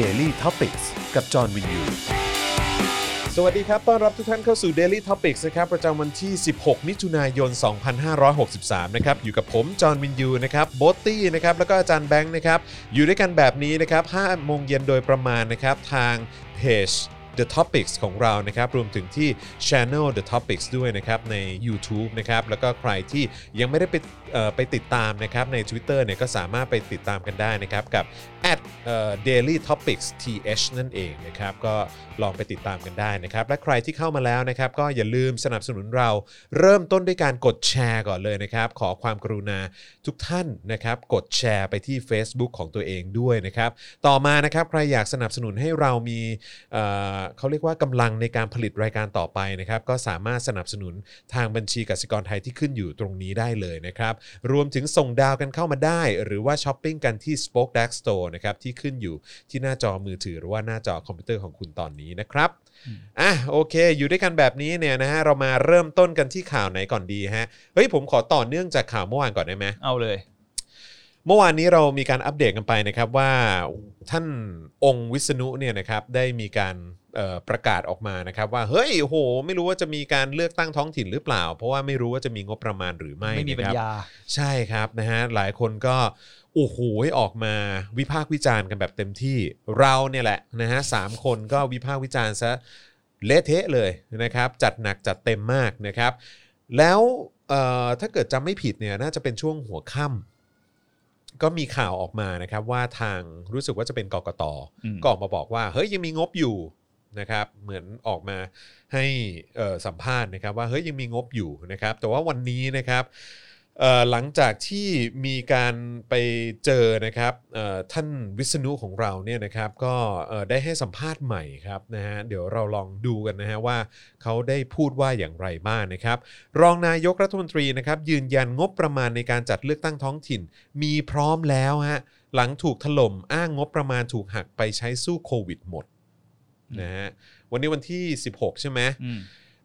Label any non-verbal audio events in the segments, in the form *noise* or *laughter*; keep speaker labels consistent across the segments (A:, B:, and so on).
A: Daily t o p i c กกับจอห์นวินยู
B: สวัสดีครับ ต้อนรับทุกท่านเข้าสู่ Daily Topics นะครับ ประจำวันที่ 16 มิถุนายน 2563 นะครับ อยู่กับผม จอห์นวินยู นะครับ โบทตี้ นะครับ แล้วก็อาจารย์แบงค์ นะครับ อยู่ด้วยกันแบบนี้นะครับ5โมงเย็นโดยประมาณนะครับ ทางเพจ The Topics ของเรา นะครับ รวมถึงที่ Channel The Topics ด้วยนะครับ ใน YouTube นะครับ แล้วก็ใครที่ยังไม่ได้ไปเอ่อไปติดตามนะครับ ใน Twitter เนี่ย ก็สามารถไปติดตามกันได้นะครับ กับ at daily topics th นั่นเองนะครับ ก็ลองไปติดตามกันได้นะครับ และใครที่เข้ามาแล้วนะครับ ก็อย่าลืมสนับสนุนเราเริ่มต้นด้วยการกดแชร์ก่อนเลยนะครับ ขอความกรุณาทุกท่านนะครับ กดแชร์ไปที่ Facebook ของตัวเองด้วยนะครับ ต่อมานะครับใครอยากสนับสนุนให้เรามีเอ่อเขาเรียกว่ากำลังในการผลิตรายการต่อไปนะครับ ก็สามารถสนับสนุนทางบัญชีกสิกรไทยที่ขึ้นอยู่ตรงนี้ได้เลยนะครับ รวมถึงส่งดาวกันเข้ามาได้ หรือว่าช้อปปิ้งกันที่ Spoke Dark Store นะครับ ที่ขึ้นอยู่ที่หน้าจอมือถือหรือว่าหน้าจอคอมพิวเตอร์ของคุณตอนนี้นะครับ อ่ะโอเค อยู่ด้วยกันแบบนี้เนี่ยนะฮะเรามาเริ่มต้นกันที่ข่าวไหนก่อนดีฮะเฮ้ยผมขอต่อเนื่องจากข่าวเมื่อวานก่อนได้ไหม
C: เอาเลย
B: เมื่อวานนี้เรามีการอัปเดตกันไปนะครับว่าท่านองค์วิษณุเนี่ยนะครับได้มีการเอ่อประกาศออกมานะครับว่าเฮ้ยโอ้โห ไม่รู้ว่าจะมีการเลือกตั้งท้องถิ่นหรือเปล่า เพราะว่าไม่รู้ว่าจะมีงบประมาณหรือไม่
C: ไม่มีปัญ
B: นะครับ
C: ญา
B: ใช่ครับนะฮะหลายคนก็โอ้โหออกมาวิพากษ์วิจารณ์กันแบบเต็มที่เราเนี่ยแหละนะฮะสามคนก็วิพากษ์วิจารณ์ซะเละเทะเลยนะครับจัดหนักจัดเต็มมากนะครับ แล้วเอ่อถ้าเกิดจำไม่ผิดเนี่ยน่าจะเป็นช่วงหัวค่ำก็มีข่าวออกมานะครับว่าทางรู้สึกว่าจะเป็นกกต
C: อืม
B: ก็ออกมาบอกว่าเฮ้ยยังมีงบอยู่นะครับเหมือนออกมาให้เอ่อสัมภาษณ์นะครับว่าเฮ้ยยังมีงบอยู่นะครับ แต่ว่าวันนี้นะครับ เอ่อหลังจากที่มีการไปเจอนะครับเอ่อท่านวิษณุของเราเนี่ยนะครับก็เอ่อได้ให้สัมภาษณ์ใหม่ครับนะฮะเดี๋ยวเราลองดูกันนะฮะว่าเขาได้พูดว่าอย่างไรบ้างนะครับ รองนายกรัฐมนตรีนะครับยืนยันงบประมาณในการจัดเลือกตั้งท้องถิ่น มีพร้อมแล้วฮะหลังถูกถล่มอ้างงบประมาณถูกหักไปใช้สู้โควิดหมดนะฮะวันนี้วันที่ 16 ใช่ไหม
C: อืม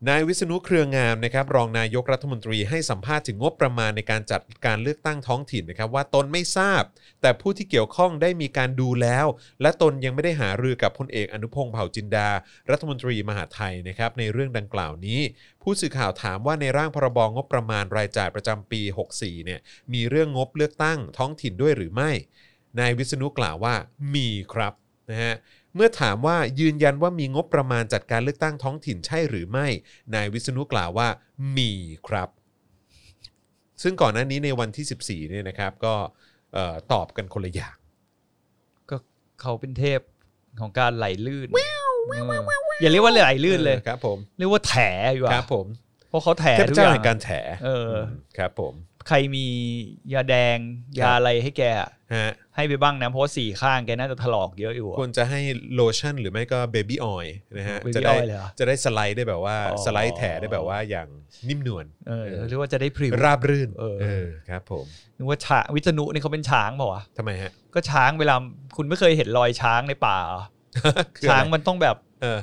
B: นายวิษณุเครืองามนะครับรองนายกรัฐมนตรีให้สัมภาษณ์ถึงงบประมาณในการจัดการเลือกตั้งท้องถิ่นนะครับว่าตนไม่ทราบ แต่ผู้ที่เกี่ยวข้องได้มีการดูแล้ว และตนยังไม่ได้หารือกับพลเอกอนุพงษ์เผ่าจินดา รัฐมนตรีมหาดไทยนะครับในเรื่องดังกล่าวนี้ ผู้สื่อข่าวถามว่าในร่างพรบงบประมาณรายจ่ายประจำปี 64เนี่ยมีเรื่องงบเลือกตั้งท้องถิ่นด้วยหรือไม่ นายวิษณุกล่าวว่ามีครับนะฮะเมื่อถามว่ายืนยันว่ามีงบประมาณจัดการเลือกตั้งท้องถิ่นใช่หรือไม่ นายวิษณุกล่าวว่ามีครับ ซึ่งก่อนหน้านี้ในวันที่ 14เนี่ยนะครับก็เอ่อตอบกันคนละอย่าง
C: ก็เขาเป็นเทพของการไหลลื่นเอออย่าเรียกว่าไหลลื่นเลย
B: ออครับผม
C: เรียกว่าแถดีกว่า
B: ครับผม
C: เพราะเขาแถ
B: เทพ
C: ทุกอ
B: เจ้า
C: ย่าง
B: แห่งการแถ
C: เอออ
B: ครับผม
C: ใครมียาแดง ยาอะไรให้แกอะ
B: ฮะ
C: ให้ไปบ้างนะ เพราะว่าสี่ข้างแกน่าจะถลอกเยอะอยู่อะ
B: ควรจะให้โลชั่นหรือไม่ก็เบบี้ออยนะฮะ
C: Baby
B: จะได้
C: oil เลยเหรอ
B: จะได้สไลด์ได้แบบว่า
C: อ๋อ
B: สไลด์แถได้แบบว่าอย่างนิ่มนวล
C: เออเรียกว่าจะได้พริว
B: ราบรื่น
C: เออ
B: ครับผม
C: นึกว่าช้างวิษณุนี่เขาเป็นช้างเปล่าวะ
B: ทำไมฮะ
C: ก็ช้างเวลาคุณไม่เคยเห็นรอยช้างในป่าเหรอ
B: คืออะไร
C: ช้างมันต้องแบบ
B: เออ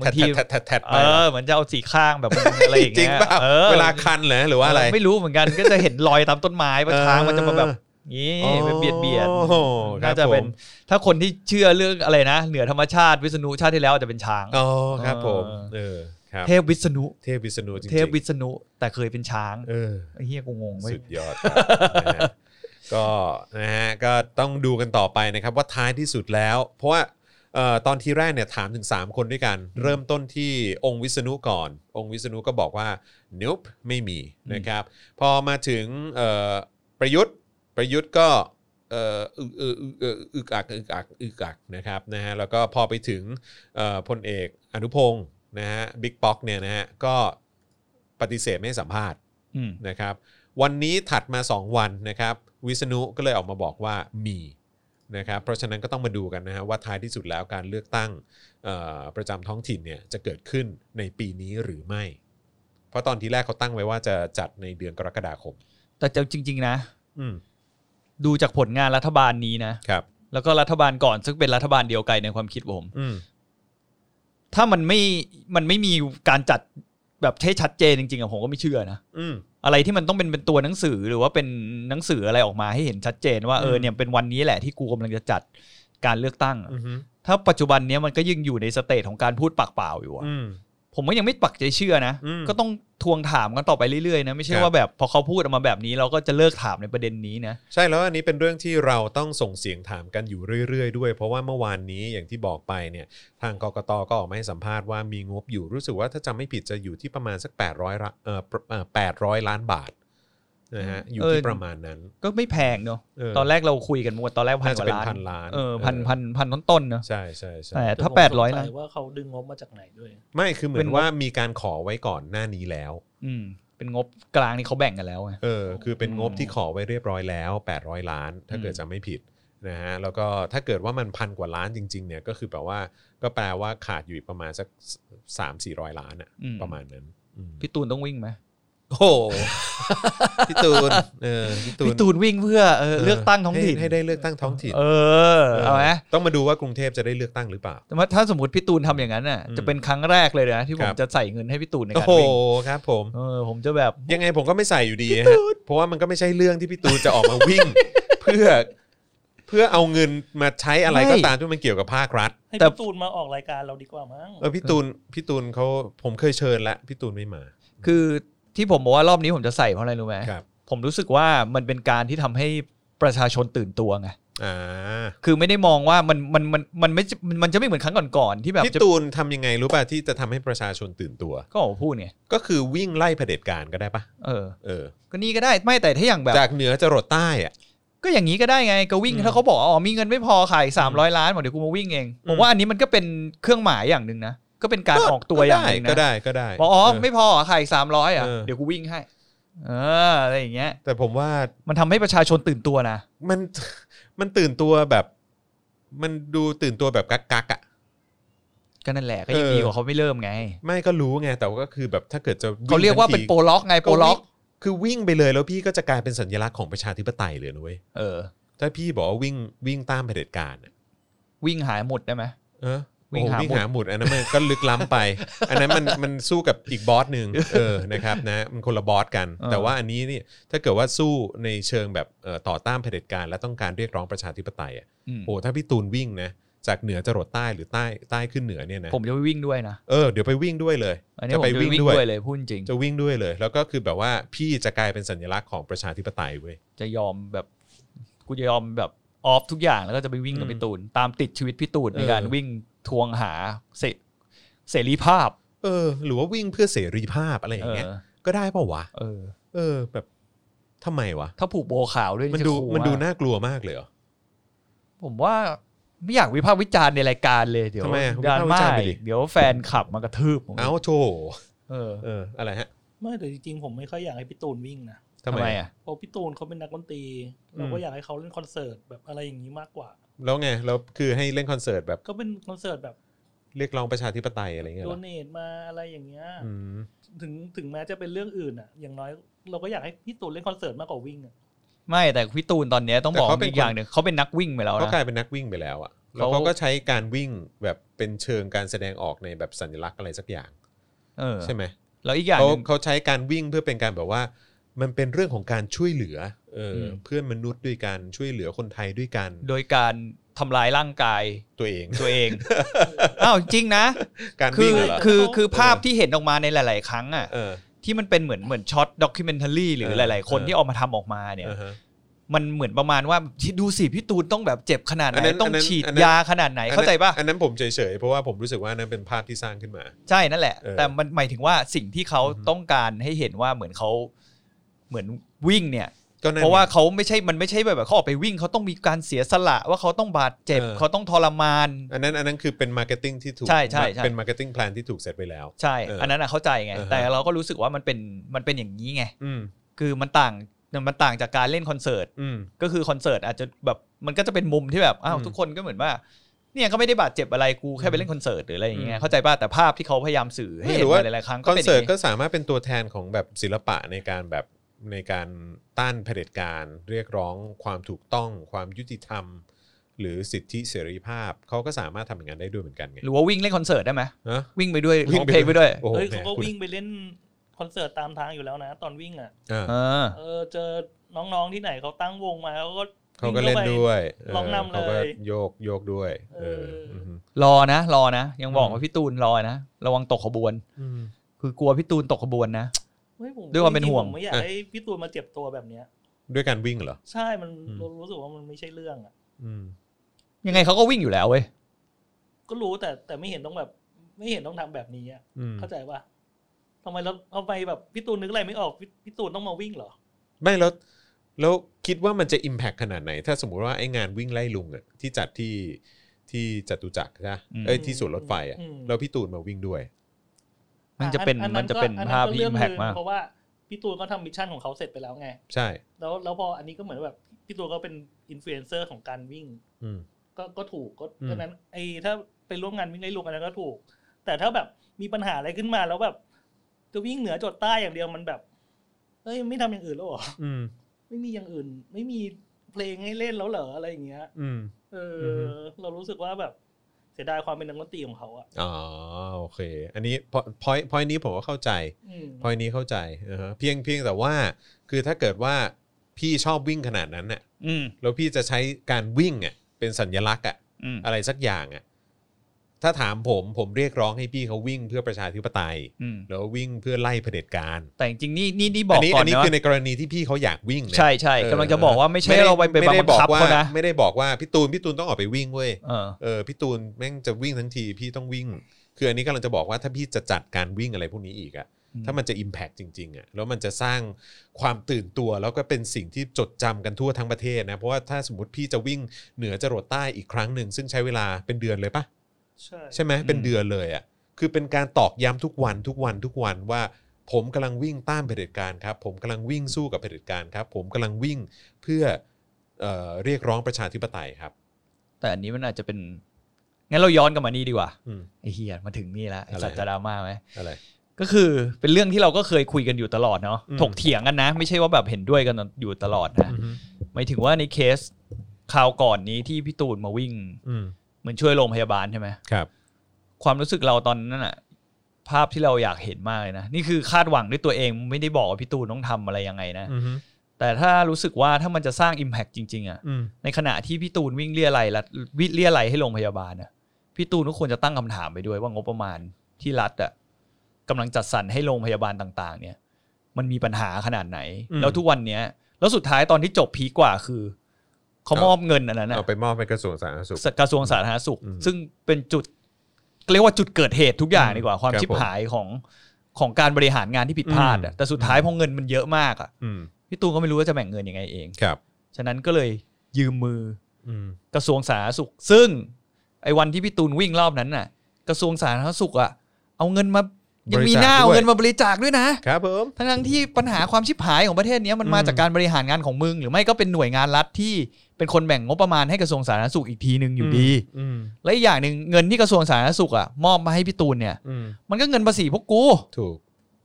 B: บ
C: าง
B: แท็ด
C: ที
B: แท็ดแท็ดแท็ดไป
C: เออเหมือนจะเอาสี่ข้างแบบอะไรอย่าง
B: จริง
C: เงี้ย
B: เปล่า
C: ออ
B: เวลาคันเหรอหรือว่าอะไร
C: เไม่รู้เหมือนกัน ก็จะเห็นรอยตามต้นไม้ว่า
B: เออ
C: ช้างมันจะมาแบบนี้
B: อ๋อ
C: ไปเบียดเบียด
B: ครับ
C: น่าจะเป็
B: ผ
C: น
B: ม
C: ถ้าคนที่เชื่อเรื่องอะไรนะ เหนือธรรมชาติวิษณุชาติที่แล้วอาจจะเป็นช้าง
B: อ๋อครับผม
C: เออ
B: เออครับ
C: เทพวิษณุ
B: เทพวิษณุจริงๆ
C: เทพวิษณุแต่เคยเป็นช้าง
B: เออ
C: ไอ้เฮียกูงงเว้ย
B: สุดยอดครับนะฮะ *laughs* ก็นะฮะก็ต้องดูกันต่อไปนะครับว่าท้ายที่สุดแล้ว เพราะว่าเอ่อตอนที่แรกเนี่ยถามถึง 3 คนด้วยกัน เริ่มต้นที่องค์วิษณุก่อน องค์วิษณุก็บอกว่า nope ไม่มีนะครับ พอมาถึงเอ่อประยุทธ์ประยุทธ์ก็เอ่ออึกอึกอึกอึกอึกอักอึกอักอึกอักนะครับนะฮะแล้วก็พอไปถึงเอ่อพลเอกอนุพงศ์นะฮะบิ๊กป๊อกเนี่ยนะฮะก็ปฏิเสธไม่ให้สัมภาษณ์
C: อืม
B: นะครับวันนี้ถัดมา 2 วันนะครับวิษณุก็เลยออกมาบอกว่ามีนะครับเพราะฉะนั้นก็ต้องมาดูกันนะฮะว่าท้ายที่สุดแล้วการเลือกตั้งเอ่อประจำท้องถิ่นเนี่ยจะเกิดขึ้นในปีนี้หรือไม่ เพราะตอนที่แรกเขาตั้งไว้ว่าจะจัดในเดือนกรกฎาคม
C: แต่จะจริง ๆ นะ
B: อืม
C: ดูจากผลงานรัฐบาลนี้นะ
B: ครับ
C: แล้วก็รัฐบาลก่อนซึ่งเป็นรัฐบาลเดียวกันในความคิดผม
B: อืม
C: ถ้ามันไม่มันไม่มีการจัดแบบให้ชัดเจนจริงๆอะผมก็ไม่เชื่อนะ
B: อืม
C: อะไรที่มันต้องเป็นเป็นตัวหนังสือหรือว่าเป็นหนังสืออะไรออกมาให้เห็นชัดเจนว่าเออ
B: อืม
C: เนี่ยเป็นวันนี้แหละที่กูกำลังจะจัด การเลือกตั้งอะ
B: อือฮึ
C: ถ้าปัจจุบันเนี้ยมันก็ยังอยู่ในสเตจของการพูดปากเปล่าอยู่อะ
B: อืม
C: ผมก็ยังไม่ปักใจเชื่อนะ
B: อืม
C: ก็ต้องทวงถามกันต่อไปเรื่อยๆนะไม่ใช่
B: ครับ
C: ว่าแบบพอเขาพูดออกมาแบบนี้เราก็จะเลิกถามในประเด็นนี้นะ
B: ใช่แล้วอันนี้เป็นเรื่องที่เราต้องส่งเสียงถามกันอยู่เรื่อย ๆ ด้วย เพราะว่าเมื่อวานนี้อย่างที่บอกไปเนี่ยทางกกตก็ออกมาให้สัมภาษณ์ว่ามีงบอยู่รู้สึกว่าถ้าจำไม่ผิดจะอยู่ที่ประมาณสัก 800ละเอ่อประเอ่อ800 ล้านบาทนะฮะอยู่ที่
C: เออ
B: ประมาณนั้น
C: ก็ไม่แพงเนาะ
B: เ
C: ตอนแรกเราคุยกันว่าตอนแรกพัน
B: น่ากจะ
C: ว่า
B: เป็น
C: ล้าน
B: พันล้าน
C: เออพันพันพันต้นๆเนาะ
B: ใช่ใช่ใช่
C: แต่
D: แต่
C: ถ้า
D: ผม
C: แปดร้อย
D: สง
C: ล้า
D: สั
C: น
D: ว่าเขาดึงงบมาจากไหนด้วย
B: ไม่คือเหมือ
C: เป็น นงบ
B: ว่ามีการขอไว้ก่อนหน้านี้แล้ว
C: อืมเป็นงบกลางนี่เขาแบ่งกันแล้วไง
B: เออคือเป็นงบ
C: อืม
B: ที่ขอไว้เรียบร้อยแล้ว 800 ล้าน ถ้าเกิด
C: อืม
B: จำไม่ผิดนะฮะแล้วก็ถ้าเกิดว่ามันพันกว่าล้านจริง ๆ เนี่ยก็คือแปลว่าก็แปลว่าขาดอยู่อีกประมาณสัก3 4 0 0 ล้านอะ
C: อื
B: ประมาณนั้น
C: พี่ตูนต้องวิ่งไหม
B: โอ้โห พี่ตูนเออพี่ตูน
C: พี่ตูนวิ่งเพื่อเออเลือกตั้งท้องถิ่น
B: ให้ให้ได้เลือกตั้งท้องถิ่น
C: เออเอาไหม
B: ต้องมาดูว่ากรุงเทพจะได้เลือกตั้งหรือเปล่า
C: แต่ว่าถ้าสมมติพี่ตูนทำอย่างนั้นน่ะ
B: อืม
C: จะเป็นครั้งแรกเลยนะที่ผ
B: ค
C: ม
B: รับ
C: จะใส่เงินให้พี่ตูนใน
B: โอ้
C: การ
B: โห
C: วิ่ง
B: ครับผม
C: เออผมจะแบบ
B: ยังไงผมก็ไม่ใส่อยู่ดีฮะเพราะว่ามันก็ไม่ใช่เรื่องที่พี่ตูนจะออกมาวิ่ง *laughs* เพื่อเพื่อเอาเงินมาใช้อะไรก็
C: ไม่
B: ตามที่มันเกี่ยวกับภาครัฐ
D: ให้
C: แต่
D: พี่ตูนมาออกรายการเราดีกว่ามั้ง
B: เออพี่ตูนพี่ตูนเขาผมเคยเชิญแล้วพี่ตูนไม่มา
C: คือที่ผมบอกว่ารอบนี้ผมจะใส่เพราะอะไรรู้ไหม
B: ครับ
C: ผมรู้สึกว่ามันเป็นการที่ทำให้ประชาชนตื่นตัวไง
B: อ่า
C: คือไม่ได้มองว่ามันมันมันมันไม่มันจะไม่เหมือนครั้งก่อนๆที่แบบ
B: พี่
C: จะ
B: ตูนทำยังไงรู้ป่ะที่จะทำให้ประชาชนตื่นตัว
C: ก็ออกมาพูดไง
B: ก็คือวิ่งไล่เผด็จการก็ได้ป่ะ
C: เออ
B: เออ
C: ก็นี่ก็ได้ไม่แต่ถ้าอย่างแบบ
B: จากเหนือจรดใต้อะ
C: ก็อย่างนี้ก็ได้ไงก็วิ่ง
B: อืม
C: ถ้าเขาบอกว่าอ๋อมีเงินไม่พอขาย300 ล้านบอกเดี๋ยวกูมาวิ่งเองผ
B: อืม
C: มว่าอันนี้มันก็เป็นเครื่องหมายอย่างหนึ่งนะก็เป็นการออกตัวอย่างหนึ่งนะ
B: ก็ได้ก็ได้ก็ได้
C: บอกอ๋อ
B: เ
C: ไม่พอเหรอขายสามร้อยอ่ะ
B: เออ
C: เดี๋ยวกูวิ่งให้ เอออะไรอย่างเงี้ย
B: แต่ผมว่า
C: มันทำให้ประชาชนตื่นตัวนะ
B: มัน *laughs* มันตื่นตัวแบบ มันดูตื่นตัวแบบกักกักๆอ่ะ
C: ก็นั่นแหละก็ยัง
B: เออ
C: ดีกว่าเขาไม่เริ่มไง
B: ไม่ก็รู้ไงแต่ว่าก็คือแบบถ้าเกิดจะง
C: เขาเรียกว่าเป็น
B: ทั้งที
C: โปรล็อกไงโปรล็อก
B: วิ่งคือวิ่งไปเลยแล้วพี่ก็จะกลายเป็นสัญลักษณ์ของประชาธิปไตยเลยนุ้ย
C: เออ
B: ถ้าพี่บอกว่าวิ่งวิ่งตามเผด็จการอะ
C: วิ่งหายหมดได้ไหม
B: เออ
C: วิ่งหา
B: โอ้โวิ่ง
C: หมุด
B: หาหมุดอันนั้นมันก็ลึกล้ำไป อันนั้นมันมันสู้กับอีกบอสหนึ่งเออนะครับนะมันคนละบอสกัน แต่ว่าอันนี้นี่ถ้าเกิดว่าสู้ในเชิงแบบเอ่อต่อต้านเผด็จการ และต้องการเรียกร้องประชาธิปไตยอะ
C: อืม
B: โอ้ถ้าพี่ตูนวิ่งนะ จากเหนือจรดใต้หรือใต้ใต้ขึ้นเหนือเนี่ยนะ
C: ผมจะไปวิ่งด้วยนะ
B: เออเดี๋ยวไปวิ่งด้วยเลย
C: อันนี้ผมจะไปวิ่งด้วยเลยพูดจริง
B: จะวิ่งด้วยเลย แล้วก็คือแบบว่าพี่จะกลายเป็นสัญลักษณ์ของประชาธิปไตยเว้ย
C: จะยอมแบบ กูจะยอมแบบออฟทุกอย่างแล้วก็จะไปวิ่งกับ
B: อืม
C: พี่ตูน ตามติดชีวิตพี่ตูน
B: เออ
C: ในการวิ่งทวงหาเสเสรีภาพ
B: เออ หรือว่าวิ่งเพื่อเสรีภาพอะไรอย่า
C: เอง
B: เงี้ย
C: อ
B: ก็ได้ป่าวะ
C: เออ
B: เออ แบบทำไมวะ
C: ถ้าผูกโบขาวด้วย
B: มัน
C: จะ
B: ดู
C: คูล
B: มันดู
C: าก
B: น่ากลัวมากเลยเหรอ
C: ผมว่าไม่อยากวิพากษ์วิจารณ์ในรายการเลยเดี๋ยว
B: ทำไมอะ
C: ดรา
B: วิพากษ์วิ
C: ม่า
B: จารณ์ไปดิ
C: อีกเดี๋ยวแฟนขับมากระทืบผม
B: เอ้าโถ
C: เออ
B: เอออะไรฮะ
D: ไม่แต่จริงๆผมไม่ค่อยอยากให้พี่ตูนวิ่งนะ
B: ทำไมอะ
C: อ่ะ
D: เพราะพี่ตูนเขาเป็นนักดนตรีเราก็อยากให้เขาเล่นคอนเสิร์ตแบบอะไรอย่างนี้มากกว่า
B: แล้วไงแล้วคือให้เล่นคอนเสิร์ตแบบ
D: ก็เป็นคอนเสิร์ตแบบ
B: เรียกร้องประชาธิปไตยอะไรเงี้ย
D: โด
B: เหรอ
D: เนทมาอะไรอย่างเงี้ย
B: อืม
D: ถึงถึงแม้จะเป็นเรื่องอื่นอ่ะ อย่างน้อยเราก็อยากให้พี่ตูนเล่นคอนเสิร์ตมากกว่าวิ่งอะ
C: ไม่แต่พี่ตูนตอนเนี้ยต้องบอกอีกอย่างหนึ่งเขาเป็นนักวิ่งไปแล้ว
B: เขา
C: นะ
B: กลายเป็นนักวิ่งไปแล้วอะแล้วเขาก็ใช้การวิ่งแบบเป็นเชิงการแสดงออกในแบบสัญลักษณ์อะไรสักอย่าง
C: เออ
B: ใช่ไหม
C: แล้วอีกอย่าง
B: เขา
C: หนึ่ง
B: เขาใช้การวิ่งเพื่อเป็นการแบบว่า มันเป็นเรื่องของการช่วยเหลือเอออเพื่อนมนุษย์ด้วยกันช่วยเหลือคนไทยด้วยกัน
C: โดยการทำลายร่างกาย
B: ตัวเอง
C: *laughs* ตัวเอง
B: *laughs*
C: อ้าวจริงนะ
B: การ
C: คื
B: วิ่ง
C: อ
B: เหรอ
C: คือคือภาพที่เห็นออกมาในหลาย ๆ ครั้งอ่ะ
B: เออ
C: ที่มันเป็นเหมือนเหมือนช็อตด็อกิเมนทัลี่หรือ
B: เออ
C: หลาย ๆ คน
B: เออ
C: ที่เออกมาทำออกมาเนี่ย
B: อ่าฮะ
C: มันเหมือนประมาณว่าดูสิพี่ตูนต้องแบบเจ็บขนาดไห
B: อัน
C: น
B: นั้น
C: ต้อง
B: อันนั้น
C: ฉีด
B: อันนั้น
C: ยาขนาดไหนเข้าใจปะ
B: อันนั้นผมเฉยๆเพราะว่าผมรู้สึกว่านั้นเป็นภาพที่สร้างขึ้นมา
C: ใช่นั่นแหละ
B: เออ
C: แต่มันหมายถึงว่าสิ่งที่เขา
B: อือฮึ
C: ต้องการให้เห็นว่าเหมือนเขาเหมือนวิ่งเนี่ย
B: ก็นั่น
C: เพราะว่า
B: ไง
C: เขาไม่ใช่มันไม่ใช่แบบเขาออกไปวิ่งเขาต้องมีการเสียสละว่าเขาต้องบาดเจ็บ
B: เออ
C: เขาต้องทรมาน
B: อันนั้นอันนั้นคือเป็นมาร์เก็ตติ้งที่ถูก
C: ใช่ใช่ใช่
B: เป็นมาร์เก็ตติ้งแพลนที่ถูกเซตไปแล้ว
C: ใช่
B: เอออั
C: อันนั้นนะเข้าใจไง
B: เออฮะ
C: แต่เราก็รู้สึกว่ามันเป็นมันเป็นอย่างนี้ไง
B: อืม
C: คือมันต่างมันต่างจากการเล่นคอนเสิร์ต
B: อืม
C: ก็คือคอนเสิร์ตอาจจะแบบมันก็จะเป็นมุมที่แบบอ้าว
B: อืม
C: ทุกคนก็เหมือนว่า เนี่ยเขาไม่ได้บาดเจ็บอะไรกูแค่ไปเล่นคอนเสิร์ตหรืออะไรอย่างเงี้
B: อื
C: ย
B: ม
C: เข้าใจป่ะแต่ภาพที่เขาพยายามสื่อให้
B: ไม่ห
C: เห็
B: รื
C: น
B: อว่า
C: หลายๆครั้ง
B: ค
C: ก็
B: อน
C: เป็นอ
B: เสิ
C: ย่า
B: ร์ต
C: ง
B: ก็
C: งี้
B: สามารถเป็นตัวแทนของแบบศิลปะในการแบบในการต้านเผด็จการเรียกร้องความถูกต้องความยุติธรรม หรือสิทธิเสรีภาพเขาก็สามารถทำอย่างนั้นได้ด้วยเหมือนกันไง
C: หรือว่าวิ่งเล่นคอนเสิร์ตได้ไหม
B: ฮะ
C: วิ่งไปด้วย
B: วิ่
C: ร้องเพลงไปด้วย
B: โอ้โห
D: เฮ้ย
B: แหม
D: เขาก็
B: คุณ
D: วิ่งไปเล่นคอนเสิร์ตตามทางอยู่แล้วนะ ตอนวิ่งอ่ะ
B: อ่า
C: เออ
D: เออเจอน้องๆที่ไหนเขาตั้งวงมาเขาก็
B: เขาก็เล่นด้วย
D: ลองนำเลย
B: เขาก็โยกโยกด้วย เอออืม
C: รอนะ รอนะ ยังบอก
B: อืม
C: ว่าพี่ตูนรอนะ ระวังตกขบวน
B: อืม
C: คือกลัวพี่ตูนตกขบวนนะ
D: เฮ้ผ
C: ด้วยความเป็นห่วง
D: จริๆผมไม่อยาก
B: เออ
D: ให้พี่ตูนมาเจ็บตัวแบบเนี้ย
B: ด้วยการวิ่งเหรอ
D: ใช่มัน
B: อืม
D: รู้สึกว่ามันไม่ใช่เรื่องอ่ะ
B: อืม
C: ยังไงเขาก็วิ่งอยู่แล้วเว้ย
D: ก็รู้แต่แต่ไม่เห็นต้องแบบ ไม่เห็นต้องทำแบบนี้อ่ะ
B: อืม
D: เข้าใจป่ะทำไมเราทำไมแบบพี่ตูนนึกอะไรไม่ออกพี่พี่ตูนต้องมาวิ่งเหรอ
B: ไม่แล้วแล้วคิดว่ามันจะ Impact ขนาดไหน ถ้าสมมุติว่าไอ้งานวิ่งไล่ลุงอะที่จัดที่ที่จตุจักรนะ
C: อืม
B: เอ้ยที่สวนรถไฟอะ
D: อืม
B: แล้วพี่ตูนมาวิ่งด้วย
C: มันจะเป็น
D: อ่อั
C: มันจะเป็น
D: ก็อั
C: ภาพ
D: ก็
C: ที่
D: เรื่
C: อิ
D: ง
C: มแพก
D: หนึ่ง
C: มาก
D: เพราะว่าพี่ตูนก็ทำมิชชั่นของเขาเสร็จไปแล้วไง
B: ใช่
D: แล้วแล้วพออันนี้ก็เหมือนแบบพี่ตูนก็เป็นอินฟลูเอนเซอร์ของการวิ่ง
B: อืม
D: ก็ก็ถูกก็
B: อืม
D: ดังนั้นไอ้ถ้าไปร่วมงานวิ่งไล่ลุงอันนั้นก็ถูก แต่ถ้าแบบมีปัญหาอะไรขึ้นมาแล้วแบบจะวิ่งเหนือจดใต้อย่างเดียวมันแบบเฮ้ยไม่ทำอย่างอื่นแล้วเหรอ
B: อืม
D: ไม่มีอย่างอื่น ไม่มีเพลงให้เล่นแล้วเหรออะไรอย่างเงี้ย
B: อืม
D: เอ
B: อือฮึ
D: อเรารู้สึกว่าแบบเสียดายความเป็นนักดนตรีของเขาอ่ะ
B: อ๋อโอเค อันนี้พอยพอยนี้ผมก็เข้าใจ
D: อืม
B: พอยนี้เข้าใจอ่าฮะเพียงเพียงแต่ว่า คือถ้าเกิดว่าพี่ชอบวิ่งขนาดนั้นน่ะ
C: อืม
B: แล้วพี่จะใช้การวิ่งอ่ะเป็นสัญลักษณ์อ่ะ
C: อืม
B: อะไรสักอย่างอ่ะ ถ้าถามผมผมเรียกร้องให้พี่เขาวิ่งเพื่อประชาธิปไตย
C: อืม
B: แล้ววิ่งเพื่อไล่เผด็จการ
C: แต่จริงๆนี่นี่นี่บอก
B: นนี้
C: ก่อ
B: อั
C: น
B: นี้
C: นะ
B: คือในกรณีที่พี่เขาอยากวิ่งนะ
C: ใช่ใช่
B: เออก
C: ำลังจะบอกว่าไม่ใช่
B: ด้
C: เราไปไปบัง
B: ด้
C: คับ
B: ว่า
C: เขานะ
B: ไม่ได้บอกว่าพี่ตูนพี่ตูนต้องออกไปวิ่งเว้ย
C: เออ
B: เออพี่ตูนแม่งจะวิ่งทั้งทีพี่ต้องวิ่ง คืออันนี้กำลังจะบอกว่าถ้าพี่จะจัดการวิ่งอะไรพวกนี้อีกอะ
C: อืม
B: ถ้ามันจะ Impact จริงๆอะแล้วมันจะสร้างความตื่นตัวแล้วก็เป็นสิ่งที่จดจำกันทั่วทั้งประเทศนะ เพราะว่าถ้าสมมติพี่จะวิ่งเหนือจรดใต้อีกครั้งหนึ่งซึ่งใช้เวลาเป็นเดือนเลยปะ
D: ใช่
B: ใช่ไหมเป็นเดือนเลยอะคือเป็นการตอกย้ำทุกวันทุกวันทุกวันว่า ผมกำลังวิ่งต้านเผด็จการครับ ผมกำลังวิ่งสู้กับเผด็จการครับ ผมกำลังวิ่งเพื่อเอ่อเรียกร้องประชาธิปไตยครับ
C: แต่อันนี้มันอาจจะเป็น งั้นเราย้อนกลับมานี่ดีกว่า
B: อืม
C: ไอ้เฮียมาถึงนี่แล้วไอ้
B: อะไร
C: สัตว์จะดราม่าไหม
B: อะไร
C: ก็คือเป็นเรื่องที่เราก็เคยคุยกันอยู่ตลอดเนาะ
B: อืม
C: ถกเถียงกันนะ ไม่ใช่ว่าแบบเห็นด้วยกันอยู่ตลอดนะ
B: อือฮึ
C: หมายถึงว่าในเคสคราวก่อนนี้ที่พี่ตูนมาวิ่ง
B: อืม
C: เหมือนช่วยโรงพยาบาลใช่ไหม
B: ครับ
C: ความรู้สึกเราตอนนั้นอะภาพที่เราอยากเห็นมากเลยนะ นี่คือคาดหวังด้วยตัวเองไม่ได้บอกว่าพี่ตูนต้องทำอะไรยังไงนะ
B: อืมฮึ
C: แต่ถ้ารู้สึกว่าถ้ามันจะสร้าง Impact จริงๆอะ
B: อืม
C: ในขณะที่พี่ตูนวิ่งเลี่ยไรละวิ่งเลี่ยไรให้โรงพยาบาลอะพี่ตูนก็ควรจะตั้งคำถามไปด้วยว่างบประมาณที่รัฐอะกำลังจัดสรรให้โรงพยาบาลต่าง ๆ เนี่ย มันมีปัญหาขนาดไหน แล้วทุกวันเนี้ย แล้วสุดท้ายตอนที่จบพีคกว่าคือเขามอบเงินอันนั้นอะ
B: เอาไปมอบให้กระทรวงสาธารณสุข
C: กระทรวงสาธารณสุข
B: อืม
C: ซึ่งเป็นจุดเรียกว่าจุดเกิดเหตุทุกอย่างดีกว่าความ
B: ครับ
C: ชิบ
B: ผม
C: หายของของการบริหารงานที่ผิดพลาดอะแต่สุดท้ายพอเงินมันเยอะมากอะ
B: อืม
C: พี่ตูนก็ไม่รู้ว่าจะแบ่งเงินยังไงเอง
B: ครับ
C: ฉะนั้นก็เลยยืมมือ
B: อืม
C: กระทรวงสาธารณสุข ซึ่งไอ้วันที่พี่ตูนวิ่งรอบนั้นน่ะ กระทรวงสาธารณสุขอ่ะ เอาเงินมา ยังมีหน้าเอาเงินมาบริจาคด้วยนะ
B: ครับผม
C: ทั้งทั้งๆที่ปัญหาความชิบหายของประเทศเนี้ยมันมา
B: อืม
C: จากการบริหารงานของมึง หรือไม่ก็เป็นหน่วยงานรัฐที่เป็นคนแบ่งงบประมาณให้กระทรวงสาธารณสุขอีกทีหนึ่งอยู่ดี
B: อืม
C: และอีกอย่างหนึ่งเงินที่กระทรวงสาธารณสุขอ่ะมอบมาให้พี่ตูนเนี่ย
B: อืม
C: มันก็เงินภาษีพวกกู
B: ถูก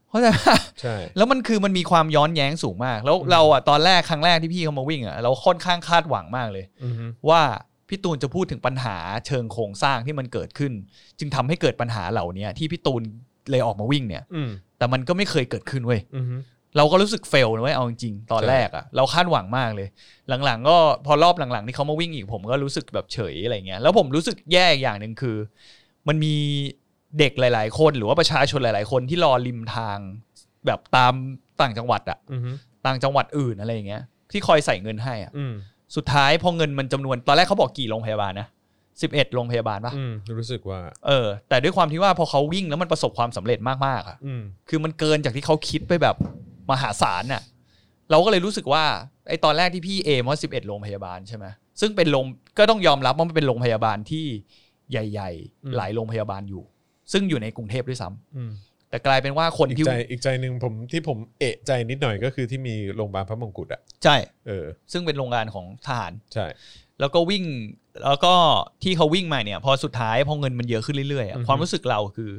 C: เข้าใจป *laughs* ะ
B: ใช่
C: แล้วมันคือมันมีความย้อนแย้งสูงมาก แล้ว
B: อืม
C: เราอ่ะตอนแรกครั้งแรกที่พี่เขามาวิ่งอ่ะเราค่อนข้างคาดหวังมากเลย
B: อืมฮึ
C: ว่าพี่ตูนจะพูดถึงปัญหาเชิงโครงสร้างที่มันเกิดขึ้น จึงทำให้เกิดปัญหาเหล่านี้ที่พี่ตูนเลยออกมาวิ่งเนี่ย
B: อืม
C: แต่มันก็ไม่เคยเกิดขึ้นเว้ย
B: อืมฮึ
C: เราก็รู้สึกเฟลนะเว้ยเอาจริงๆตอน
B: ใช่
C: แรกอ่ะเราคาดหวังมากเลย หลังๆ ก็พอรอบหลังๆที่เขามาวิ่งอีกผมก็รู้สึกแบบเฉยอะไรเงี้ยแล้วผมรู้สึกแย่อีกอย่างหนึ่งคือ มันมีเด็กหลาย ๆ คนหรือว่าประชาชนหลาย ๆ คนที่รอริมทางแบบตามต่างจังหวัดอ่ะ
B: อืมฮึ
C: ต่างจังหวัดอื่นอะไรอย่างเงี้ยที่คอยใส่เงินให้อะ
B: อืม
C: สุดท้ายพอเงินมันจำนวนตอนแรกเขาบอกกี่โรงพยาบาลนะสิบเอ็ดโรงพยาบาลปะ
B: อืมรู้สึกว่า
C: เออแต่ด้วยความที่ว่าพอเขาวิ่งแล้วมันประสบความสำเร็จมากๆอะ
B: อืม
C: คือมันเกินจากที่เขาคิดไปแบบมหาศาลน่ะเราก็เลยรู้สึกว่าไอตอนแรกที่พี่เอมว่าสิบเอ็ดโรงพยาบาลใช่ไหมซึ่งเป็นโรงก็ต้องยอมรับว่ามันเป็นโรงพยาบาลที่ใหญ่
B: อืม
C: ๆ หลายโรงพยาบาลอยู่ ซึ่งอยู่ในกรุงเทพด้วยซ้ำ
B: อืม
C: แต่กลายเป็นว่าคน
B: อีก
C: ที่
B: ใจอีกใจหนึ่งผมที่ผมเอะใจนิดหน่อยก็คือที่มีโรงพยาบาลพระมงกุฎอ่ะ
C: ใช่
B: เออ
C: ซึ่งเป็นโรงงานของทหาร
B: ใช่
C: แล้วก็วิ่งแล้วก็ที่เขาวิ่งมาเนี่ย พอสุดท้ายพอเงินมันเยอะขึ้นเรื่อยๆอะความรู้สึกเราคือ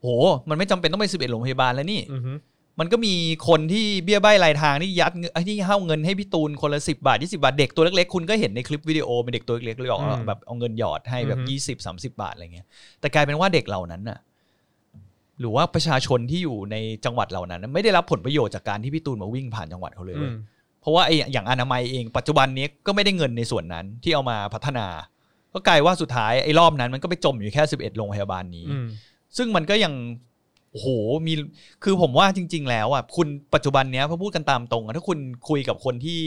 C: โห มันไม่จำเป็นต้องไปสิบเอ็ดโรงพยาบาลแล้วนี่
B: อืมฮึ
C: มันก็มีคนที่เบี้ยใบรายทางที่ยัดเงินไอ้ที่เข้าเงินให้พี่ตูนคนละสิบาทยี่สิบาทเด็กตัวเล็กๆ คุณก็เห็นในคลิปวิดีโอเป็นเด็กตัวเล็กๆเลยบอกว่าแบบเอาเงินหยอดให้แบบยี่สิบสามสิบาทอะไรเงี้ยแต่กลายเป็นว่าเด็กเหล่านั้นน่ะ หรือว่าประชาชนที่อยู่ในจังหวัดเหล่านั้นน่ะไม่ได้รับผลประโยชน์จากการที่พี่ตูนมาวิ่งผ่านจังหวัดเขาเลย
B: อื
C: เว้ย
B: ม
C: เพราะว่าไอ้อย่างอนามัยเองปัจจุบันนี้ก็ไม่ได้เงินในส่วนนั้นที่เอามาพัฒนา ก็กลายว่าสุดท้ายไอ้รอบนั้นมันก็ไปจมอยู่แค่11โรงพยาบาลนี้
B: อืม
C: ซึ่งมันก็ยังโอ้โหมีคือผมว่าจริง ๆ แล้วอ่ะคุณปัจจุบันเนี้ยพอพูดกันตามตรงอะถ้าคุณคุยกับคนที่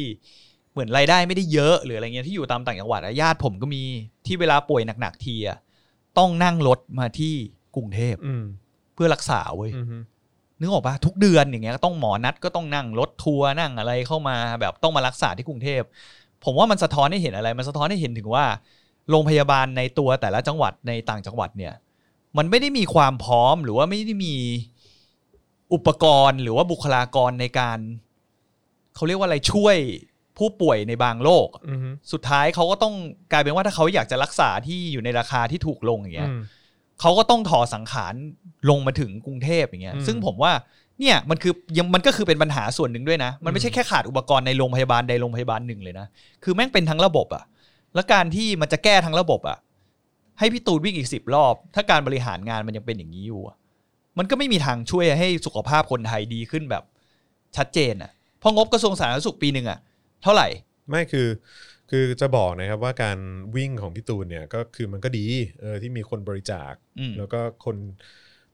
C: เหมือนรายได้ไม่ได้เยอะหรืออะไรเงี้ยที่อยู่ตามต่างจังหวัดอะญาติผมก็มีที่เวลาป่วยหนักๆทีอะต้องนั่งรถมาที่กรุงเทพ
B: อืม
C: เพื่อรักษาเว้ย
B: อืม
C: นึกออกปะทุกเดือนอย่างเงี้ยก็ต้องหมอนัดก็ต้องนั่งรถทัวร์นั่งอะไรเข้ามาแบบต้องมารักษาที่กรุงเทพ ผมว่ามันสะท้อนให้เห็นอะไร มันสะท้อนให้เห็นถึงว่าโรงพยาบาลในตัวแต่ละจังหวัดในต่างจังหวัดเนี่ย มันไม่ได้มีความพร้อมหรือว่าไม่ได้มีอุปกรณ์ หรือว่าบุคลากรในการเขาเรียกว่าอะไรช่วยผู้ป่วยในบางโรค
B: อืม
C: สุดท้ายเขาก็ต้องกลายเป็นว่าถ้าเขาอยากจะรักษาที่อยู่ในราคาที่ถูกลงอย่างเงี้ย
B: อืม
C: เขาก็ต้องถอสังขารลงมาถึงกรุงเทพอย่างเงี้ย
B: อืม
C: ซึ่งผมว่าเนี่ยมันคือยังมันก็คือเป็นปัญหาส่วนหนึ่งด้วยนะ มัน
B: อื
C: ไม่
B: ม
C: ใช่แค่ขาดอุปกรณ์ในโรงพยาบาลใดโรงพยาบาลหนึ่งเลยนะ คือแม่งเป็นทั้งระบบอะแล้วการที่มันจะแก้ทั้งระบบอะให้พี่ตูนวิ่งอีกสิบรอบ ถ้าการบริหารงานมันยังเป็นอย่างนี้อยู่อะมันก็ไม่มีทางช่วยให้สุขภาพคนไทยดีขึ้นแบบชัดเจนอะเพราะงบกระทรวงสาธารณสุขปีหนึ่งอะเท่าไหร่
B: ไม่คือคือจะบอกนะครับว่าการวิ่งของพี่ตูนเนี่ยก็คือมันก็ดีเออที่มีคนบริจาค
C: อืม
B: แล้วก็คน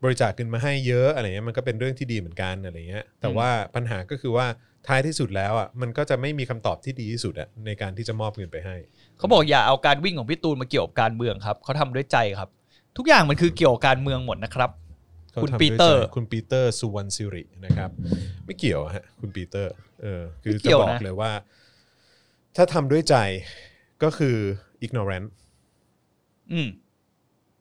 B: บริจาคเงินมาให้เยอะอะไรเงี้ยมันก็เป็นเรื่องที่ดีเหมือนกันอะไรเงี้ยแต่
C: อืม
B: ว่าปัญหาก็คือว่าท้ายที่สุดแล้วอ่ะมันก็จะไม่มีคำตอบที่ดีที่สุดอ่ะในการที่จะมอบเงินไปให้
C: เขาบอกอย่าเอาการวิ่งของพี่ตูนมาเกี่ยวกับการเมืองครับเขาทำด้วยใจครับ ทุกอย่างมันคือเกี่ยวกับการเมืองหมดนะครับ
B: ขา
C: คุณ
B: ทำ
C: ปีเตอร์
B: ด้วยใจคุณปีเตอร์สุวรรณสิรินะครับ ไม่เกี่ยวฮะคุณปีเตอร์ เออ คือ
C: ไม่เกี่
B: จะ
C: ยว
B: บอ
C: นะ
B: กเลยว่า ถ้าทำด้วยใจก็คือ ignorant
C: อืม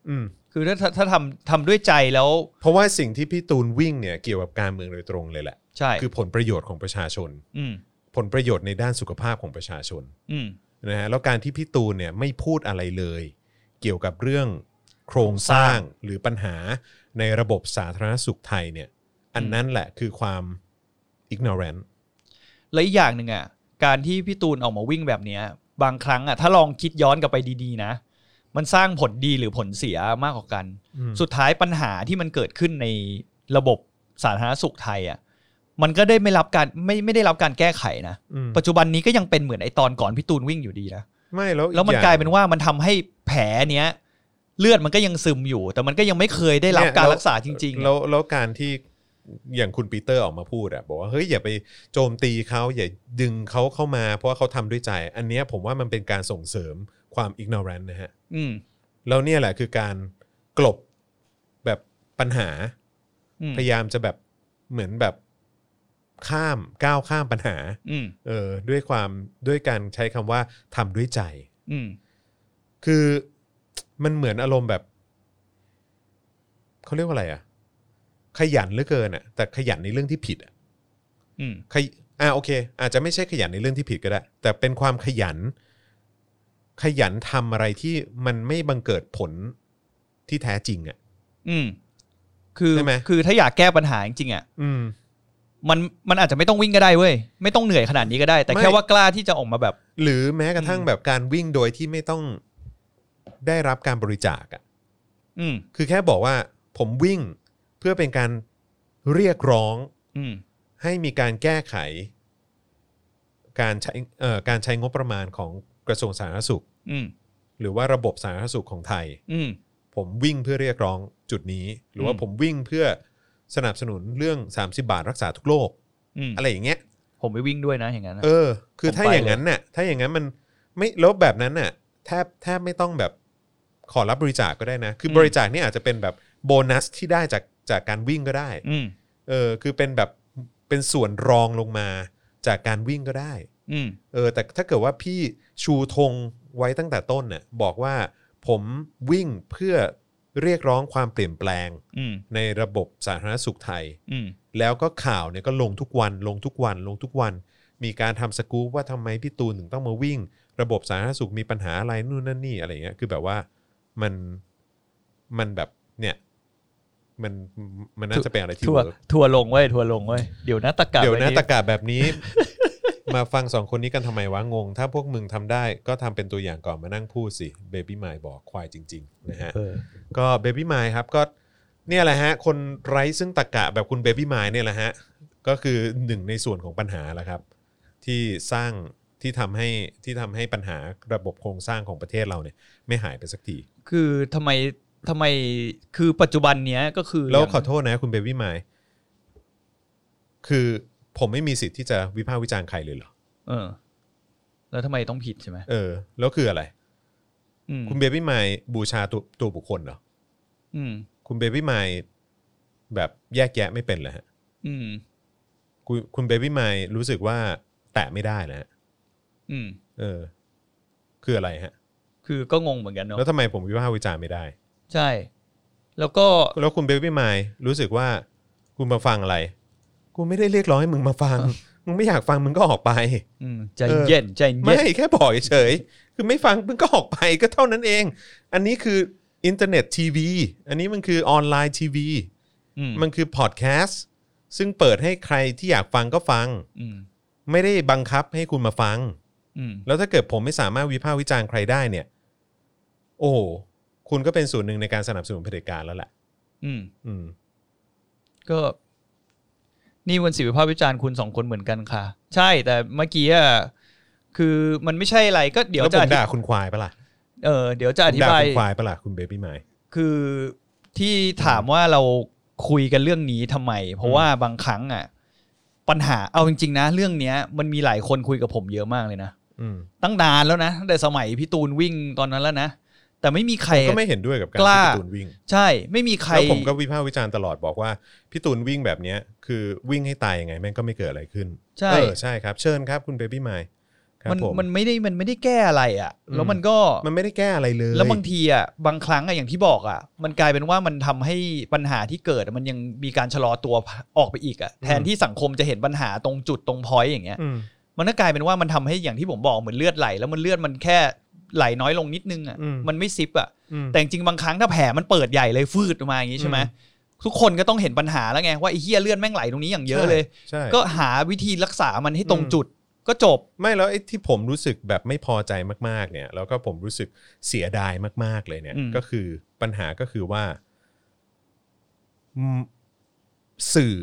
B: อืม
C: คือถ้าถ้าถ้าทำทำด้วยใจแล้ว
B: เพราะว่าสิ่งที่พี่ตูนวิ่งเนี่ยเกี่ยวกับการเมืองโดยตรงเลยแหละ
C: ใช่
B: คือผลประโยชน์ของประชาชน
C: อืม
B: ผลประโยชน์ในด้านสุขภาพของประชาชน
C: อืม
B: นะฮะแล้วการที่พี่ตูนเนี่ยไม่พูดอะไรเลย เกี่ยวกับเรื่องโครงสร้างหรือปัญหาในระบบสาธารณสุขไทยเนี่ย อันนั้นแหละคือความ ignorant
C: แล้วอีกอย่างหนึ่งอ่ะการที่พี่ตูนออกมาวิ่งแบบเนี้ย บางครั้งอ่ะถ้าลองคิดย้อนกลับไปดีๆนะ มันสร้างผลดีหรือผลเสียมากกว่ากัน
B: อืม
C: สุดท้ายปัญหาที่มันเกิดขึ้นในระบบสาธารณสุขไทยอ่ะมันก็ได้ไม่รับการไม่ไม่ได้รับการแก้ไขนะ
B: อืม
C: ปัจจุบันนี้ก็ยังเป็นเหมือนไอตอนก่อนพี่ตูนวิ่งอยู่ดีนะ
B: ไม่แล้วอี
C: แล้วมัน
B: อง
C: กลายเป็นว่ามันทำให้แผลเนี้ย เลือดมันก็ยังซึมอยู่ แต่มันก็ยังไม่เคยได้รับ
B: เนี่ย
C: การ
B: แล้ว
C: รักษาจริงๆ
B: แล้ว
C: อะ
B: แล้วการที่อย่างคุณปีเตอร์ออกมาพูดอะบอกว่าเฮ้ยอย่าไปโจมตีเขาอย่าดึงเขาเข้ามา เพราะว่าเขาทำด้วยใจ อันเนี้ยผมว่ามันเป็นการส่งเสริมความ ignorant นะฮะ
C: อืม
B: แล้วเนี่ยแหละคือการกลบแบบปัญหา
C: อืม
B: พยายามจะแบบเหมือนแบบข้ามก้าวข้ามปัญหา
C: อืม
B: เออด้วยความด้วยการใช้คำว่าทำด้วยใจ
C: อืม
B: คือมันเหมือนอารมณ์แบบเขาเรียกว่าอะไรอะขยันเหลือเกินอะแต่ขยันในเรื่องที่ผิดอะ
C: อืม
B: ขยอ่าโอเค อาจจะไม่ใช่ขยันในเรื่องที่ผิดก็ได้ แต่เป็นความขยัน ขยันทำอะไรที่มันไม่บังเกิดผลที่แท้จริงอะ
C: อืมคือ
B: ใช่ไหม
C: คือถ้าอยากแก้ปัญหาจริงๆอ่ะ
B: อืม
C: มันมันอาจจะไม่ต้องวิ่งก็ได้เว้ยไม่ต้องเหนื่อยขนาดนี้ก็ได้ แต่
B: ไม่
C: แค่ว่ากล้าที่จะออกมาแบบ
B: หรือแม้กระทั่ง
C: อืม
B: แบบการวิ่งโดยที่ไม่ต้องได้รับการบริจาคอะ
C: อืม
B: คือแค่บอกว่าผมวิ่งเพื่อเป็นการเรียกร้อง
C: อืม
B: ให้มีการแก้ไข การใช้เอ่อการใช้งบประมาณของกระทรวงสาธารณสุข
C: อืม
B: หรือว่าระบบสาธารณสุขของไทย
C: อืม
B: ผมวิ่งเพื่อเรียกร้องจุดนี้ หรือว่า
C: อืม
B: ผมวิ่งเพื่อสนับสนุนเรื่อง 30 บาทรักษาทุกโรค
C: อืม
B: อะไรอย่างเงี้ย
C: ผมไปวิ่งด้วยนะอย่างนั้นอะ
B: เออ คือ
C: ผม
B: ถ้า
C: ไป
B: อย่างนั้นน่ะถ้าอย่างนั้นมันไม่แลบแบบนั้นน่ะแทบแทบไม่ต้องแบบขอรับบริจาคก็ได้นะ คือบริจาคนี่อาจจะเป็นแบบโบนัสที่ได้จากจากการวิ่งก็ได้
C: อืม
B: เออคือเป็นแบบเป็นส่วนรองลงมาจากการวิ่งก็ได้
C: อืม
B: เออแต่ถ้าเกิดว่าพี่ชูธงไว้ตั้งแต่ต้นเนี่ยบอกว่าผมวิ่งเพื่อเรียกร้องความเปลี่ยนแปลง
C: อืม
B: ในระบบสาธารณสุขไทย
C: อืม
B: แล้วก็ข่าวเนี่ยก็ลงทุกวันลงทุกวันลงทุกวัน มีการทำสกู๊ปว่าทำไมพี่ตูนถึงต้องมาวิ่ง ระบบสาธารณสุขมีปัญหาอะไรนู่นนั่นนี่อะไรเงี้ยคือแบบว่ามันมันแบบเนี่ยมันมันน่าจะเป็นอะไรที่
C: ทัวร์
B: เวิร์ก
C: ทัวร์ลงเว้ยทัวร์ลงเว้ยเดี๋ยวนะตะกะ
B: เดี๋ยวนะ
C: ไ
B: ตะกาแบบ *laughs* นี้ มาฟังสองคนนี้กันทำไมวะงง ถ้าพวกมึงทำได้ก็ทำเป็นตัวอย่างก่อนมานั่งพูดสิเบบี้ไมบอกควายจริงๆนะฮะ
C: เออ
B: ก็เบบี้ไมครับก็เนี่ยแหละฮะ คนไร้ซึ่งตะกะแบบคุณเบบี้ไมเนี่ยแหละฮะ ก็คือหนึ่งในส่วนของปัญหาแหละครับ ที่สร้างที่ทำให้ที่ทำให้ปัญหาระบบโครงสร้างของประเทศเราเนี่ยไม่หายไปสักที
C: คือทำไมทำไมคือปัจจุบันเนี้ยก็คือ
B: แล้ว
C: ย่าง
B: ขอโทษนะคุณเบบี้ไมล์คือผมไม่มีสิทธิ์ที่จะวิพากษ์วิจารณ์ใครเลยเหรอ
C: เออ แล้วทำไมต้องผิดใช่ไหม
B: เออ แล้วคืออะไร
C: อืม
B: คุณเบบี้ไมล์บูชาตัวตัวบุคคลเหรอ
C: อืม
B: คุณเบบี้ไมล์แบบแยกแยะไม่เป็นเลยฮะ
C: อืม
B: คุณคุณเบบี้ไมล์รู้สึกว่าแตะไม่ได้นะฮะ
C: อืม
B: เออ คืออะไรฮะ
C: คือก็งงเหมือนกันเนาะ
B: แล้วทำไมผมวิพากษ์วิจารณ์ไม่ได้
C: ใช่ แล้วก็
B: แล้วคุณเบบี้ไมล์รู้สึกว่าคุณมาฟังอะไร กูไม่ได้เรียกร้องให้มึงมาฟัง มึงไม่อยากฟังมึงก็ออกไป
C: อืมใจเย็นใจเย็
B: ไม่
C: น
B: แค่บอกเฉยๆคือไม่ฟังมึงก็ออกไปก็เท่านั้นเอง อันนี้คืออินเทอร์เน็ตทีวีอันนี้มันคือออนไลน์ทีวี
C: อืม
B: มันคือพอดแคสต์ซึ่งเปิดให้ใครที่อยากฟังก็ฟัง
C: อืม
B: ไม่ได้บังคับให้คุณมาฟัง
C: อืม
B: แล้วถ้าเกิดผมไม่สามารถวิพากษ์วิจารณ์ใครได้เนี่ย โอ้โหคุณก็เป็นส่วนหนึ่งในการสนับสนุนเผด็จการแล้วแหละ
C: อืม
B: อืม
C: ก็ นี่วันศิลปวิภาพวิจารณ์คุณสองคนเหมือนกันค่ะ ใช่แต่เมื่อกี้อะคือมันไม่ใช่อะไรก็เดี๋ยว
B: แล้ว
C: จะ
B: ผ
C: อ
B: ม
C: ธิ
B: ด่าคุณควายปะล่ะ
C: เออเดี๋ยวจะอ
B: ผม
C: ธิ
B: ด่า
C: บาย
B: คุณควายปะล่ะคุณเบบี้ไมล์
C: คือที่ถามว่าเราคุยกันเรื่องนี้ทำไม เพราะว่าบางครั้งอ่ะ ปัญหาเอาจริงๆนะ เรื่องเนี้ย มันมีหลายคนคุยกับผมเยอะมากเลยนะ
B: อืม
C: ตั้งนานแล้วนะตั้งแต่สมัยพี่ตูนวิ่งตอนนั้นแล้วนะ แต่ไม่มีใคร
B: ก็ไม่เห็นด้วยกับการ
C: กล้า
B: ที่พี่ตูนวิ่ง
C: ใช่ ไม่มีใคร
B: แล้วผมก็วิพากษ์วิจารณ์ตลอดบอกว่าพี่ตูนวิ่งแบบเนี้ยคือวิ่งให้ตายยังไงแม่งก็ไม่เกิดอะไรขึ้น
C: ใช่
B: เออใช่ครับ เชิญครับคุณเบบี้ไมล์ครับ
C: มัน
B: ผม
C: มันไม่ได้มันไม่ได้แก้อะไรอ่ะ
B: อืม
C: แล้วมันก็
B: มันไม่ได้แก้อะไรเลย
C: แล้วบางทีอ่ะบางครั้งอ่ะอย่างที่บอกอ่ะ มันกลายเป็นว่ามันทำให้ปัญหาที่เกิดอะมันยังมีการชะลอตัวออกไปอีกอ่ะแทนที่สังคมจะเห็นปัญหาตรงจุดตรงพอยอย่างเงี้ย
B: อืม
C: มันก็กลายเป็นว่ามันทำให้อย่างที่ผมบอกเหมือนเลือดไหล แล้วมันเลือดมันแค่ไหลน้อยลงนิดนึงอ่ะมันไม่ซิปอ่ะ
B: อืม
C: แต่จริงๆบางครั้งถ้าแผลมันเปิดใหญ่เลยฟืดออกมาอย่างงี้ใช่ไหม
B: อืม
C: ทุกคนก็ต้องเห็นปัญหาแล้วไงว่าไอ้เหี้ยเลือดแม่งไหลตรงนี้อย่างเยอะเลย
B: ใช่
C: ก็หาวิธีรักษามันให้ตรงจุดก็จบ
B: ไม่แล้วไอ้ที่ผมรู้สึกแบบไม่พอใจมากๆ เนี่ย แล้วก็ผมรู้สึกเสียดายมาก ๆ เลยเนี่ย
C: อืม
B: ก็คือปัญหาก็คือว่าอืมสื่อ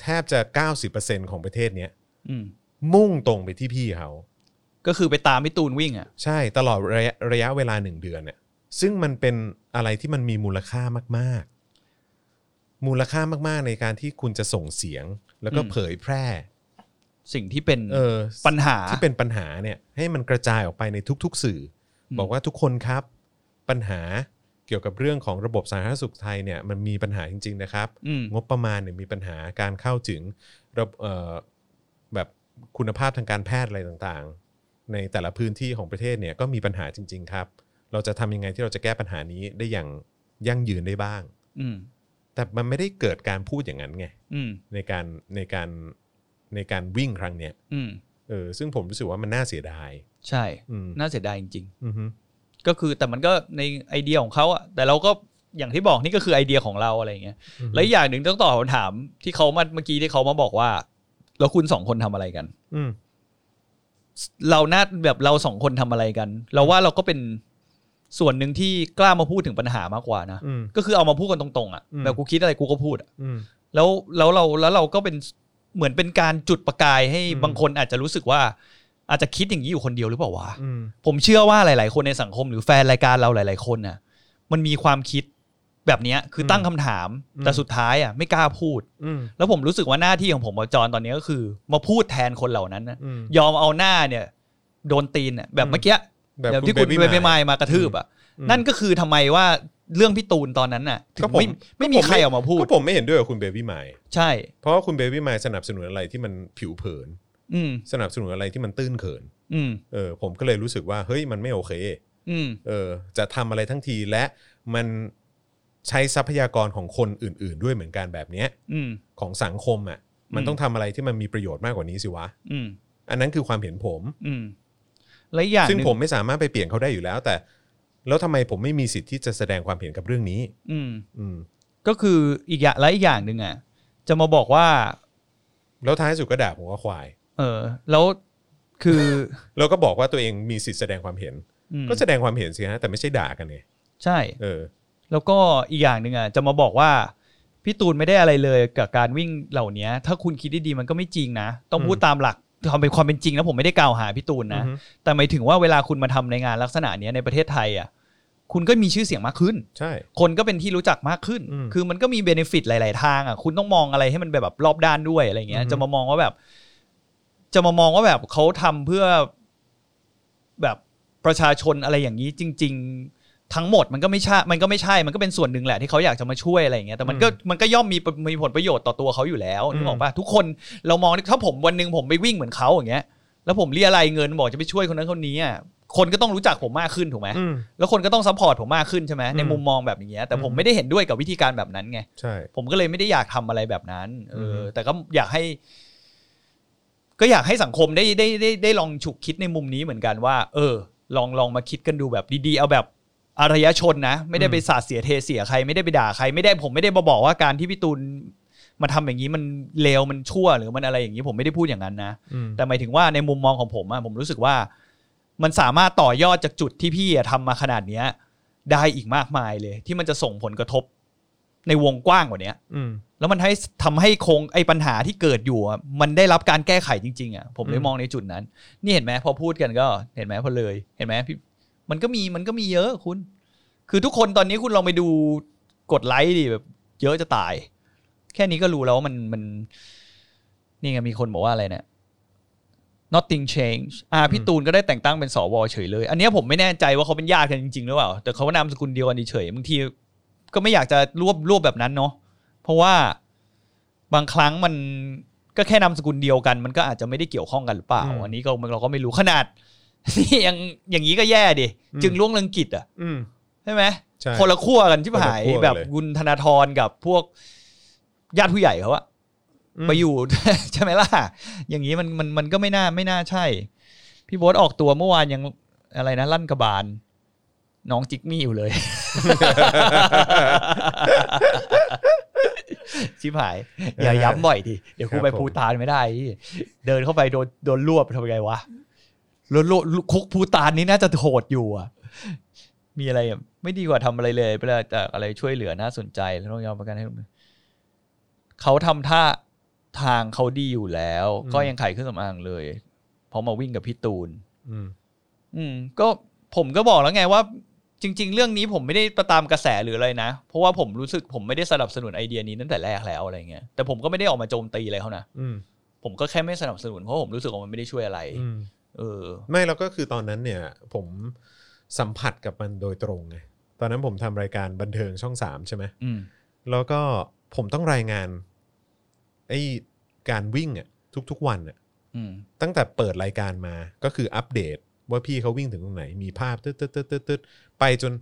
B: แทบจะ 90%ของประเทศเนี้ย
C: อืม
B: มุ่งตรงไปที่พี่เขา
C: ก็คือไปตามพี่ตูนวิ่งอ่ะ
B: ใช่ตลอดระยะระยะเวลาหนึ่งเดือนเนี่ยซึ่งมันเป็นอะไรที่มันมีมูลค่ามาก ๆ มูลค่ามากๆในการที่คุณจะส่งเสียง แล้วก็
C: อืม
B: เผยแพร่
C: สิ่งที่เป็น
B: เออ
C: ปัญหา
B: ที่เป็นปัญหาเนี่ยให้มันกระจายออกไปในทุก ๆ สื่ออ
C: ม
B: บอกว่าทุกคนครับ ปัญหาเกี่ยวกับเรื่องของระบบสาธารณสุขไทยเนี่ยมันมีปัญหาจริง ๆ นะครับ
C: อืม
B: งบประมาณเนี่ยมีปัญหาการเข้าถึงระบเอ่อแบบคุณภาพทางการแพทย์อะไรต่างๆ ในแต่ละพื้นที่ของประเทศเนี่ยก็มีปัญหาจริง ๆ ครับ เราจะทำยังไงที่เราจะแก้ปัญหานี้ได้อย่างยั่งยืนได้บ้าง
C: อืม
B: แต่มันไม่ได้เกิดการพูดอย่างนั้นไง
C: อืม
B: ในการในการในการวิ่งครั้งเนี้ย
C: อืม
B: เออซึ่งผมรู้สึกว่ามันน่าเสียดาย
C: ใช่
B: อืม
C: น่าเสียดายจริง
B: อือฮึ
C: ๆ ก็คือแต่มันก็ในไอเดียของเขาอะแต่เราก็อย่างที่บอกนี่ก็คือไอเดียของเราอะไรอย่างเงี้ยและอีกอย่างหนึ่งต้องตอบคำถามที่เขามาเมื่อกี้ที่เขามาบอกว่า แล้วคุณสองคนทำอะไรกัน
B: อืม
C: เราน่าแบบเราสองคนทำอะไรกัน เราว่าเราก็เป็นส่วนหนึ่งที่กล้ามาพูดถึงปัญหามากกว่านะ
B: อืม
C: ก็คือเอามาพูดกันตรงๆอะ
B: อืม
C: แบบกูคิดอะไรกูก็พูดอะ
B: อืม
C: แล้วแล้วเราแล้วเราก็เป็นเหมือนเป็นการจุดประกายให้
B: อืม
C: บางคนอาจจะรู้สึกว่า อาจจะคิดอย่างนี้อยู่คนเดียวหรือเปล่าวะ
B: อืม
C: ผมเชื่อว่าหลาย ๆ คนในสังคมหรือแฟนรายการเราหลาย ๆ คนน่ะ มันมีความคิดแบบเนี้ยคือตั้งคำถาม แต่สุดท้ายอ่ะไม่กล้าพูด
B: อืม
C: แล้วผมรู้สึกว่าหน้าที่ของผมกับจอห์นตอนนี้ก็คือ มาพูดแทนคนเหล่านั้นนะ
B: อืม
C: ยอมเอาหน้าเนี่ย โดนตีนน่ะแบบเมื่อกี้
B: แบบ
C: แบบ
B: คุณ
C: ที่คุณ
B: Baby
C: เบเบ
B: Mike
C: มายมากระทืบอ่ะ
B: อืม
C: นั่นก็คือทำไมว่าเรื่องพี่ตูนตอนนั้นน่ะถึ
B: ก็
C: ง
B: ผม
C: ไม่ไม่มี
B: ก็ผม
C: ใครออกมาพูด
B: ก็ผมไม่เห็นด้วยกับคุณเบบี้ไมล์
C: ใช่
B: เพราะว่าคุณเบบี้มายสนับสนุนอะไรที่มันผิวเผิน
C: อืม
B: สนับสนุนอะไรที่มันตื้นเขิน
C: อืม
B: เออผมก็เลยรู้สึกว่าเฮ้ยมันไม่โอเค
C: อืม
B: เออจะทำอะไรทั้งทีและมันใช้ทรัพยากรของคนอื่น ๆ ด้วยเหมือนกันแบบเนี้ย
C: อืม
B: ของสังคมอ่ะมันต้องทำอะไรที่มันมีประโยชน์มากกว่านี้สิวะ
C: อืม
B: อันนั้นคือความเห็นผม
C: อืมและอีกอย่างห
B: ซึ่ง
C: นึ่ง
B: ผมไม่สามารถไปเปลี่ยนเขาได้อยู่แล้ว แต่ แล้วทำไมผมไม่มีสิทธิ์ที่จะแสดงความเห็นกับเรื่องนี้
C: อืม
B: อืม
C: ก็คืออีกอย่างและอีกอย่างหนึ่งอ่ะ จะมาบอกว่า
B: แล้วท้ายสุดก็ด่าผมว่าควาย
C: เออแล้วคือ
B: แล้วก็บอกว่าตัวเองมีสิทธิ์แสดงความเห็น
C: อืม
B: ก็แสดงความเห็นสิฮะแต่ไม่ใช่ด่ากันไง
C: ใช่
B: เออ
C: แล้วก็อีกอย่างหนึ่งอ่ะจะมาบอกว่าพี่ตูนไม่ได้อะไรเลยกับการวิ่งเหล่านี้ถ้าคุณคิดดีๆมันก็ไม่จริงนะ ต้องพูดตามหลัก ความเป็นความเป็นจริงนะผมไม่ได้กล่าวหาพี่ตูนนะ
B: อือฮึ
C: แต่หมายถึงว่าเวลาคุณมาทำในงานลักษณะเนี้ยในประเทศไทยอ่ะคุณก็มีชื่อเสียงมากขึ้น
B: ใช่
C: คนก็เป็นที่รู้จักมากขึ้น
B: อืม
C: คือมันก็มีเบเนฟิตหลาย ๆ ทางอ่ะ คุณต้องมองอะไรให้มันแบบรอบด้านด้วยอะไรเงี้
B: อื
C: ย
B: อฮึ
C: จะมามองว่าแบบ จะมามองว่าแบบเขาทำเพื่อแบบประชาชนอะไรอย่างนี้จริง ๆ ทั้งหมดมันก็ไม่ใช่ มันก็ไม่ใช่ มันก็เป็นส่วนหนึ่งแหละที่เขาอยากจะมาช่วยอะไรอย่างเงี้ย แต่มันก็มันก็ย่อมมีมีผลประโยชน์ต่อตัวเขาอยู่แล้วนึกออกปะทุกคนเรามองถ้าผมวันหนึ่งผมไปวิ่งเหมือนเขาอย่างเงี้ย แล้วผมเรียอะไรายเงินบอกจะไปช่วยคนนั้นคนนี้อ่ะ คนก็ต้องรู้จักผมมากขึ้นถูกไหม
B: อืม
C: แล้วคนก็ต้องซัพพอร์ตผมมากขึ้นใช่ไหมใน
B: อืม
C: มุมมองแบบอย่างเงี้ยแต่ผม
B: อืม
C: ไม่ได้เห็นด้วยกับวิธีการแบบนั้นไง
B: ใช่
C: ผมก็เลยไม่ได้อยากทำอะไรแบบนั้นเออ
B: อฮึ
C: อแต่ก็อยากให้ ก็อยากให้สังคมได้ได้ได้ได้ลองฉุกคิดในมุมนี้เหมือนกันว่า เออ ลองลองมาคิดกันดูแบบดีๆ เอาแบบอารยชนนะ ไม่ได้ไปสาดเสียเทเสียใครไม่ได้ไปด่าใคร ไม่ได้ผมไม่ได้มาบอกว่าการที่พี่ตูนมาทำอย่างนี้มันเลวมันชั่วหรือมันอะไรอย่างนี้ผมไม่ได้พูดอย่างนั้นนะ
B: อืม
C: แต่หมายถึงว่าในมุมมองของผมอะผมรู้สึกว่า มันสามารถต่อยอดจากจุดที่พี่อะทำมาขนาดเนี้ย ได้อีกมากมายเลย ที่มันจะส่งผลกระทบ ในวงกว้างกว่าเนี้ย
B: อืม
C: แล้วมันให้ทำให้โครงไอ้ปัญหาที่เกิดอยู่อะมันได้รับการแก้ไขจริงๆอ่ะผมเล
B: อื
C: ย
B: ม
C: มองในจุดนั้น นี่เห็นไหมพอพูดกันก็ เห็นไหมพอเลย เห็นไหมพี่มันก็มีมันก็มีเยอะคุณ คือทุกคนตอนนี้คุณลองไปดูกดไลค์ดิแบบ เยอะจะตาย แค่นี้ก็รู้แล้วว่ามันมัน นี่ไงมีคนบอกว่าอะไรเนี่ย nothing change อ่าพี่ตูนก็ได้แต่งตั้งเป็นสวเฉยเลย อันเนี้ยผมไม่แน่ใจว่าเขาเป็นญาติกันจริงๆหรือเปล่า แต่เขาก็นามสกุลเดียวกันเฉยบางที ก็ไม่อยากจะรวบรวบแบบนั้นเนาะ เพราะว่าบางครั้งมันก็แค่นามสกุลเดียวกัน มันก็อาจจะไม่ได้เกี่ยวข้องกันหรือเปล่า
B: อืม
C: อันนี้ก็เราก็ไม่รู้ขนาด *laughs* นี่ยังอย่างนี้ก็แย่ดิ
B: อืม
C: จึงล่วงเรืองกิจอ่ะ
B: อืม
C: ใช่ไหม
B: ใช่
C: คนละขั้วกันที่หาย
B: คนละขั้วเลย
C: แบบกุณธนาธรกับพวกญาติผู้ใหญ่เขาอะ
B: ม
C: ไปอยู่ *laughs* ใช่ไหมล่ะ อย่างนี้มันมันมันก็ไม่น่าไม่น่าใช่ พี่โบ๊ทออกตัวเมื่อวานยังอะไรนะลั่นกระบาล น้องจิกมี่อยู่เลย
B: *laughs*
C: ชิบหาย อย่าย้ำบ่อยดิเดี๋ยวกูไป
B: ครับผม
C: ภูตานไม่ได้อีเดินเข้าไปโดนโดนรวบทำไงวะรวบรวบคุกภูตานนี่น่าจะโหดอยู่อ่ะ มีอะไรอ่ะไม่ดีกว่าทำอะไรเลยเวลาจากอะไรช่วยเหลือน่าสนใจแล้วต้องยอมประกันให้เขาทำท่าทางเขาดีอยู่แล้ว
B: อืม
C: ก็ยังขายเครื่องสำอางเลยเพราะมาวิ่งกับพี่ตูน
B: อืม
C: อืมก็ผมก็บอกแล้วไงว่า จริง ๆ เรื่องนี้ผมไม่ได้ประตามกระแสหรืออะไรนะ เพราะว่าผมรู้สึกผมไม่ได้สนับสนุนไอเดียนี้ตั้งแต่แรกแล้วอะไรเงี้ยแต่ผมก็ไม่ได้ออกมาโจมตีอะไรเขานะ
B: อืม
C: ผมก็แค่ไม่สนับสนุนเพราะผมรู้สึกว่ามันไม่ได้ช่วยอะไร
B: อืม
C: เออ
B: ไม่แล้วก็คือตอนนั้นเนี่ย ผมสัมผัสกับมันโดยตรงไงตอนนั้นผมทำรายการบันเทิงช่องสามใช่ไหม
C: อืม
B: แล้วก็ผมต้องรายงานไอ้การวิ่งอ่ะทุกๆวันอ่ะ
C: อืม
B: ตั้งแต่เปิดรายการมาก็คืออัปเดตว่าพี่เขาวิ่งถึงตรงไหน มีภาพตึ๊ดตึ๊ดตึ๊ดตึ๊ดตึ๊ดไปจน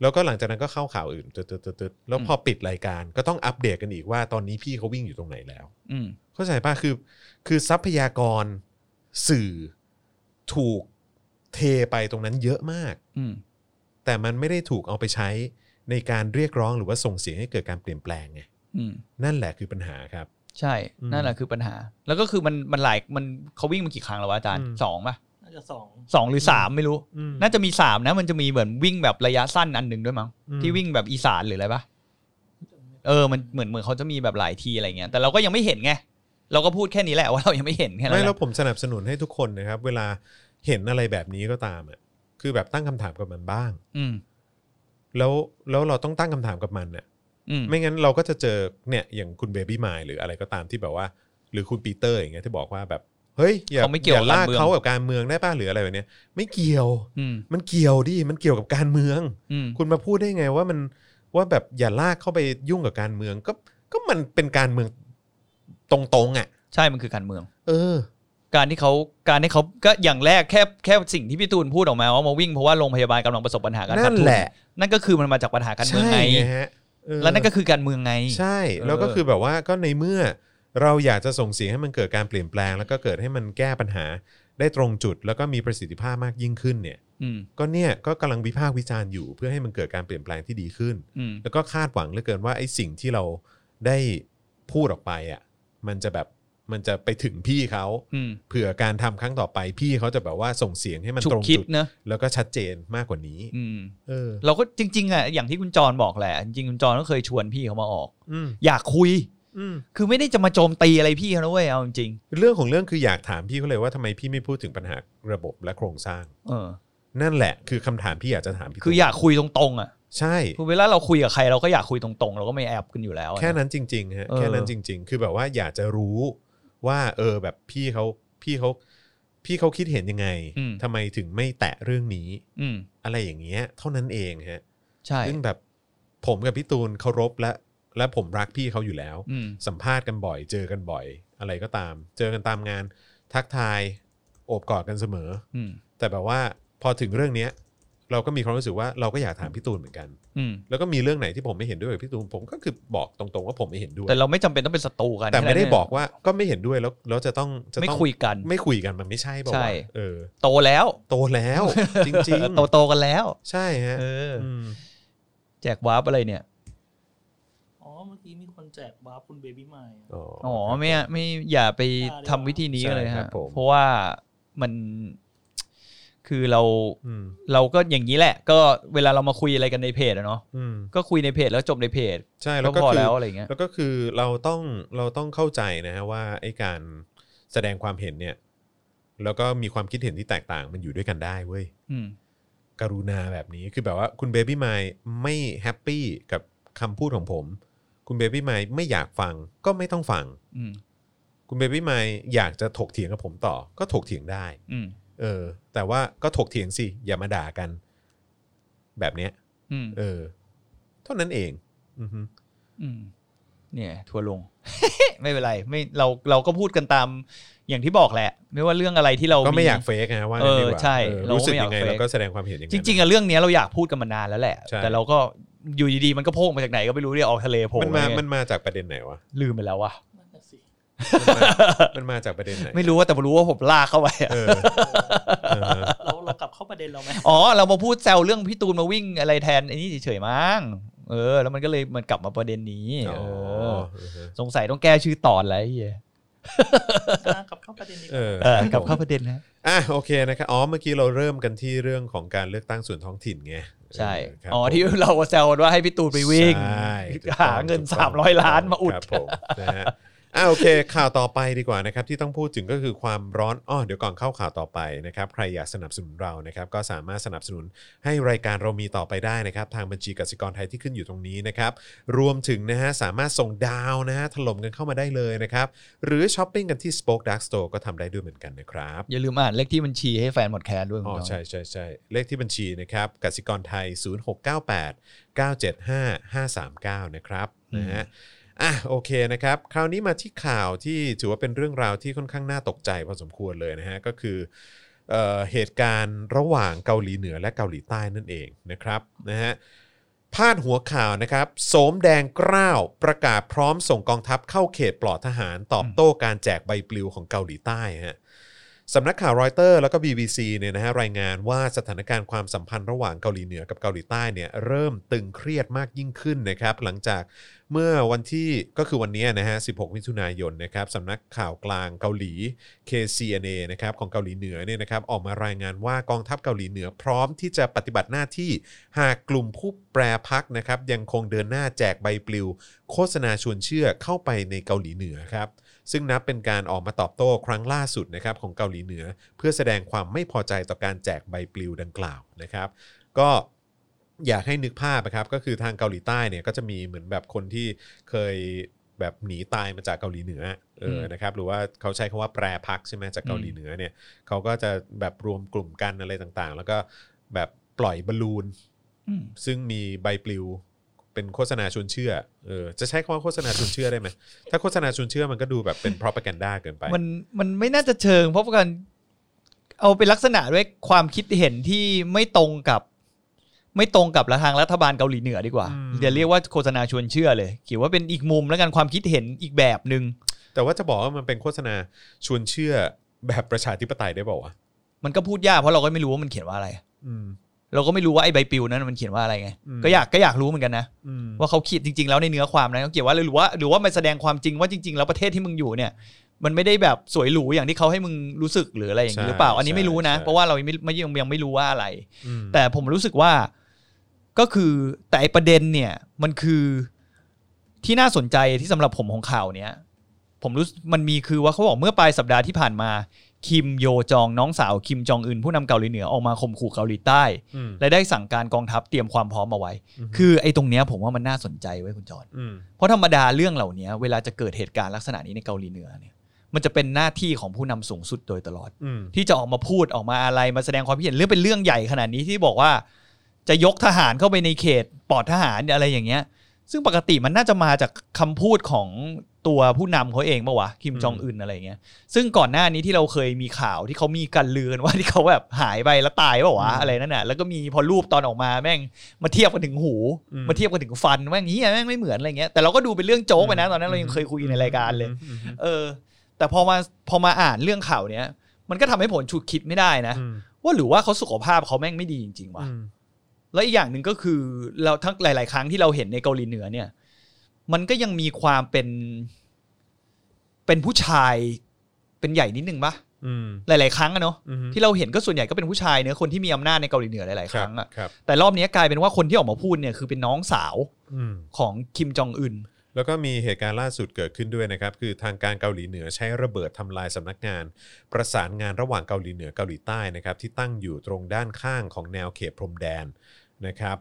B: แล้วก็หลังจากนั้นก็เข้าข่าวอื่นตึ๊ดตึ๊ดตึ๊ดตึ๊ดแล้วพอปิดรายการก็ต้องอัปเดตกันอีกว่าตอนนี้พี่เขาวิ่งอยู่ตรงไหนแล้ว
C: อืม
B: เข้าใจป่ะคือ คือทรัพยากรสื่อถูกเทไปตรงนั้นเยอะมาก
C: อืม
B: แต่มันไม่ได้ถูกเอาไปใช้ในการเรียกร้องหรือว่าส่งเสียงให้เกิดการเปลี่ยนแปลงไง
C: อืม
B: นั่นแหละคือปัญหาครับ
C: ใช่
B: อืม
C: นั่นแหละคือปัญหา แล้วก็คือมันมันหลายมันเขาวิ่งมากี่ครั้งแล้ววะอาจารย์
B: อืม
C: สองป่ะ
D: น่าจะสอง
C: สองหรือสามไม่รู้
B: นั่
C: น่าน จะมีสามนะ มันจะมีเหมือนวิ่งแบบระยะสั้นอันหนึ่งด้วยมั้ง
B: อืม
C: ที่วิ่งแบบอีสานหรืออะไรปะเออมันเหมือนเหมือนเขาจะมีแบบหลายทีอะไรเงี้ยแต่เราก็ยังไม่เห็นไงเราก็พูดแค่นี้แหละว่าเรายังไม่เห็นแค่นั้
B: ไม่
C: นแห
B: แล้
C: ละ
B: วผมสนับสนุนให้ทุกคนนะครับ เวลาเห็นอะไรแบบนี้ก็ตามอ่ะคือแบบตั้งคำถามกับมันบ้าง
C: อืม
B: แล้วแล้วเราต้องตั้งคำถามกับมันเนี่ย
C: อืม
B: ไม่งั้นเราก็จะเจอเนี่ยอย่างคุณเบบี้มายหรืออะไรก็ตามที่แบบว่า หรือคุณปีเตอร์อย่างเงี้ยที่บอกว่าแบบเฮ้ยอย่า
C: เขาไม่เกี่ยว
B: อย่าลา
C: กับกา
B: ร ก
C: เมือง
B: เขากับการเมืองได้ป่ะหรืออะไรแบบเนี้ยไม่เกี่ยว
C: อืม
B: มันเกี่ยวดิ มันเกี่ยวกับการเมือง
C: อืม
B: คุณมาพูดได้ไงว่ามันว่าแบบอย่าลากเข้าไปยุ่งกับการเมืองก็ก็มันเป็นการเมืองตรงๆอ่ะ
C: ใช่มันคือการเมือง
B: เออ
C: การที่เขาการที่เขาก็อย่างแรกแค่แค่สิ่งที่พี่ตูนพูดออกมาว่ามาวิ่งเพราะว่าโรงพยาบาลกำลังประสบปัญหาการขาด
B: นั่น
C: ทุ
B: แหละ
C: นั่นก็คือมันมาจากปัญหาการเมือง
B: ใช่
C: ไง
B: ไงฮะเออ
C: แล้วนั่นก็คือการเมืองไง
B: ใช่
C: เออ
B: แล้วก็คือแบบว่าก็ในเมื่อเราอยากจะส่งเสียงให้มันเกิดการเปลี่ยนแปลง แล้วก็เกิดให้มันแก้ปัญหาได้ตรงจุด แล้วก็มีประสิทธิภาพมากยิ่งขึ้นเนี่ย
C: อืม
B: ก็เนี่ยก็กำลังวิพากษ์วิจารณ์อยู่ เพื่อให้มันเกิดการเปลี่ยนแปลงที่ดีขึ้น
C: อืม
B: แล้วก็คาดหวังเหลือเกินว่าไอ้สิ่งที่เราได้พูดออกไปอ่ะมันจะแบบมันจะไปถึงพี่เขา
C: อืม
B: เผื่อการทำครั้งต่อไปพี่เขาจะแบบว่าส่งเสียงให้มัน
C: ฉุ
B: ตร
C: ก
B: ง
C: คิด
B: จุด
C: นะ
B: แล้วก็ชัดเจนมากกว่านี้
C: อืม
B: เออ
C: เราก็จริงๆอ่ะอย่างที่คุณจรบอกแหละ จริงๆคุณจรก็เคยชวนพี่เขามาออก
B: อืม
C: อยากคุย
B: อืม
C: คือไม่ได้จะมาโจมตีอะไรพี่เขานะเว้ยเอาจริง
B: เรื่องของเรื่องคืออยากถามพี่เขาเลยว่าทำไมพี่ไม่พูดถึงปัญหาระบบและโครงสร้าง
C: ๆเออ
B: นั่นแหละคือคำถามพี่อยากจะถามพี่
C: คือ
B: ตู่
C: อยากคุยตรงๆอ่ะ
B: ใช่
C: คือเวลาเราคุยกับใครเราก็อยากคุยตรงๆ เราก็ไม่แอบกันอยู่แล้วอะ
B: แค่นั้นจริงๆฮะ
C: เออ
B: แค่นั้นจริง ๆ คือแบบว่าอยากจะรู้ว่า เออแบบพี่เขาพี่เขาพี่เขาคิดเห็นยังไงทำไมถึงไม่แตะเรื่องนี้
C: อืม
B: อะไรอย่างเงี้ย เท่านั้นเองฮะ
C: ใช่
B: ซึ่งแบบผมกับพี่ตูนเคารพและ และผมรักพี่เขาอยู่แล้ว
C: อืม
B: สัมภาษณ์กันบ่อย เจอกันบ่อย อะไรก็ตาม เจอกันตามงาน ทักทายโอบกอดกันเสมอ
C: อืม
B: แต่แบบว่าพอถึงเรื่องเนี้ย เราก็มีความรู้สึกว่าเราก็อยากถามพี่ตูนเหมือนกัน
C: อืม
B: แล้วก็มีเรื่องไหนที่ผมไม่เห็นด้วยกับพี่ตูนผมก็คือบอกตรงๆว่าผมไม่เห็นด้วย
C: แต่เราไม่จำเป็นต้องเป็นศัตรูกัน
B: แต่ไม่ได้
C: แค่นั้น
B: บอกว่าก็ไม่เห็นด้วยแล้วแล้วจะต้องจะ
C: ไม่
B: ต้อง
C: คุยกัน
B: ไม่คุยกันมันไม่ใช่เปล่า
C: ใช่
B: วะเออ
C: โตแล้ว
B: โตแล้ว จริง
C: โตโตๆกันแล้ว
B: ๆ ใช่ฮะ
C: เอออ
B: ม
C: แจกวาร์ปอะไรเนี่ย
D: อ๋อเมื่อกี้มีคนแจกวาร์ปคุณเบบี้ไมล์
B: อ๋ออ
C: อ๋อไม่ไม่อย่าไปทำวิธีนี้เลย
B: ใช่ครั
C: ฮะ
B: บผม
C: เพราะว่ามันคือเรา
B: ม
C: เราก็อย่างนี้แหละ ก็เวลาเรามาคุยอะไรกันในเพจอะเนาะ
B: อืม
C: ก็คุยในเพจแล้วจบในเพจ
B: ใช่แล้
C: ก็
B: วก็
C: พอ
B: คือ
C: แล้วอะไรเงี้ย
B: แล้วก็คือเราต้องเราต้องเข้าใจนะฮะว่าไอ้การแสดงความเห็นเนี่ย แล้วก็มีความคิดเห็นที่แตกต่างมันอยู่ด้วยกันได้เว้ย
C: อืม
B: กรุณาแบบนี้คือแบบว่าคุณเบบี้ไมล์ไม่แฮปปี้กับคำพูดของผม คุณเบบี้ไมล์ไม่อยากฟังก็ไม่ต้องฟัง
C: อืม
B: คุณเบบี้ไมล์อยากจะถกเถียงกับผมต่อ ก็ถกเถียงได้
C: อืม
B: เออ แต่ว่าก็ถกเถียงสิ อย่ามาด่ากัน แบบเนี้ย
C: อืม
B: เออ เท่านั้นเอง อือฮึ
C: อืมเนี่ย ทัวร์ลง *laughs* ไม่เป็นไรไม่เราเราก็พูดกันตามอย่างที่บอกแหละ ไม่ว่าเรื่องอะไรที่เรา
B: ก็ไม่อยาก
C: มี
B: เฟกนะว่างั้นดีก
C: เอ
B: ว่า
C: อใช่
B: เออ
C: เราก็
B: รู้สึก
C: ไม่อยาก
B: ยังไง
C: เฟค
B: เราก็แสดงความเห็นอย่าง
C: จ
B: นั้น
C: ริงๆอะเรื่องเนี้ยเราอยากพูดกันมานานแล้วแหละ
B: ใช่
C: แต่เราก็อยู่ดีๆมันก็โพ่งมาจากไหนก็ไม่รู้เนี่ยออกทะเลโผล่
B: มันมา
C: ไง
B: มันมาจากประเด็นไหน
C: *laughs*
B: วะ
C: ลืมไปแล้ววะ
D: นั่นน่ะสิ
B: มันมามันมาจากประเด็นไหน
C: *laughs* ไม่รู้ว่าแต่รู้ว่าผมลากเข้าไปอะ *laughs*
B: เออเออ
D: เราเรากลับเข้าประเด็นเราไหม
C: อ๋อเรามาพูดแซวเรื่องพี่ตูนมาวิ่งอะไรแทนไอ้นี่เฉยๆมั้งเออ แล้วมันก็เลยมันกลับมาประเด็นนี้
B: อ๋อ
C: เออ
B: อือฮึ
C: สงสัยต้องแก้ชื่อตอนแล้วไอ้เหี้
B: *laughs*
C: ย
D: อ่ะกลับเข้าประเด็นดีก
B: เออ
D: ว่า
C: เออกลับเข้าประเด็นนะ
B: อ่ะโอเคนะครับอ๋อเมื่อกี้เราเริ่มกันที่เรื่องของการเลือกตั้งส่วนท้องถิ่นไง
C: ใช่
B: เครับ
C: อ๋อ
B: ผม
C: ที่เราแซวกันว่าให้พี่ตูนไปวิ่ง
B: ใช่ถูกต้อง
C: หาเงิน
B: ถูกต้
C: 300 ล้านมาอุด
B: ครับผมนะฮะอ่ะโอเค ข่าวต่อไปดีกว่านะครับ ที่ต้องพูดถึงก็คือความร้อนอ้อเดี๋ยวก่อนเข้าข่าวต่อไปนะครับ ใครอยากสนับสนุนเรานะครับ ก็สามารถสนับสนุนให้รายการเรามีต่อไปได้นะครับ ทางบัญชีกสิกรไทยที่ขึ้นอยู่ตรงนี้นะครับ รวมถึงนะฮะสามารถส่งดาวนะฮะถล่มกันเข้ามาได้เลยนะครับ หรือช้อปปิ้งกันที่ Spoke Dark Store ก็ทำได้ด้วยเหมือนกันนะครับ
C: อย่าลืมอ่านเลขที่บัญชีให้แฟนหมดแคร์ด้วยคุณ
B: อ๋อ
C: น้ง
B: ใช่ใช่ใช่เลขที่บัญชีนะครับกสิกรไทย 0698 975 539 นะครับนะฮะอ่ะโอเคนะครับ คราวนี้มาที่ข่าวที่ถือว่าเป็นเรื่องราวที่ค่อนข้างน่าตกใจพอสมควรเลยนะฮะ ก็คือเอ่อเหตุการณ์ระหว่างเกาหลีเหนือและเกาหลีใต้นั่นเองนะครับนะฮะพาดหัวข่าวนะครับโสมแดงกล้าวประกาศพร้อมส่งกองทัพเข้าเขตปลอดทหารตอบโต้การแจกใบปลิวของเกาหลีใต้ฮะ สำนักข่าวรอยเตอร์แล้วก็ BBC เนี่ยนะฮะรายงานว่าสถานการณ์ความสัมพันธ์ระหว่างเกาหลีเหนือกับเกาหลีใต้เนี่ยเริ่มตึงเครียดมากยิ่งขึ้นนะครับหลังจากเมื่อวันที่ก็คือวันนี้นะฮะ 16 มิถุนายนนะครับสำนักข่าวกลางเกาหลี KCNA นะครับของเกาหลีเหนือเนี่ยนะครับออกมารายงานว่ากองทัพเกาหลีเหนือพร้อมที่จะปฏิบัติหน้าที่หากกลุ่มผู้แปรพักนะครับยังคงเดินหน้าแจกใบปลิว โฆษณาชวนเชื่อเข้าไปในเกาหลีเหนือครับ ซึ่งนับเป็นการออกมาตอบโต้ครั้งล่าสุดนะครับของเกาหลีเหนือ เพื่อแสดงความไม่พอใจต่อการแจกใบปลิวดังกล่าวนะครับ ก็อยากให้นึกภาพนะครับก็คือทางเกาหลีใต้เนี่ยก็จะมีเหมือนแบบคนที่เคยแบบหนีตายมาจากเกาหลีเหนือเออนะครับหรือว่าเขาใช้คำว่าแปรพักใช่ไหมจากเกาหลีเหนือเนี่ยเขาก็จะแบบรวมกลุ่มกันอะไรต่างๆ แล้วก็แบบปล่อยบอลลูน
C: อืม
B: ซึ่งมีใบปลิวเป็นโฆษณาชวนเชื่อ เออ จะใช้คำว่าโฆษณาชวนเชื่อได้ไหม ถ้าโฆษณาชวนเชื่อมันก็ดูแบบเป็น propaganda เกินไป
C: มันมันไม่น่าจะเชิง เพราะว่ากันเอาเป็นลักษณะด้วยความคิดเห็นที่ไม่ตรงกับ ไม่ตรงกับทางรัฐบาลเกาหลีเหนือดีกว่า
B: อืม
C: จะเรียกว่าโฆษณาชวนเชื่อเลยคิดว่าเป็นอีกมุมแล้วกันความคิดเห็นอีกแบบหนึ่ง
B: แต่ว่าจะบอกว่ามันเป็นโฆษณาชวนเชื่อแบบประชาธิปไตยได้บอกว่าวะ
C: มันก็พูดยากเพราะเราก็ไม่รู้ว่ามันเขียนว่าอะไร
B: อืม
C: เราก็ไม่รู้ว่าไอ้ใบปลิวนั้นมันเขียนว่าอะไรไง
B: อืม
C: ก็อยากก็อยากรู้เหมือนกันนะ
B: อืม
C: ว่าเขาคิดจริง ๆ แล้วในเนื้อความนั้นเขาเขียนว่าอะไรหรือว่าหรือว่ามันแสดงความจริงว่าจริง ๆ แล้วประเทศที่มึงอยู่เนี่ย มันไม่ได้แบบสวยหรูอย่างที่เขาให้มึงรู้สึกหรืออะไรอย่างนี้หรือเปล่าอันนี้ไม่รู้นะ เพราะว่าเรายังไม่ไม่ยังยังไม่รู้ว่าอะไร
B: อืม
C: แต่ผมรู้สึกว่าก็คือแต่ไอ้ประเด็นเนี่ยมันคือ ที่น่าสนใจที่สำหรับผมของข่าวเนี้ย ผมรู้สึกมันมีคือว่าเขาบอกเมื่อปลายสัปดาห์ที่ผ่านมา คิมโยจองน้องสาวคิมจองอึนผู้นำเกาหลีเหนือออกมาข่มขู่เกาหลีใต้
B: อืม
C: และได้สั่งการกองทัพเตรียมความพร้อมเอาไว้
B: อือฮึ
C: คือไอ้ตรงเนี้ยผมว่ามันน่าสนใจไว้ยคุณจอห์น
B: อืม
C: เพราะธรรมดาเรื่องเหล่านี้เวลาจะเกิดเหตุการณ์ลักษณะนี้ในเกาหลีเหนือเนี่ย มันจะเป็นหน้าที่ของผู้นำสูงสุดโดยตลอด
B: อืม
C: ที่จะออกมาพูดออกมาอะไรมาแสดงความคิดเห็นเรื่องเป็นเรื่องใหญ่ขนาดนี้ที่บอกว่า จะยกทหารเข้าไปในเขตปลอดทหารอะไรอย่างเงี้ย ซึ่งปกติมันน่าจะมาจากคำพูดของตัวผู้นำเขาเองปะวะคิมจองอึนอะไรอย่างเงี้ย ซึ่งก่อนหน้านี้ที่เราเคยมีข่าวที่เขามีกันลือกันว่าที่เขาแบบหายไปแล้วตายปะวะอะไรนั่นน่ะแล้วก็มีพอรูปตอนออกมาแม่งมาเทียบกันถึงหู มาเทียบกันถึงฟันแม่งเฮียแม่งไม่เหมือนอะไรเงี้ยแต่เราก็ดูเป็นเรื่องโจ๊กไปนะตอนนั้นเรายังเคยคุยในรายการเลย
B: อืม
C: เออ แต่พอมาพอมาอ่านเรื่องข่าวเนี้ย มันก็ทำให้ผลฉุดคิดไม่ได้นะ
B: อืม
C: ว่าหรือว่าเขาสุขภาพเขาแม่งไม่ดีจริงๆวะ
B: อืม
C: แล้วอีกอย่างหนึ่งก็คือเราทั้งหลาย ๆ ครั้งที่เราเห็นในเกาหลีเหนือเนี่ย มันก็ยังมีความเป็น เป็นผู้ชายเป็นใหญ่นิดนึงปะ
B: อืม
C: หลาย ๆ ครั้งอะเนาะ
B: อืม
C: ที่เราเห็นก็ส่วนใหญ่ก็เป็นผู้ชายเนอะคนที่มีอำนาจในเกาหลีเหนือหลาย
B: ค
C: ๆค
B: รั
C: รั้
B: บ
C: งอะ
B: ครับ
C: แต่รอบเนี้ยกลายเป็นว่าคนที่ออกมาพูดเนี่ยคือเป็นน้องสาว
B: อืม
C: ของคิมจองอึน
B: แล้วก็มีเหตุการณ์ล่าสุดเกิดขึ้นด้วยนะครับ คือทางการเกาหลีเหนือใช้ระเบิดทำลายสำนักงาน ประสานงานระหว่างเกาหลีเหนือเกาหลีใต้นะครับที่ตั้งอยู่ตรงด้านข้างของแนวเขตพรมแดนนะครับ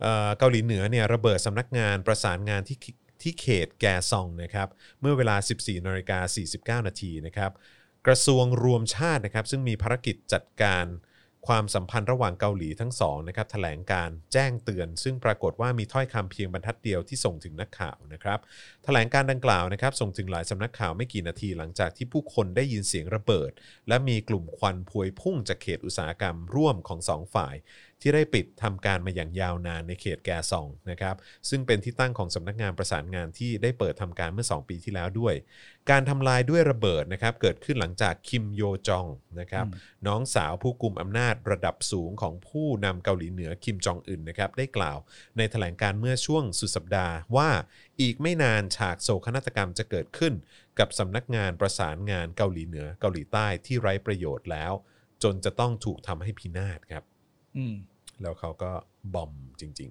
B: เอ่อเกาหลีเหนือเนี่ยระเบิดสำนักงานประสานงานที่ที่เขตแกซองนะครับเมื่อเวลา 14นาฬิกา49 นาทีนะครับกระทรวงรวมชาตินะครับซึ่งมีภารกิจจัดการ ความสัมพันธ์ระหว่างเกาหลีทั้งสองนะครับแถลงการแจ้งเตือน ซึ่งปรากฏว่ามีถ้อยคำเพียงบรรทัดเดียวที่ส่งถึงนักข่าวนะครับแถลงการดังกล่าวนะครับส่งถึงหลายสำนักข่าวไม่กี่นาทีหลังจากที่ผู้คนได้ยินเสียงระเบิด และมีกลุ่มควันพวยพุ่งจากเขตอุตสาหกรรมร่วมของสองฝ่าย ที่ได้ปิดทำการมาอย่างยาวนานในเขตแกซองนะครับซึ่งเป็นที่ตั้งของสำนักงานประสานงานที่ได้เปิดทำการเมื่อ 2 ปีที่แล้วด้วย การทำลายด้วยระเบิดนะครับเกิดขึ้นหลังจากคิมโยจองนะครับ
C: อืม
B: น้องสาวผู้กุมอำนาจระดับสูงของผู้นำเกาหลีเหนือคิมจองอึนนะครับได้กล่าวในแถลงการเมื่อช่วงสุดสัปดาห์ว่าอีกไม่นานฉากโศกนาฏกรรมจะเกิดขึ้น กับสำนักงานประสานงานเกาหลีเหนือเกาหลีใต้ที่ไร้ประโยชน์แล้ว จนจะต้องถูกทำให้พินาศครับ
C: อืม
B: แล้วเขาก็บอมจริง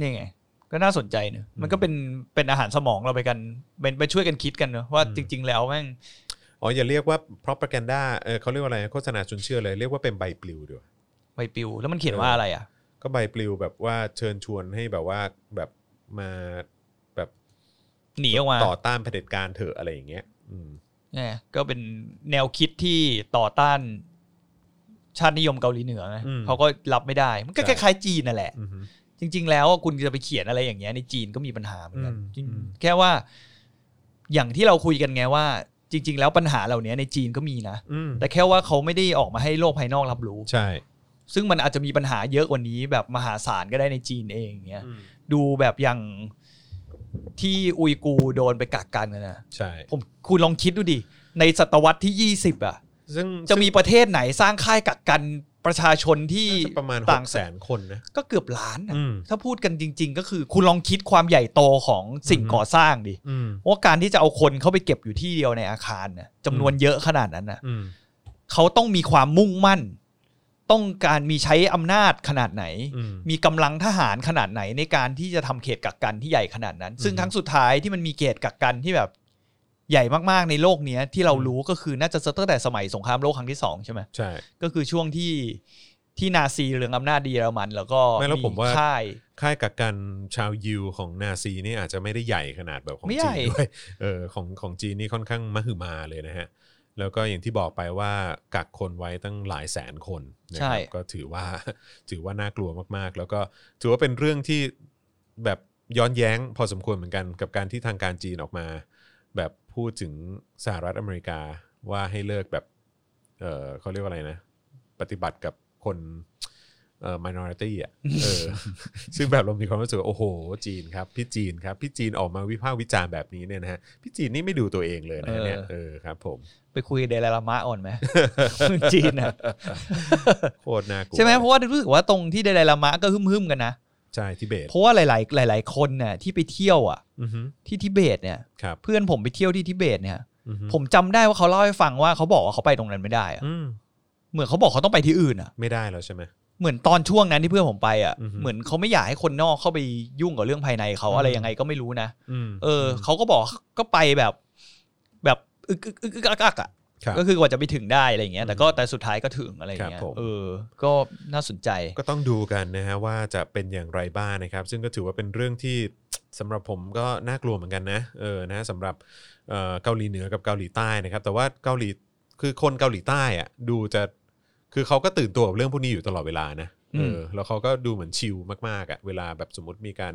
C: นี่ไงก็น่าสนใจเนอะมันก็เป็นเป็นอาหารสมองเราไปกันเป็นไปช่วยกันคิดกันเนอะว่า
B: อืม
C: จริง ๆ แล้วแม่ง
B: ๆ อ๋ออย่าเรียกว่า propaganda เออเขาเรียกว่าอะไรโฆษณาชวนเชื่อเลยเรียกว่าเป็นใบปลิวดีกว่า
C: ใบปลิว แล้วมันเขียน
B: เออ
C: ว่าอะไรอ่ะ
B: ก็ใบปลิวแบบว่าเชิญชวนให้แบบว่าแบบมาแบบ
C: หนีออกมา
B: ต่อต้านเผด็จการเถอะอะไรอย่างเงี้ยอืม
C: เนี่ยก็เป็นแนวคิดที่ต่อต้าน ชาตินิยมเกาหลีเหนือไงเขาก็รับไม่ได้ มันก็คล้ายๆจีนนั่นแหละ
B: อือฮึ
C: จริง ๆ แล้วอะคุณจะไปเขียนอะไรอย่างเงี้ยในจีนก็มีปัญหาเหมือนกัน
B: อืม
C: จริง
B: อืม
C: แค่ว่า อย่างที่เราคุยกันไงว่า จริง ๆ แล้วปัญหาเหล่านี้ในจีนก็มีนะ
B: อืม
C: แต่แค่ว่าเขาไม่ได้ออกมาให้โลกภายนอกรับรู้
B: ใช่
C: ซึ่งมันอาจจะมีปัญหาเยอะกว่านี้แบบมหาศาลก็ได้ในจีนเองเงี้ย
B: อืม
C: ดูแบบอย่างที่อุยกูร์โดนไปกักกันนะนะ
B: ใช่
C: ผมคุณลองคิดดูดิ ในศตวรรษที่ 20 อ่ะ
B: ซึ่ง
C: จะมีประเทศไหนสร้างค่ายกักกันประชาชนที่
B: ซึ่งจะประมาณห
C: ต่าง
B: กแสนคนนะ
C: ก็เกือบล้านนะ
B: อืม
C: ถ้าพูดกันจริง ๆ ก็คือคุณลองคิดความใหญ่โตของสิ่ง
B: อืม
C: ก่อสร้างดิ
B: อืม
C: ว่าการที่จะเอาคนเข้าไปเก็บอยู่ที่เดียวในอาคารนะจำนวนเยอะขนาดนั้นนะ
B: อืม
C: เขาต้องมีความมุ่งมั่น ต้องการมีใช้อำนาจขนาดไหน
B: อืม
C: มีกำลังทหารขนาดไหนในการที่จะทำเขตกักกันที่ใหญ่ขนาดนั้น ซึ่ง
B: อืม
C: ครั้งสุดท้ายที่มันมีเขตกักกันที่แบบใหญ่มากๆในโลกเนี้ยที่เรารู้ก็คือน่าจะตั้งแต่สมัยสงครามโลกครั้งที่สองใช่ไหม
B: ใช่
C: ก็คือช่วงที่ที่นาซีเรืองอำนาจเยอรมัน แล้วก็
B: ไม่แล้วผมว่า
C: ค่าย
B: ค่ายกักกันชาวยิวของนาซีนี่อาจจะไม่ได้ใหญ่ขนาดแบบของ
C: ไม่ให
B: จี
C: ญ่
B: นด้วยเออของของจีนนี่ค่อนข้างมหึมาเลยนะฮะ แล้วก็อย่างที่บอกไปว่ากักคนไว้ตั้งหลายแสนคนนะค
C: ใช่
B: รับก็ถือว่า *laughs* ถือว่าน่ากลัวมากๆ แล้วก็ถือว่าเป็นเรื่องที่แบบย้อนแย้งพอสมควรเหมือนกันกับการที่ทางการจีนออกมา แบบพูดถึงสหรัฐอเมริกาว่าให้เลิกแบบ เออเขาเรียกว่าอะไรนะ ปฏิบัติกับคนเอ่อ minority อ่ะ *laughs* เออ ซึ่งแบบเรามีความรู้สึกว่าโอ้โห จีนครับ พี่จีนครับ พี่จีนออกมาวิพากษ์วิจารณ์แบบนี้เนี่ยนะฮะ พี่จีนนี่ไม่ดูตัวเองเลยนะฮะเนี่ยเออครับผม
C: ไปคุยกับเดลายลามะอ่อน
B: *laughs*
C: ไหม จีนนะ
B: โคตรน่ากลัว
C: ใช่ไหมเพราะว่ารู้สึกว่าตรงที่เดลายลามะก็ฮึ่มๆกันนะ
B: ใช่ทิเบต
C: เพราะว่าหลาย ๆ หลาย ๆ คนเนี่ยที่ไปเที่ยวอ่ะ
B: อือฮึ
C: ที่ทิเบตเนี่ย
B: ครับ
C: เพื่อนผมไปเที่ยวที่ทิเบตเนี่ย
B: อือฮึ
C: ผมจำได้ว่าเขาเล่าให้ฟังว่าเขาบอกว่าเขาไปตรงนั้นไม่ได้อะ
B: อืม
C: เหมือนเขาบอกเขาต้องไปที่อื่นอ่ะ
B: ไม่ได้แล้วใช่ไหม
C: เหมือนตอนช่วงนั้นที่เพื่อนผมไปอ่ะ
B: อือฮึ
C: เหมือนเขาไม่อยากให้คนนอกเข้าไปยุ่งกับเรื่องภายในเขา
B: อืม
C: อะไรยังไงก็ไม่รู้นะ
B: อืม
C: เออเขาก็บอกก็ไปแบบ แบบอึกอึกอึกอึกอักอักอ่ะ
B: ครับ
C: ก็คือกว่าจะไปถึงได้อะไรอย่างเงี้ย แต่ก็แต่สุดท้ายก็ถึงอะไรอย่างเงี้
B: ค
C: ย
B: รับผม
C: เออ ก็น่าสนใจ
B: ก็ต้องดูกันนะฮะว่าจะเป็นอย่างไรบ้างนะครับ ซึ่งก็ถือว่าเป็นเรื่องที่สำหรับผมก็น่ากลัวเหมือนกันนะเออนะฮะสำหรับเอ่อเกาหลีเหนือกับเกาหลีใต้นะครับ แต่ว่าเกาหลีคือคนเกาหลีใต้อะดูจะคือเขาก็ตื่นตัวกับเรื่องพวกนี้อยู่ตลอดเวลานะ
C: อื
B: เอ
C: ม
B: อแล้วเขาก็ดูเหมือนชิลมากๆอะเวลาแบบสมมติมีการ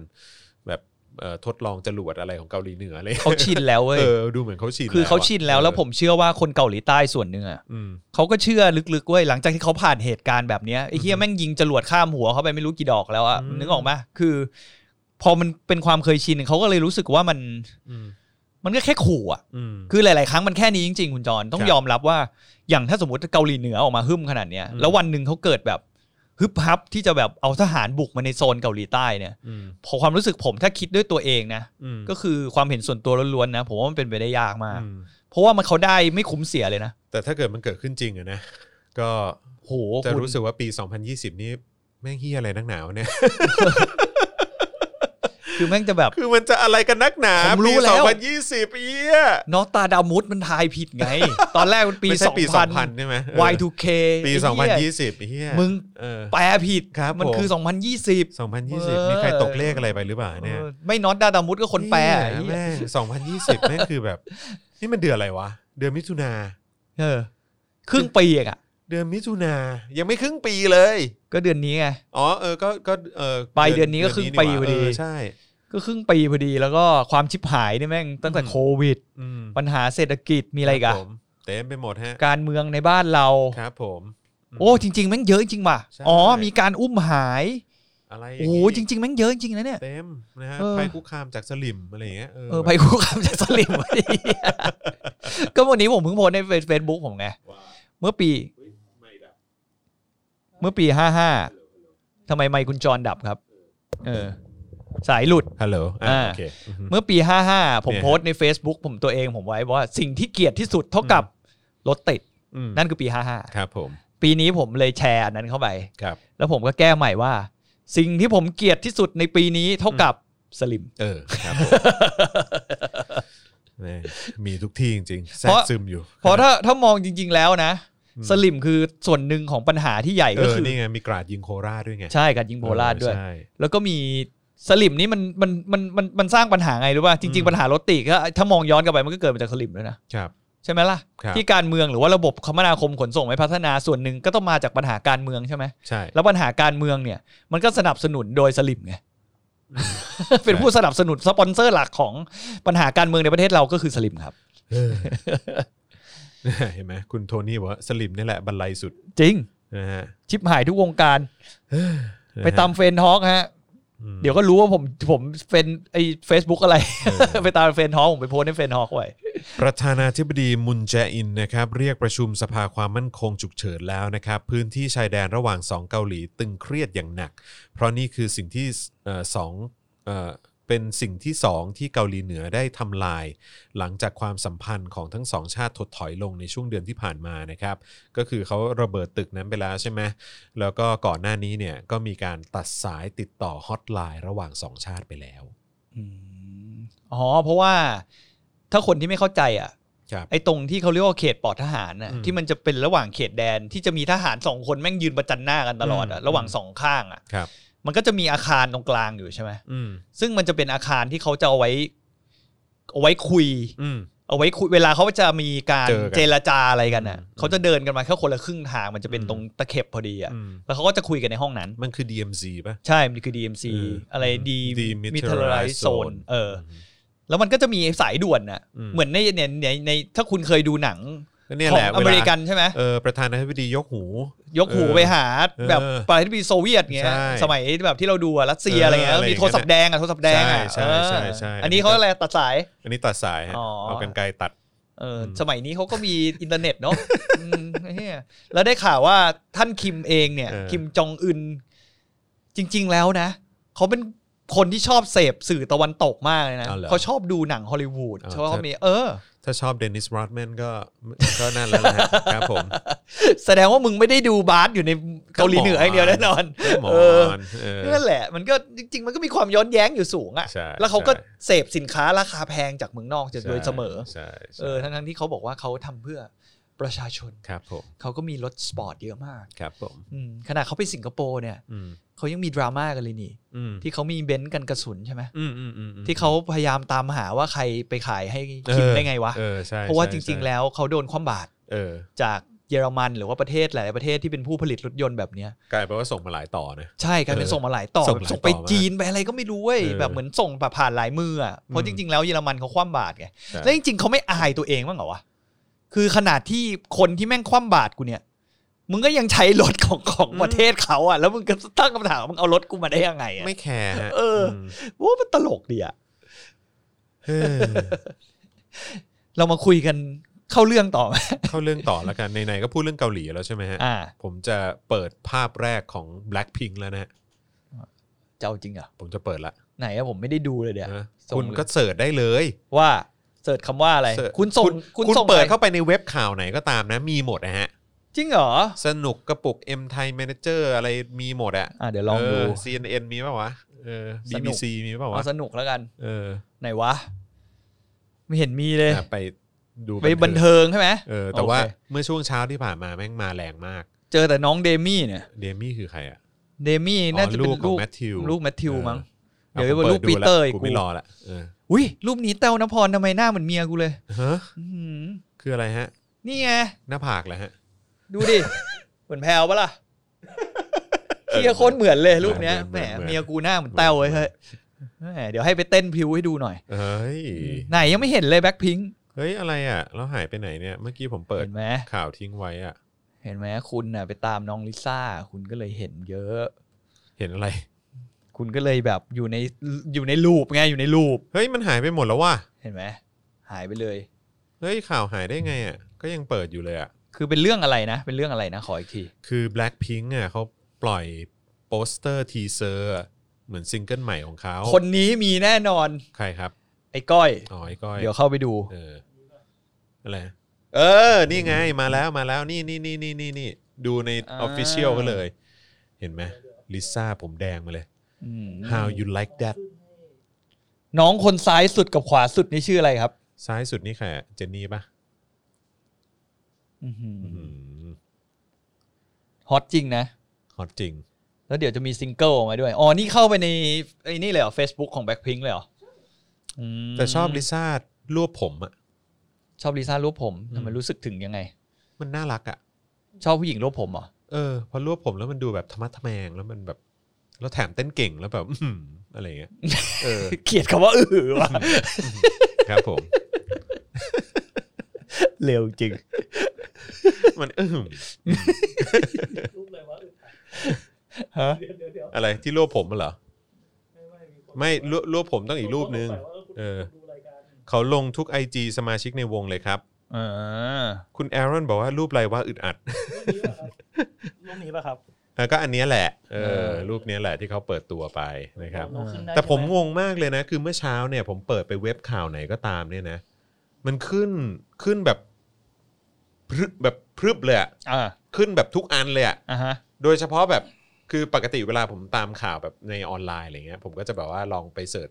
B: แบบเอ่อทดลองจรวดอะไรของเกาหลีเหนืออะไร
C: เขาชินแล้วเว้ย
B: เออดูเหมือนเขาชิน
C: คือเขาชินแล้วแล้ว
B: เออ
C: ผมเชื่อว่าคนเกาหลีใต้ส่วนหนึ่งอ่ะ
B: อืม
C: เขาก็เชื่อลึกๆเว้ยหลังจากที่เขาผ่านเหตุการณ์แบบเนี้ยไอ้เฮียแม่งยิงจรวดข้ามหัวเขาไปไม่รู้กี่ดอกแล้วอะ
B: อืม
C: นึกออกไหมคือ พอมันเป็นความเคยชินเขาก็เลยรู้สึกว่ามัน
B: อืม
C: มันก็แค่ขู่อะ
B: อืม
C: คือหลายๆครั้งมันแค่นี้จริงๆ คุณจรต้อ
B: ค
C: ง
B: รับ
C: ยอมรับว่าอย่างถ้าสมมติเกาหลีเหนือออกมาฮึ่มขนาดเนี้ย
B: อืม
C: แล้ววันหนึ่งเขาเกิดแบบฮึบฮับที่จะแบบเอาทหารบุกมาในโซนเกาหลีใต้เนี่ย
B: อืม
C: พอความรู้สึกผมถ้าคิดด้วยตัวเองนะ
B: อืม
C: ก็คือความเห็นส่วนตัวล้วนๆนะผมว่ามันเป็นไปได้ยากมาก
B: อืม
C: เพราะว่ามันเขาได้ไม่คุ้มเสียเลยนะ
B: แต่ถ้าเกิดมันเกิดขึ้นจริงอะนะก็
C: โห
B: จะ
C: คุณ
B: รู้สึกว่าปี 2020 นี้แม่งเฮียอะไรนักหนาวะเนี่ย *laughs*
C: คือแม่งจะแบบ
B: คือมันจะอะไรกันนักหนา
C: ผมรู้
B: ปี
C: แล้ว
B: 2020เฮีย
C: นอตตาดามุดมันทายผิดไง
B: *laughs*
C: ตอนแรกมันปี
B: ไม่ใช่ปี 2000
C: 2000
B: ใช่ไหมเออ
C: Y2K
B: ปี
C: ไอ้เหี้ย
B: 2020เฮีย
C: มึง
B: เออ
C: แปลผิด
B: ครับ
C: มัน
B: ผม
C: คือ 2020
B: 2020 มีใครตกเลขอะไรไปหรือเปล่าเนี่ย
C: เออไม่นอตดาดามุดก็คนแปลไอ้
B: เหี้ย
C: เหี้ย
B: แม่ง2020 แม่งคือแบบ *laughs* นี่มันเดือนอะไรวะ เดือนมิถุนา
C: เออ ครึ่งปีเองอ่ะ
B: เดือนมิถุนา ยังไม่ครึ่งปีเลย
C: ก็เดือนนี้ไง
B: อ๋อเออ ก็ก็เออ
C: ปลายเดือนนี้ก็ครึ่งปี
B: เดืนนี้
C: พอดี
B: นี่หว่าเใช่
C: ก็ครึ่งปีพอดีแล้วก็ความชิบหายเนี่ยแม่งตั้งแต่
B: อืม
C: โควิด
B: อืม
C: ปัญหาเศรษฐกิจมีอะไรอี
B: ค
C: กั
B: รั
C: น
B: บผมเต็มไปหมดฮะ
C: การเมืองในบ้านเรา
B: ครับผม
C: โอ้จริงๆแม่งเยอะจริงว่ะ
B: ใช่
C: อ๋อมีการอุ้มหาย
B: อะไรย่าง
C: โอ้
B: งี้
C: จริงๆแม่งเยอะจริงๆนะเนี่ย
B: เต็มนะฮะ
C: เออ
B: ภัยคุกคามจากสลิมอะไรอย่างเงี้ย
C: เออภัยคุกคามจากสลิมไอ้เหี้ยก็วันนี้ผมเพิ่งโพสต์ในเฟซบุ๊กผมไง เมื่อปี เมื่อปีห้าห้าทำไมไมค์คุณจรดับครับ เออ สายหลุด
B: ฮัลโหล
C: อ่า
B: โอเคอือฮึ
C: เมื่อปีห้าห้าผม
B: เนี่ย
C: โพสต์ใน Facebook ผมตัวเองผมไว้ว่าสิ่งที่เกลียดที่สุดเท่ากับรถติด
B: อืม
C: นั่นคือปีห้าห้า
B: ครับผม
C: ปีนี้ผมเลยแชร์อันนั้นเข้าไป
B: ครับ
C: แล้วผมก็แก้ใหม่ว่า สิ่งที่ผมเกลียดที่สุดในปีนี้เท่ากับสลิม
B: เออครับ
C: *laughs*
B: ผมแม่งมีทุกที่จริงๆแทร
C: เพ
B: ก
C: ราะ
B: ซึมอยู่
C: เพราะถ้าถ้ามองจริง ๆ แล้วนะ สลิมคือส่วนหนึ่งของปัญหาที่ใหญ่
B: เอ
C: ก็
B: อ
C: คือ
B: นี่ไงมีกราดยิงโคราชด้วยไง
C: ใช่กับยิงโพลาดด้วย
B: เออใช่
C: แล้วก็มีสลิมนี่มันมันมันมันมันสร้างปัญหาไงรู้ป่ะจริง ๆ ปัญหารถติดก็ถ้ามองย้อนกลับไปมันก็เกิดมาจากสลิมด้วยนะครับ ใช่ไหมล่ะ
B: ครับ
C: ที่การเมืองหรือว่าระบบคมนาคมขนส่งไม่พัฒนาส่วนหนึ่งก็ต้องมาจากปัญหาการเมืองใช่ไหม
B: ใช่
C: แล้วปัญหาการเมืองเนี่ยมันก็สนับสนุนโดยสลิม
B: *laughs*
C: ไง เป็นผู้สนับสนุนสปอนเซอร์หลักของปัญหาการเมืองในประเทศเราก็คือสลิมครับ
B: เออเห็นไหมคุณโทนี่บอกว่าสลิมนี่แหละบรรลัยสุด
C: จริง
B: นะฮะ
C: ชิบหายทุกวงการ
B: นะฮะ
C: ไปตามเฟนทอกฮะ
B: อืม
C: เดี๋ยวก็รู้ว่าผมผมเฟนไอเฟซบุ๊กอะไร
B: เออ
C: ไปตามเฟนทอกผมไปโพสต์ในเฟนทอกไว้
B: ประธานาธิบดีมุนแจอินนะครับเรียกประชุมสภาความมั่นคงฉุกเฉินแล้วนะครับ พื้นที่ชายแดนระหว่าง 2 เกาหลีตึงเครียดอย่างหนัก เพราะนี่คือสิ่งที่เอ่อสองเอ่อเป็นสิ่งที่สองที่เกาหลีเหนือได้ทำลาย หลังจากความสัมพันธ์ของทั้งสองชาติถดถอยลงในช่วงเดือนที่ผ่านมานะครับ ก็คือเขาระเบิดตึกนั้นไปแล้วใช่ไหมแล้วก็ก่อนหน้านี้เนี่ยก็มีการตัดสายติดต่อฮอตไลน์ระหว่างสองชาติไปแล้ว
C: อืมอ๋อเพราะว่าถ้าคนที่ไม่เข้าใจอ่ะ
B: ครับ
C: ไอ้ตรงที่เขาเรียกว่าเขตปลอดทหารน่ะ
B: อืม
C: ที่มันจะเป็นระหว่างเขตแดนที่จะมีทหารสองคนแม่งยืนประจันหน้ากันตลอด
B: อื
C: อ่ะ
B: ม
C: ระหว่างสองข้างอ่ะ
B: ครับ
C: มันก็จะมีอาคารตรงกลางอยู่ใช่ไหม
B: อืม
C: ซึ่งมันจะเป็นอาคารที่เขาจะเอาไว้ เอาไว้คุย
B: อืม
C: เอาไว้คุยเวลาเขาจะมีการ
B: เจอกัน
C: เจรจาอะไรกันน่ะ
B: อืม
C: เขาจะเดินกันมาแค่คนละครึ่งทางมันจะเป็น
B: อืม
C: ตรงตะเข็บพอดีอ่ะ
B: อืม
C: แล้วเขาก็จะคุยกันในห้องนั้น
B: มันคือ DMZ ป่ะ
C: ใช่มันคือ DMC
B: อืม
C: อะไรดี
B: Demilitarized
C: มิเทอร์ไรโซน
B: Zone
C: เออ แล้วมันก็จะมีสายด่วนน่ะ
B: อืม
C: เหมือนในเนี่ยในในถ้าคุณเคยดูหนัง
B: ก็เนี่ย
C: ขอ
B: แห
C: ง
B: ละ
C: อ
B: วลา
C: เมริกันใช่ไหม
B: เออประธานาธิบดียกหู
C: ยกหู
B: เออ
C: ไปหาแบบ
B: เออ
C: ประธานาธิบดีโซเวียตเงี้ย
B: ใช่
C: สมัยแบบที่เราดูอะรัสเซี
B: เอ
C: ย
B: อ
C: อะไรเงี้ย
B: อะไร
C: มีโทรศัพท์แดงอะโทรศัพท์แดงอะ
B: ใช่ใช่ใช่ใช่
C: เอออันนี้เขาอะไรตัดสาย
B: อันนี้ตัดสายฮะ
C: อ๋อ
B: เอากันไกลตัด
C: เอออ
B: ม
C: สมัยนี้เขาก็มีอินเทอร์เน็ต
B: *laughs*
C: เนาะอืมเหี้ยแล้วได้ข่าวว่าท่านคิมเองเนี่ย คิมจองอึนจริง ๆ แล้วนะเขาเป็น คนที่ชอบเสพสื่อตะวันตกมากเลยนะ
B: อ๋อเหรอ
C: เขาชอบดูหนังฮอลลีวูด
B: อ๋อ
C: ชอบ
B: ใช่
C: มีเออ
B: ถ้าชอบเดนิสรอดแมนก็ก็นั่นแล้ว
C: *laughs*
B: นะฮะ ครับผม
C: แสดงว่ามึงไม่ได้ดูบาสอยู่ในเกาหลีเหนืออย่างเดียวแน่นอน
B: หมอ
C: เออ
B: นเออ
C: นั่นแหละมันก็จริง ๆ มันก็มีความย้อนแย้งอยู่สูงอะ
B: ใช่
C: แล้วเขาก็
B: ใช่
C: เสพสินค้าราคาแพงจากเมืองนอกจะโดยเสมอ
B: ใช่ใช่
C: เออทั้งๆที่เขาบอกว่าเขาทำเพื่อประชาชน
B: ครับผม
C: เขาก็มีรถสปอร์ตเยอะมาก
B: ครับผม
C: อืมขณะเขาไปสิงคโปร์เนี่ย
B: อืม
C: เขายังมีดราม่ากันเลยนี่
B: อืม
C: ที่เขามีเบนซ์กันกระสุนใช่ไหม
B: อืมอืมอืมอืม
C: ที่เขาพยายามตามหาว่าใครไปขายให้คิมได้ไงวะ
B: เออใช่
C: เพราะว่า
B: ใช่
C: จริง
B: ใช่
C: ๆ แล้วเขาโดนคว่ำบาตร
B: เออ
C: จากเยอรมันหรือว่าประเทศหลายๆประเทศที่เป็นผู้ผลิตรถยนต์แบบเนี้ย
B: กลายเป็นว่าส่งมาหลายต่อนะ
C: ใช่กลายเป็น
B: เออ
C: ส่งมาหลายต่อ
B: ส่ง
C: แบบ
B: หลาย
C: ส่งไป
B: ต่อมาก
C: จีนไปอะไรก็ไม่รู้เว้ย
B: เออ
C: แบบเหมือนส่งแบบผ่านหลายมืออ่ะเพราะจริง ๆ แล้วเยอรมันเขาคว่ำบาตรไง
B: ใช่
C: แล้วจริงๆเขาไม่อายตัวเองบ้างเหรอวะคือขนาดที่คนที่แม่งคว่ำบาตรกูเนี่ยมึงก็ยังใช้รถของ *laughs* ของประเทศเขาอ่ะแล้วมึงก็ตั้งคำถามว่ามึงเอารถกูมาได้ยังไงอ่ะ
B: ไม่แคร์ฮะ
C: เออ
B: ม
C: โอ้มันตลกดีอ่ะ
B: เฮ้ย
C: เรามาคุยกันเข้าเรื่องต่อไหม
B: เข้าเรื่องต่อแล้วกันไหนๆก็พูดเรื่องเกาหลีแล้วใช่ไหมฮะ
C: อ่า
B: ผมจะเปิดภาพแรกของ Blackpink แล้วนะฮะ
C: จะเอาจริงเหรอ
B: ผมจะเปิดละ
C: ไหนอะผมไม่ได้ดูเลยเดี๋ยว
B: นะ
C: ส่ง
B: คุณก็เสิร์ชได้เลย
C: ว่าเสิร์ชคำว่าอะไร
B: เสิร์ช
C: คุณส่ง
B: คุณ
C: ส่ง
B: เปิด
C: ไ
B: เข้าไปในเว็บข่าวไหนก็ตามนะ มีหมดนะฮะ
C: จริงเหรอ
B: สนุกกระปุก M Thai Manager อะไรมีหมดอะ
C: อ่ะเดี๋ยวลองดู
B: เ CNN มีเปล่าวะเออ
C: สนุก
B: BBC มีเปล่าวะ
C: เอาสนุกแล้วกัน
B: เออ
C: ไหนวะ ไม่เห็นมีเลย
B: อ่ะไปดู
C: ไปบันเทิงใช่ไหม
B: เออแต่ว่า
C: โอเค
B: เมื่อช่วงเช้าที่ผ่านมาแม่งมาแรงมาก
C: เจอแต่น้องเดมี่เนี่ย
B: เดมี่คือใครอ่ะ
C: เดมี่
B: อ๋
C: น่า
B: อ
C: จะ
B: ลู
C: เป็น
B: กของ
C: ลูก
B: แมทธิว
C: ลูกแมทธิวมั้ง
B: ออ
C: เดี๋ยวไป
B: อาผม
C: ลูกปี
B: ดูละ
C: เตอร์อีก
B: กูไม่
C: กู
B: รอละเออ
C: อุ้ยรูปนี้เต้วนพรทำไมหน้าเหมือนเมียกูเลย
B: ฮะ
C: อื้อหือ
B: คืออะไรฮะ
C: นี่ไง
B: หน้าผากเหรอฮะ
C: ดู
B: *laughs*
C: ดิ เหมือนแพลวปะล่ะเฮียโคตรเหมือนเลยรูปเนี้ย
B: เห
C: แห
B: มื
C: ม
B: อนเหมือน
C: เมียกูหน้าเหมือนเต้วเลยเฮ้ยแหมเดี๋ยวให้ไปเต้นพริวให้ดูหน่อย
B: เฮ้ย
C: ไหนยังไม่เห็นเลยแบ็คพิง
B: เฮ้ย อะไรอ่ะ แล้วหายไปไหนเนี่ย เมื่อกี้ผมเปิด
C: เห็นไหม
B: ข่าวทิ้งไว้อ่ะ
C: เห็นไหมคุณน่ะไปตามน้องลิซ่า คุณก็เลยเห็นเยอะ
B: เห็นอะไร
C: คุณก็เลยแบบอยู่ในอยู่ในรูปไงอยู่ในรูป
B: เฮ้ย มันหายไปหมดแล้วว่ะ
C: เห็นไหมหายไปเลย
B: เฮ้ย ข่าวหายได้ไงอ่ะ ก็ยังเปิดอยู่เลยอ่ะ
C: คือเป็นเรื่องอะไรนะ เป็นเรื่องอะไรนะขออีกที
B: คือ Blackpink อ่ะเขาปล่อยโปสเตอร์ทีเซอร์เหมือนซิงเกิลใหม่ของเขา
C: คนนี้มีแน่นอน
B: ใครครับ
C: ไอ้ก้อย
B: อ๋อไอ้ก้อย
C: เดี๋ยวเข้าไปดู
B: เอออะไร เออ นี่ไง มาแล้ว มาแล้ว นี่นี่นี่นี่นี่นี่ดูใน
C: อ่า
B: ออฟฟิเชียลก็เลย เห็นไหมลิซ่าผมแดงมาเลย
C: อืม
B: how you like that
C: น้องคนซ้ายสุดกับขวาสุดนี่ชื่ออะไรครับ
B: ซ้ายสุดนี่ใครอะเจนนี่ปะ
C: อื้อหือ
B: อื้อหือ
C: ฮอตจริงนะ
B: ฮอตจริง
C: แล้วเดี๋ยวจะมีซิงเกิลออกมาด้วย อ๋อ นี่เข้าไปในไอ้นี่เลยเหรอ Facebook ของแบ็คพิงเลยเหรออืม
B: แต่ชอบลิซ่ารูปผมอะ
C: ชอบลิซ่ารูปผมทำไม
B: อืม
C: รู้สึกถึงยังไง
B: มันน่ารักอะ
C: ชอบผู้หญิงรูปผมเหรอ
B: เออพอรูปผมแล้วมันดูแบบธรรมะทแมงแล้วมันแบบแล้วแถมเต้นเก่งแล้วแบบ *laughs* อื้อหืออะไรอย่างเงี้ยเออ
C: เกลียดคำว่าอือว่ะ *laughs*
B: ครับผม *laughs*
C: เร็วจริง
B: มัน *laughs* อื้อหือ
D: รูปอะไรวะอึดอัด
C: ฮะ
D: เดี๋ยวเดี๋ยวเดี๋ยว
B: อะไรที่รูปผมมันเหรอ
D: ไม่ไม่มีคน
B: ไม่รูปรูปผมต้องอีกรูปนึง เออ
D: ดูรายการ
B: เขาลงทุก IG สมาชิกในวงเลยครับ
C: อ่า
B: คุณแอรอนบอกว่ารูปอะไรว่าอึดอั *laughs* ด
D: รูปนี้ป่ะครับ
B: แล้วก็อันเนี้ยแหละเออรูปเนี้ยแหละที่เขาเปิดตัวไป
D: รูปนี้ป่ะครับ
B: นะครับ
D: เราขึ้นได้
B: แต่ผม
D: ใช่ไห
B: งงมากเลยนะ คือเมื่อเช้าเนี่ย ผมเปิดไปเว็บข่าวไหนก็ตามเนี่ยนะ มันขึ้นขึ้นแบบพรึบแบบพรึบเลยอะ
C: อ่า
B: ขึ้นแบบทุกอันเลยอะ
C: อ่าฮะ
B: โดยเฉพาะแบบคือปกติเวลาผมตามข่าวแบบในออนไลน์อะไรเงี้ยผมก็จะแบบว่าลองไปเสิร์ช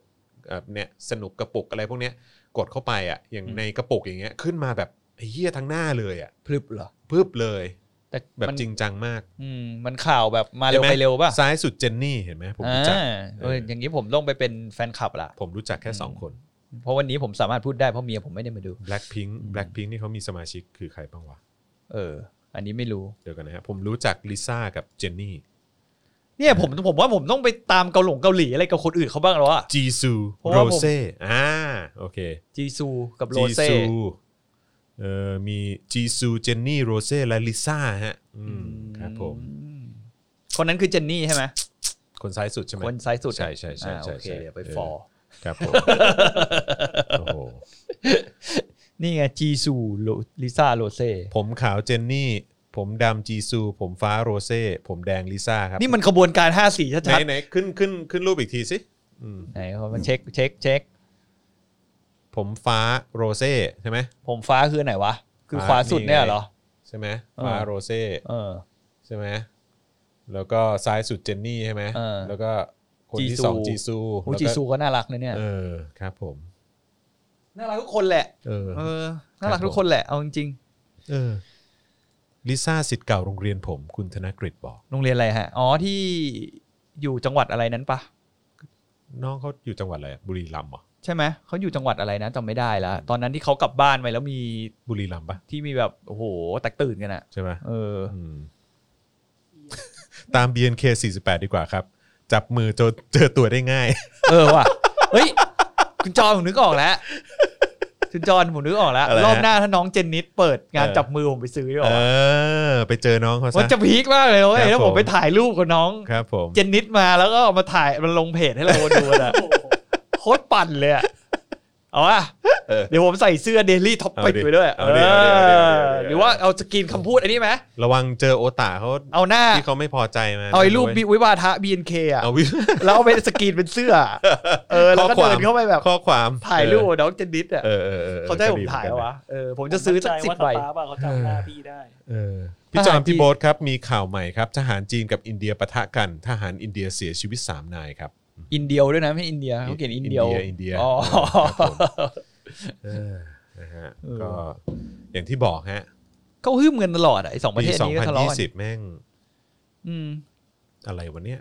B: เอ่อเนี่ยสนุกกระปุกอะไรพวกเนี้ยกดเข้าไปอะอย่าง
C: อืม
B: ในกระปุกอย่างเงี้ยขึ้นมาแบบไอ้เหี้ยทั้งหน้าเลยอะ
C: พรึบเหรอ
B: พรึบเลย
C: แต่
B: แบบ
C: มัน
B: จริงจังมาก
C: อืมมันข่าวแบบมาเร็วไป
B: ห็นห
C: เร็วป่ะ
B: ซ้ายสุดเจนนี่เห็นไหมผม
C: อ่า
B: รู้จัก
C: เอออย่างนี้ผมต้องไปเป็นแฟนคลับละ
B: ผมรู้จักแค่สองคน
C: เพราะวันนี้ผมสามารถพูดได้เพราะเมียผมไม่ได้มาดู
B: Blackpink
C: อืม
B: Blackpink นี่เขามีสมาชิกคือใครบ้างวะ
C: เออ อันนี้ไม่รู้
B: เดี๋ยวกันนะฮะผมรู้จักลิซ่ากับเจนนี่
C: เนี่ยผมผมว่าผมต้องไปตามเกาหลงเกาหลีอะไรกับคนอื่นเขาบ้างแล้วอะ
B: จีซู
C: เพราะ
B: โร
C: ว่าผม
B: เซ่อ่าโอเค
C: จีซูกับโร
B: จี
C: เซ่
B: ซูเอ่อมีจีซูเจนนี่โรเซ่และลิซ่าฮะอืมครับผม
C: อืมคนนั้นคือเจนนี่ใช่ไหม
B: คนซ้ายสุดใช่ไหม
C: คนซ้ายสุดอะ
B: ใช่ใช่ใช่
C: อ่า
B: ใช่
C: โอเค
B: ใช่
C: เดี๋ยวไป
B: เออ
C: ฟอร์
B: ครับผมโอ้โห
C: นี่ไงจีซูโรลิซ่าโรเซ่
B: ผมขาวเจนนี่ ผมดำจีซู ผมฟ้าโรเซ่ ผมแดงลิซ่าครับ
C: นี่มันขบวนการ 5 4 ชัด
B: ไหนไหนขึ้นขึ้นขึ้นรูปอีกทีสิ อืม
C: ไหนเขามาเช็คเช็คเช็ค
B: ผมฟ้าโรเซ่ใช่ไหม
C: ผมฟ้าคือไหนวะ คือ
B: ฟ้า
C: ขวาสุดเนี่ย
B: นี่ไง
C: เหรอ
B: ใช่ไหม
C: เออ
B: ฟ้าโรเซ่
C: เออ
B: ใช่ไหมแล้วก็ซ้ายสุดเจนนี่ใช่ไหม
C: เออ
B: แล้วก็คนที่
C: จีซู
B: สองจีซู
C: โอ้
B: แล้ว
C: จี
B: ก็
C: ซูก็น่ารักนะเนี่ย
B: เออครับผม
C: น่ารักทุกคนแหละ
B: เออ
C: เออน่ารั
B: ครั
C: ก
B: บ
C: ทุกคนแหละเอาจริง
B: เออลิซ่าสิทธิ์เก่าโรงเรียนผม คุณธนกฤษบอก
C: ๆโรงเรียนอะไรฮะอ๋อที่อยู่จังหวัดอะไรนั้นปะ
B: น้องเขาอยู่จังหวัดอะไรอะบุรีรัมย์เหรอ
C: ใช่ไหมเขาอยู่จังหวัดอะไรนะจำไม่ได้ละตอนนั้นที่เขากลับบ้านไปแล้วมี
B: บุรีรัมย์ปะ
C: ที่มีแบบโอ้โหแตกตื่นกันอะ
B: ใช่ไหม
C: เออ
B: ม *laughs* ตาม BNK 48 ดีกว่าครับ จับมือเจอเจอตัวได้ง่าย
C: เออว่ะ เฮ้ย คุณจอนผมนึกออกแล้ว คุณจอนผมนึกออกแล้ว
B: อะไรฮะ
C: รอบหน้าถ้าน้องเจนนิสเปิดงาน
B: เออ
C: จับมือผมไปซื้อดี
B: เอ
C: กว่า
B: อ ไปเจอน้องเขา
C: มัน
B: ซะ
C: จะพีคมากเลยเว้
B: ครั
C: ย
B: บ
C: แล้ว
B: ผ
C: ผม มไปถ่ายรูปกับน้อง
B: ครับผม
C: เจนนิสมาแล้วก็เอามาถ่ายมันลงเพจให้เราดูนะ
D: โอ้โห
C: โคตรปั่นเลยอะเอาอะ
B: เออ
C: เดี๋ยวผมใส่เสื้อเดลี่ท็อป
B: เอา
C: ปิ
B: ดิ
C: ไปด้วย เอ
B: เอาดิเอาดิเอาดิเอาดิเอ
C: อ
B: าดิ
C: หรือว่าเอาสกรีนคำพูดอันนี้ไหม
B: ระวังเจอโอตาเขา
C: เอาหน้า
B: ที่เขาไม่พอใจมา
C: เอาไอ้รูป
B: ด้วย
C: วิวาทะ BNK อะ
B: เอาวิ
C: แล้วเอาไปสกรีนเป็นเสื้อ เออแล้วก็เดินเข้าไป *laughs* แบบ
B: ข้อความ
C: ถ่ายรูปกับน้องเจนนิสอะ
B: เออเออเออ
C: เขาจะให้ผ
B: ก็
C: ม
B: ดี
C: ถ่าย
B: ห
C: เห
B: มือนน
C: รอวะ เออ ผมจะซื้อสักสิบ
D: มั่นใจ
C: ใบ
D: ว่าป๊าอะเขาจำหน้าพี่ได้
B: เออพี่จอมพี่โบ๊ทครับ มีข่าวใหม่ครับ ทหารจีนกับอินเดียปะทะกัน ทหารอินเดียเสียชีวิต 3 นายครับ
C: อินเดียด้วยนะ ไม่อินเดียเขาเขียนอินเดีย
B: อินเดีย
C: อ๋อ
B: ครับผม เออนะฮะ
C: เออ
B: ก็อย่างที่บอกฮะ
C: เขาฮึ่มกันตลอดอะไอ้สองประ
B: ปี
C: เทศนี้ก็ทะเลาะกัน
B: 2020 แม่ง
C: อืม
B: อะไรวะเนี่ย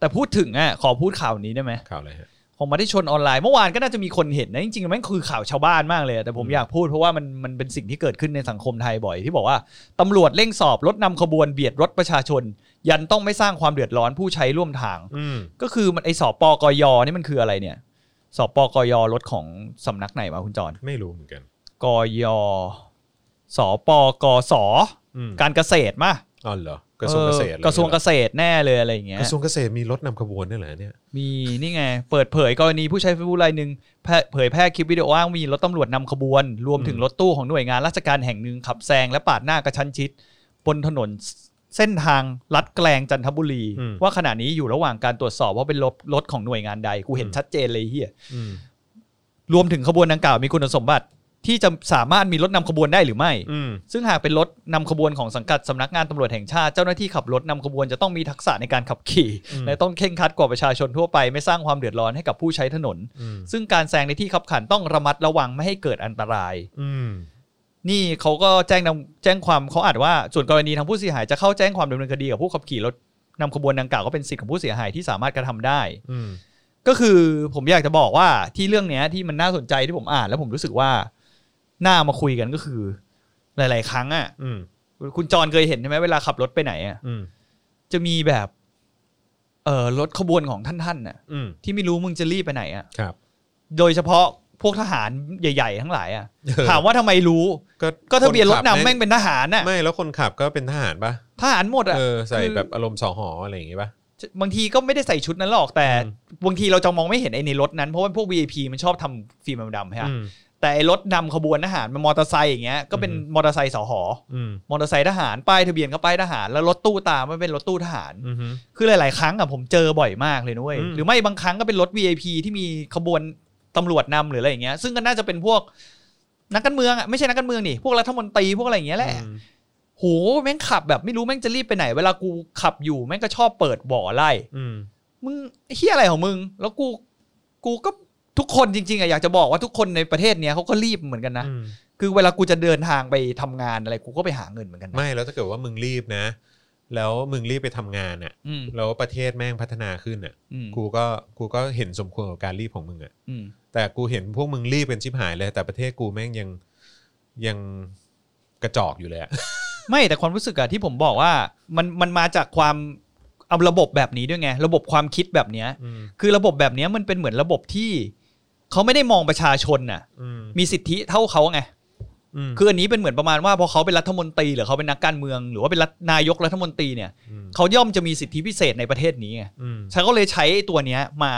C: แต่พูดถึงอ่ะ ขอพูดข่าวนี้ได้ไหม
B: ข่าวอะไรฮะ
C: ของมาที่ชนออนไลน์เมื่อวานก็น่าจะมีคนเห็นนะ จริงๆ มันคือข่าวชาวบ้านมากเลยอะแต่ผม
B: อืม
C: อยากพูดเพราะว่ามันมันเป็นสิ่งที่เกิดขึ้นในสังคมไทยบ่อยที่บอกว่าตำรวจเร่งสอบรถนำขบวนเบียดรถประชาชน ยันต้องไม่สร้างความเดือดร้อนผู้ใช้ร่วมทาง
B: อืม
C: ก็คือมันไอสอบปกยนี่มันคืออะไรเนี่ยสอบปกยรถของสำนักไหนมาคุณจอน
B: ไม่รู้เหมือนกัน
C: กยสปกส
B: อืม
C: การเกษตรมา
B: อ๋อเหรอ กระทรวงเกษตร
C: กระทรวงเก
B: ษตร
C: ษตรแน่เลยอะไรอย่างเงี้ย
B: กระทรวงเกษตรมีรถนำขบวนด้วยเหรอเนี่ย
C: มีนี่ไง เปิดเผยกรณีผู้ใช้เฟซบุ๊กรายหนึ่งแพร่เผยแพร่คลิปวิดีโอว่างมีรถตำรวจนำขบวน รวมถึง
B: อืม
C: รถตู้ของหน่วยงานราชการแห่งหนึ่งขับแซงและปาดหน้ากระชั้นชิด บนถนนเส้นทางลัดแกลงจันทบุรี ว่าขณะนี้อยู่ระหว่างการตรวจสอบว่าเป็นรถรถของหน่วยงานใดกูเห็นชัดเจนเลยเฮีย
B: อืม
C: รวมถึงขบวนดังกล่าวมีคุณสมบัติ ที่จะสามารถมีรถนำขบวนได้หรือไม่
B: อืม
C: ซึ่งหากเป็นรถนำขบวนของสังกัดสำนักงานตำรวจแห่งชาติ เจ้าหน้าที่ขับรถนำขบวนจะต้องมีทักษะในการขับขี่
B: อืม
C: และต้องเข่งครัดกว่าประชาชนทั่วไปไม่สร้างความเดือดร้อนให้กับผู้ใช้ถนน
B: อืม
C: ซึ่งการแซงในที่ขับขันต้องระมัดระวังไม่ให้เกิดอันตราย
B: อืม
C: นี่เขาก็แจ้งนำแจ้งความเขาอาจว่าส่วนกรณีทางผู้เสียหายจะเข้าแจ้งความดำเนินคดีกับผู้ขับขี่รถนำขบวนดังกล่าวก็เป็นสิทธิของผู้เสียหายที่สามารถกระทำได้
B: อืม
C: ก็คือผมอยากจะบอกว่าที่เรื่องเนี้ยที่มันน่าสนใจที่ผมอ่าน แล้วผมรู้สึกว่าน่ามาคุยกันก็คือ หลาย ๆ ครั้งอ่ะ
B: อืม
C: คุณจรเคยเห็นใช่ไหมเวลาขับรถไปไหนอ่ะ
B: อืม
C: จะมีแบบเออรถขบวนของท่านๆน่ะ
B: อืม
C: ที่ไม่รู้มึงจะรีบไปไหนอ่ะ
B: ครับ
C: โดยเฉพาะพวกทหารใหญ่ ๆ ทั้งหลายอ่ะ
B: เออ
C: ถามว่าทำไมรู้ ก็ทะเบียนรถ
B: ค
C: นำ
B: ขับ
C: แม่งเป็นทหารน่ะ
B: ไม่ แล้วคนขับก็เป็นทหารปะ
C: ทหารหมดอ่ะ
B: เออ ใส่
C: คือ
B: แบบอารมณ์สอหออะไรอย่างงี้ปะ
C: บางทีก็ไม่ได้ใส่ชุดนั้นหรอกแต่
B: อืม
C: บางทีเราจะมองไม่เห็นไอ้ในรถนั้นเพราะว่าพวก VIP มันชอบทำฟิล์มดำๆใช่ไหม
B: อืม
C: แต่ไอ้รถนำขบวนทหารมันมอเตอร์ไซค์อย่างเงี้ยก็เป็น
B: อือฮึ
C: มอเตอร์ไซค์สหอ
B: อืม
C: มอเตอร์ไซค์ทหารป้ายทะเบียนก็ป้ายทหาร แล้วรถตู้ตามมันเป็นรถตู้ทหาร
B: อืม
C: คือหลาย ๆ ครั้งอะผมเจอบ่อยมากเลยนุ้ย
B: อืม
C: หรือไม่บางครั้งก็เป็นรถ VIP ที่มีขบวนตำรวจนำหรืออะไรอย่างเงี้ย ซึ่งก็น่าจะเป็นพวกนักการเมืองอะไม่ใช่นักการเมืองนี่พวกรัฐมนตรีพวกอะไรอย่างเงี้ยแหละ
B: อืม
C: โหแม่งขับแบบไม่รู้แม่งจะรีบไปไหน เวลากูขับอยู่แม่งก็ชอบเปิดบ่อไล่
B: อืม
C: มึงเฮี้ยอะไรของมึง แล้วกูกูก็ทุกคนจริง ๆอะอยากจะบอกว่าทุกคนในประเทศเนี้ยเขาก็รีบเหมือนกันนะ
B: อืม
C: คือเวลากูจะเดินทางไปทำงานอะไรกูก็ไปหาเงินเหมือนกันนะ
B: ไม่ แล้วถ้าเกิดว่ามึงรีบนะ แล้วมึงรีบไปทำงานอ่ะ
C: อืม
B: แล้วประเทศแม่งพัฒนาขึ้นอ่ะ
C: อืม
B: กูก็ กูก็เห็นสมควรกับการรีบของมึงอ่ะ
C: อืม
B: แต่กูเห็นพวกมึงรีบเป็นชิบหายเลย แต่ประเทศกูแม่งยังยังกระจอกอยู่เลยอะ
C: ไม่แต่ความรู้สึกอะที่ผมบอกว่ามันมันมาจากความเอาระบบแบบนี้ด้วยไง ระบบความคิดแบบเนี้ย
B: อืม
C: คือระบบแบบเนี้ยมันเป็นเหมือนระบบที่เขาไม่ได้มองประชาชนน่ะ
B: อืม
C: มีสิทธิเท่าเขาไง
B: ม
C: คืออันนี้เป็นเหมือนประมาณว่าพอเขาเป็นรัฐมนตรีหรือเขาเป็นนักการเมือง หรือว่าเป็นรัฐนายกรัฐมนตรีเนี่ย
B: ม
C: เขาย่อมจะมีสิทธิพิเศษในประเทศนี้ไง
B: อืม
C: ฉันก็เลยใช้ไอ้ตัวเนี้ยมา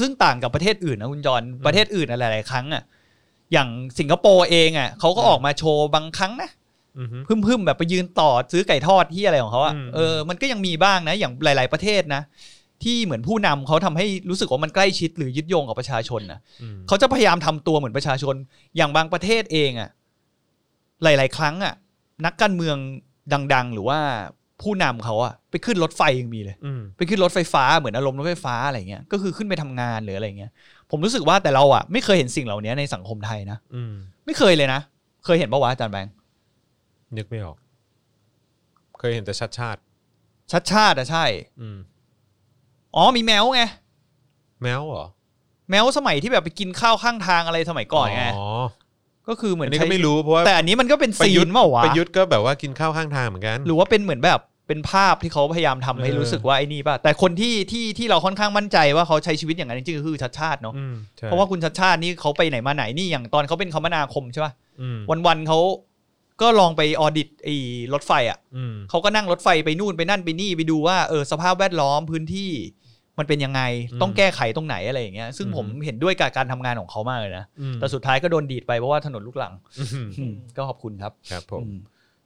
C: ซึ่งต่างกับประเทศอื่นนะคุณจรประเทศอื่นอะหลายๆครั้งอ่ะอย่างสิงคโปร์เองอ่ะเขาก็
B: อืม
C: ออกมาโชว์บางครั้งนะ
B: อืม
C: พึ่มๆแบบไปยืนต่อซื้อไก่ทอดที่อะไรของเขาอ่ะ
B: อืม
C: เออมันก็ยังมีบ้างนะอย่างหลาย ๆประเทศนะ ที่เหมือนผู้นำเขาทำให้รู้สึกว่ามันใกล้ชิดหรือยึดโยงกับประชาชนนะ
B: อืม
C: เขาจะพยายามทำตัวเหมือนประชาชนอย่างบางประเทศเองอะหลาย ๆ ครั้งอะนักการเมืองดัง ๆ หรือว่าผู้นำเขาอะไปขึ้นรถไฟยังมีเลย
B: อืม
C: ไปขึ้นรถไฟฟ้าเหมือนอารมณ์รถไฟฟ้าอะไรเงี้ยก็คือขึ้นไปทำงานหรืออะไรเงี้ยผมรู้สึกว่าแต่เราอะไม่เคยเห็นสิ่งเหล่านี้ในสังคมไทยนะ
B: อืม
C: ไม่เคยเลยนะ เคยเห็นปะวะอาจารย์แบงค์
B: นึกไม่ออก เคยเห็นแต่ชาติชาติ
C: ชัดชาติอะใช่
B: อืม
C: อ๋อมีแมวไง
B: แมวเหรอ
C: แม้ว่าสมัยที่แบบไปกินข้าวข้างทางอะไรสมัยก่อนไง
B: อ๋อ
C: ก็คือเหมือ
B: อัน
C: น
B: นี้
C: ใช้
B: ก็ไม่รู้เพราะว่า
C: แต่อันนี้มันก็เป็น
B: ประ
C: ซี
B: ยุท
C: น
B: ธ์
C: เปล่าวะ
B: ประยุทธ์ก็แบบว่ากินข้าวข้างทางเหมือนกัน
C: หรือว่าเป็นเหมือนแบบเป็นภาพที่เขาพยายามทำให้
B: เออ
C: รู้สึกว่าไอ้นี่ป่ะ แต่คนที่ที่ที่เราค่อนข้างมั่นใจว่าเขาใช้ชีวิตอย่างนั้นจริงๆก็คือชัดชาติเนาะ
B: อืมใช่
C: เพราะว่าคุณชัดชาตินี่เขาไปไหนมาไหนนี่อย่างตอนเขาเป็นคมนาคมใช่ป่ะ
B: อืม
C: วันๆเขาก็ลองไปออดิตไอ้รถไฟอ่ะ
B: อืม
C: เขาก็นั่งรถไฟไปนู่นไปนั่นไปนี่ไปดูว่าเออสภาพแวดล้อมพื้นที่ มันเป็นยังไงต้องแก้ไขตรงไหนอะไรอย่างเงี้ยซึ่งผมเห็นด้วยกับการทำงานของเขามากเลยนะ
B: อืม
C: แต่สุดท้ายก็โดนดีดไปเพราะว่าถนนลูกหลัง
B: อืม
C: ก็ขอบคุณครับ
B: ครับผม
C: อืม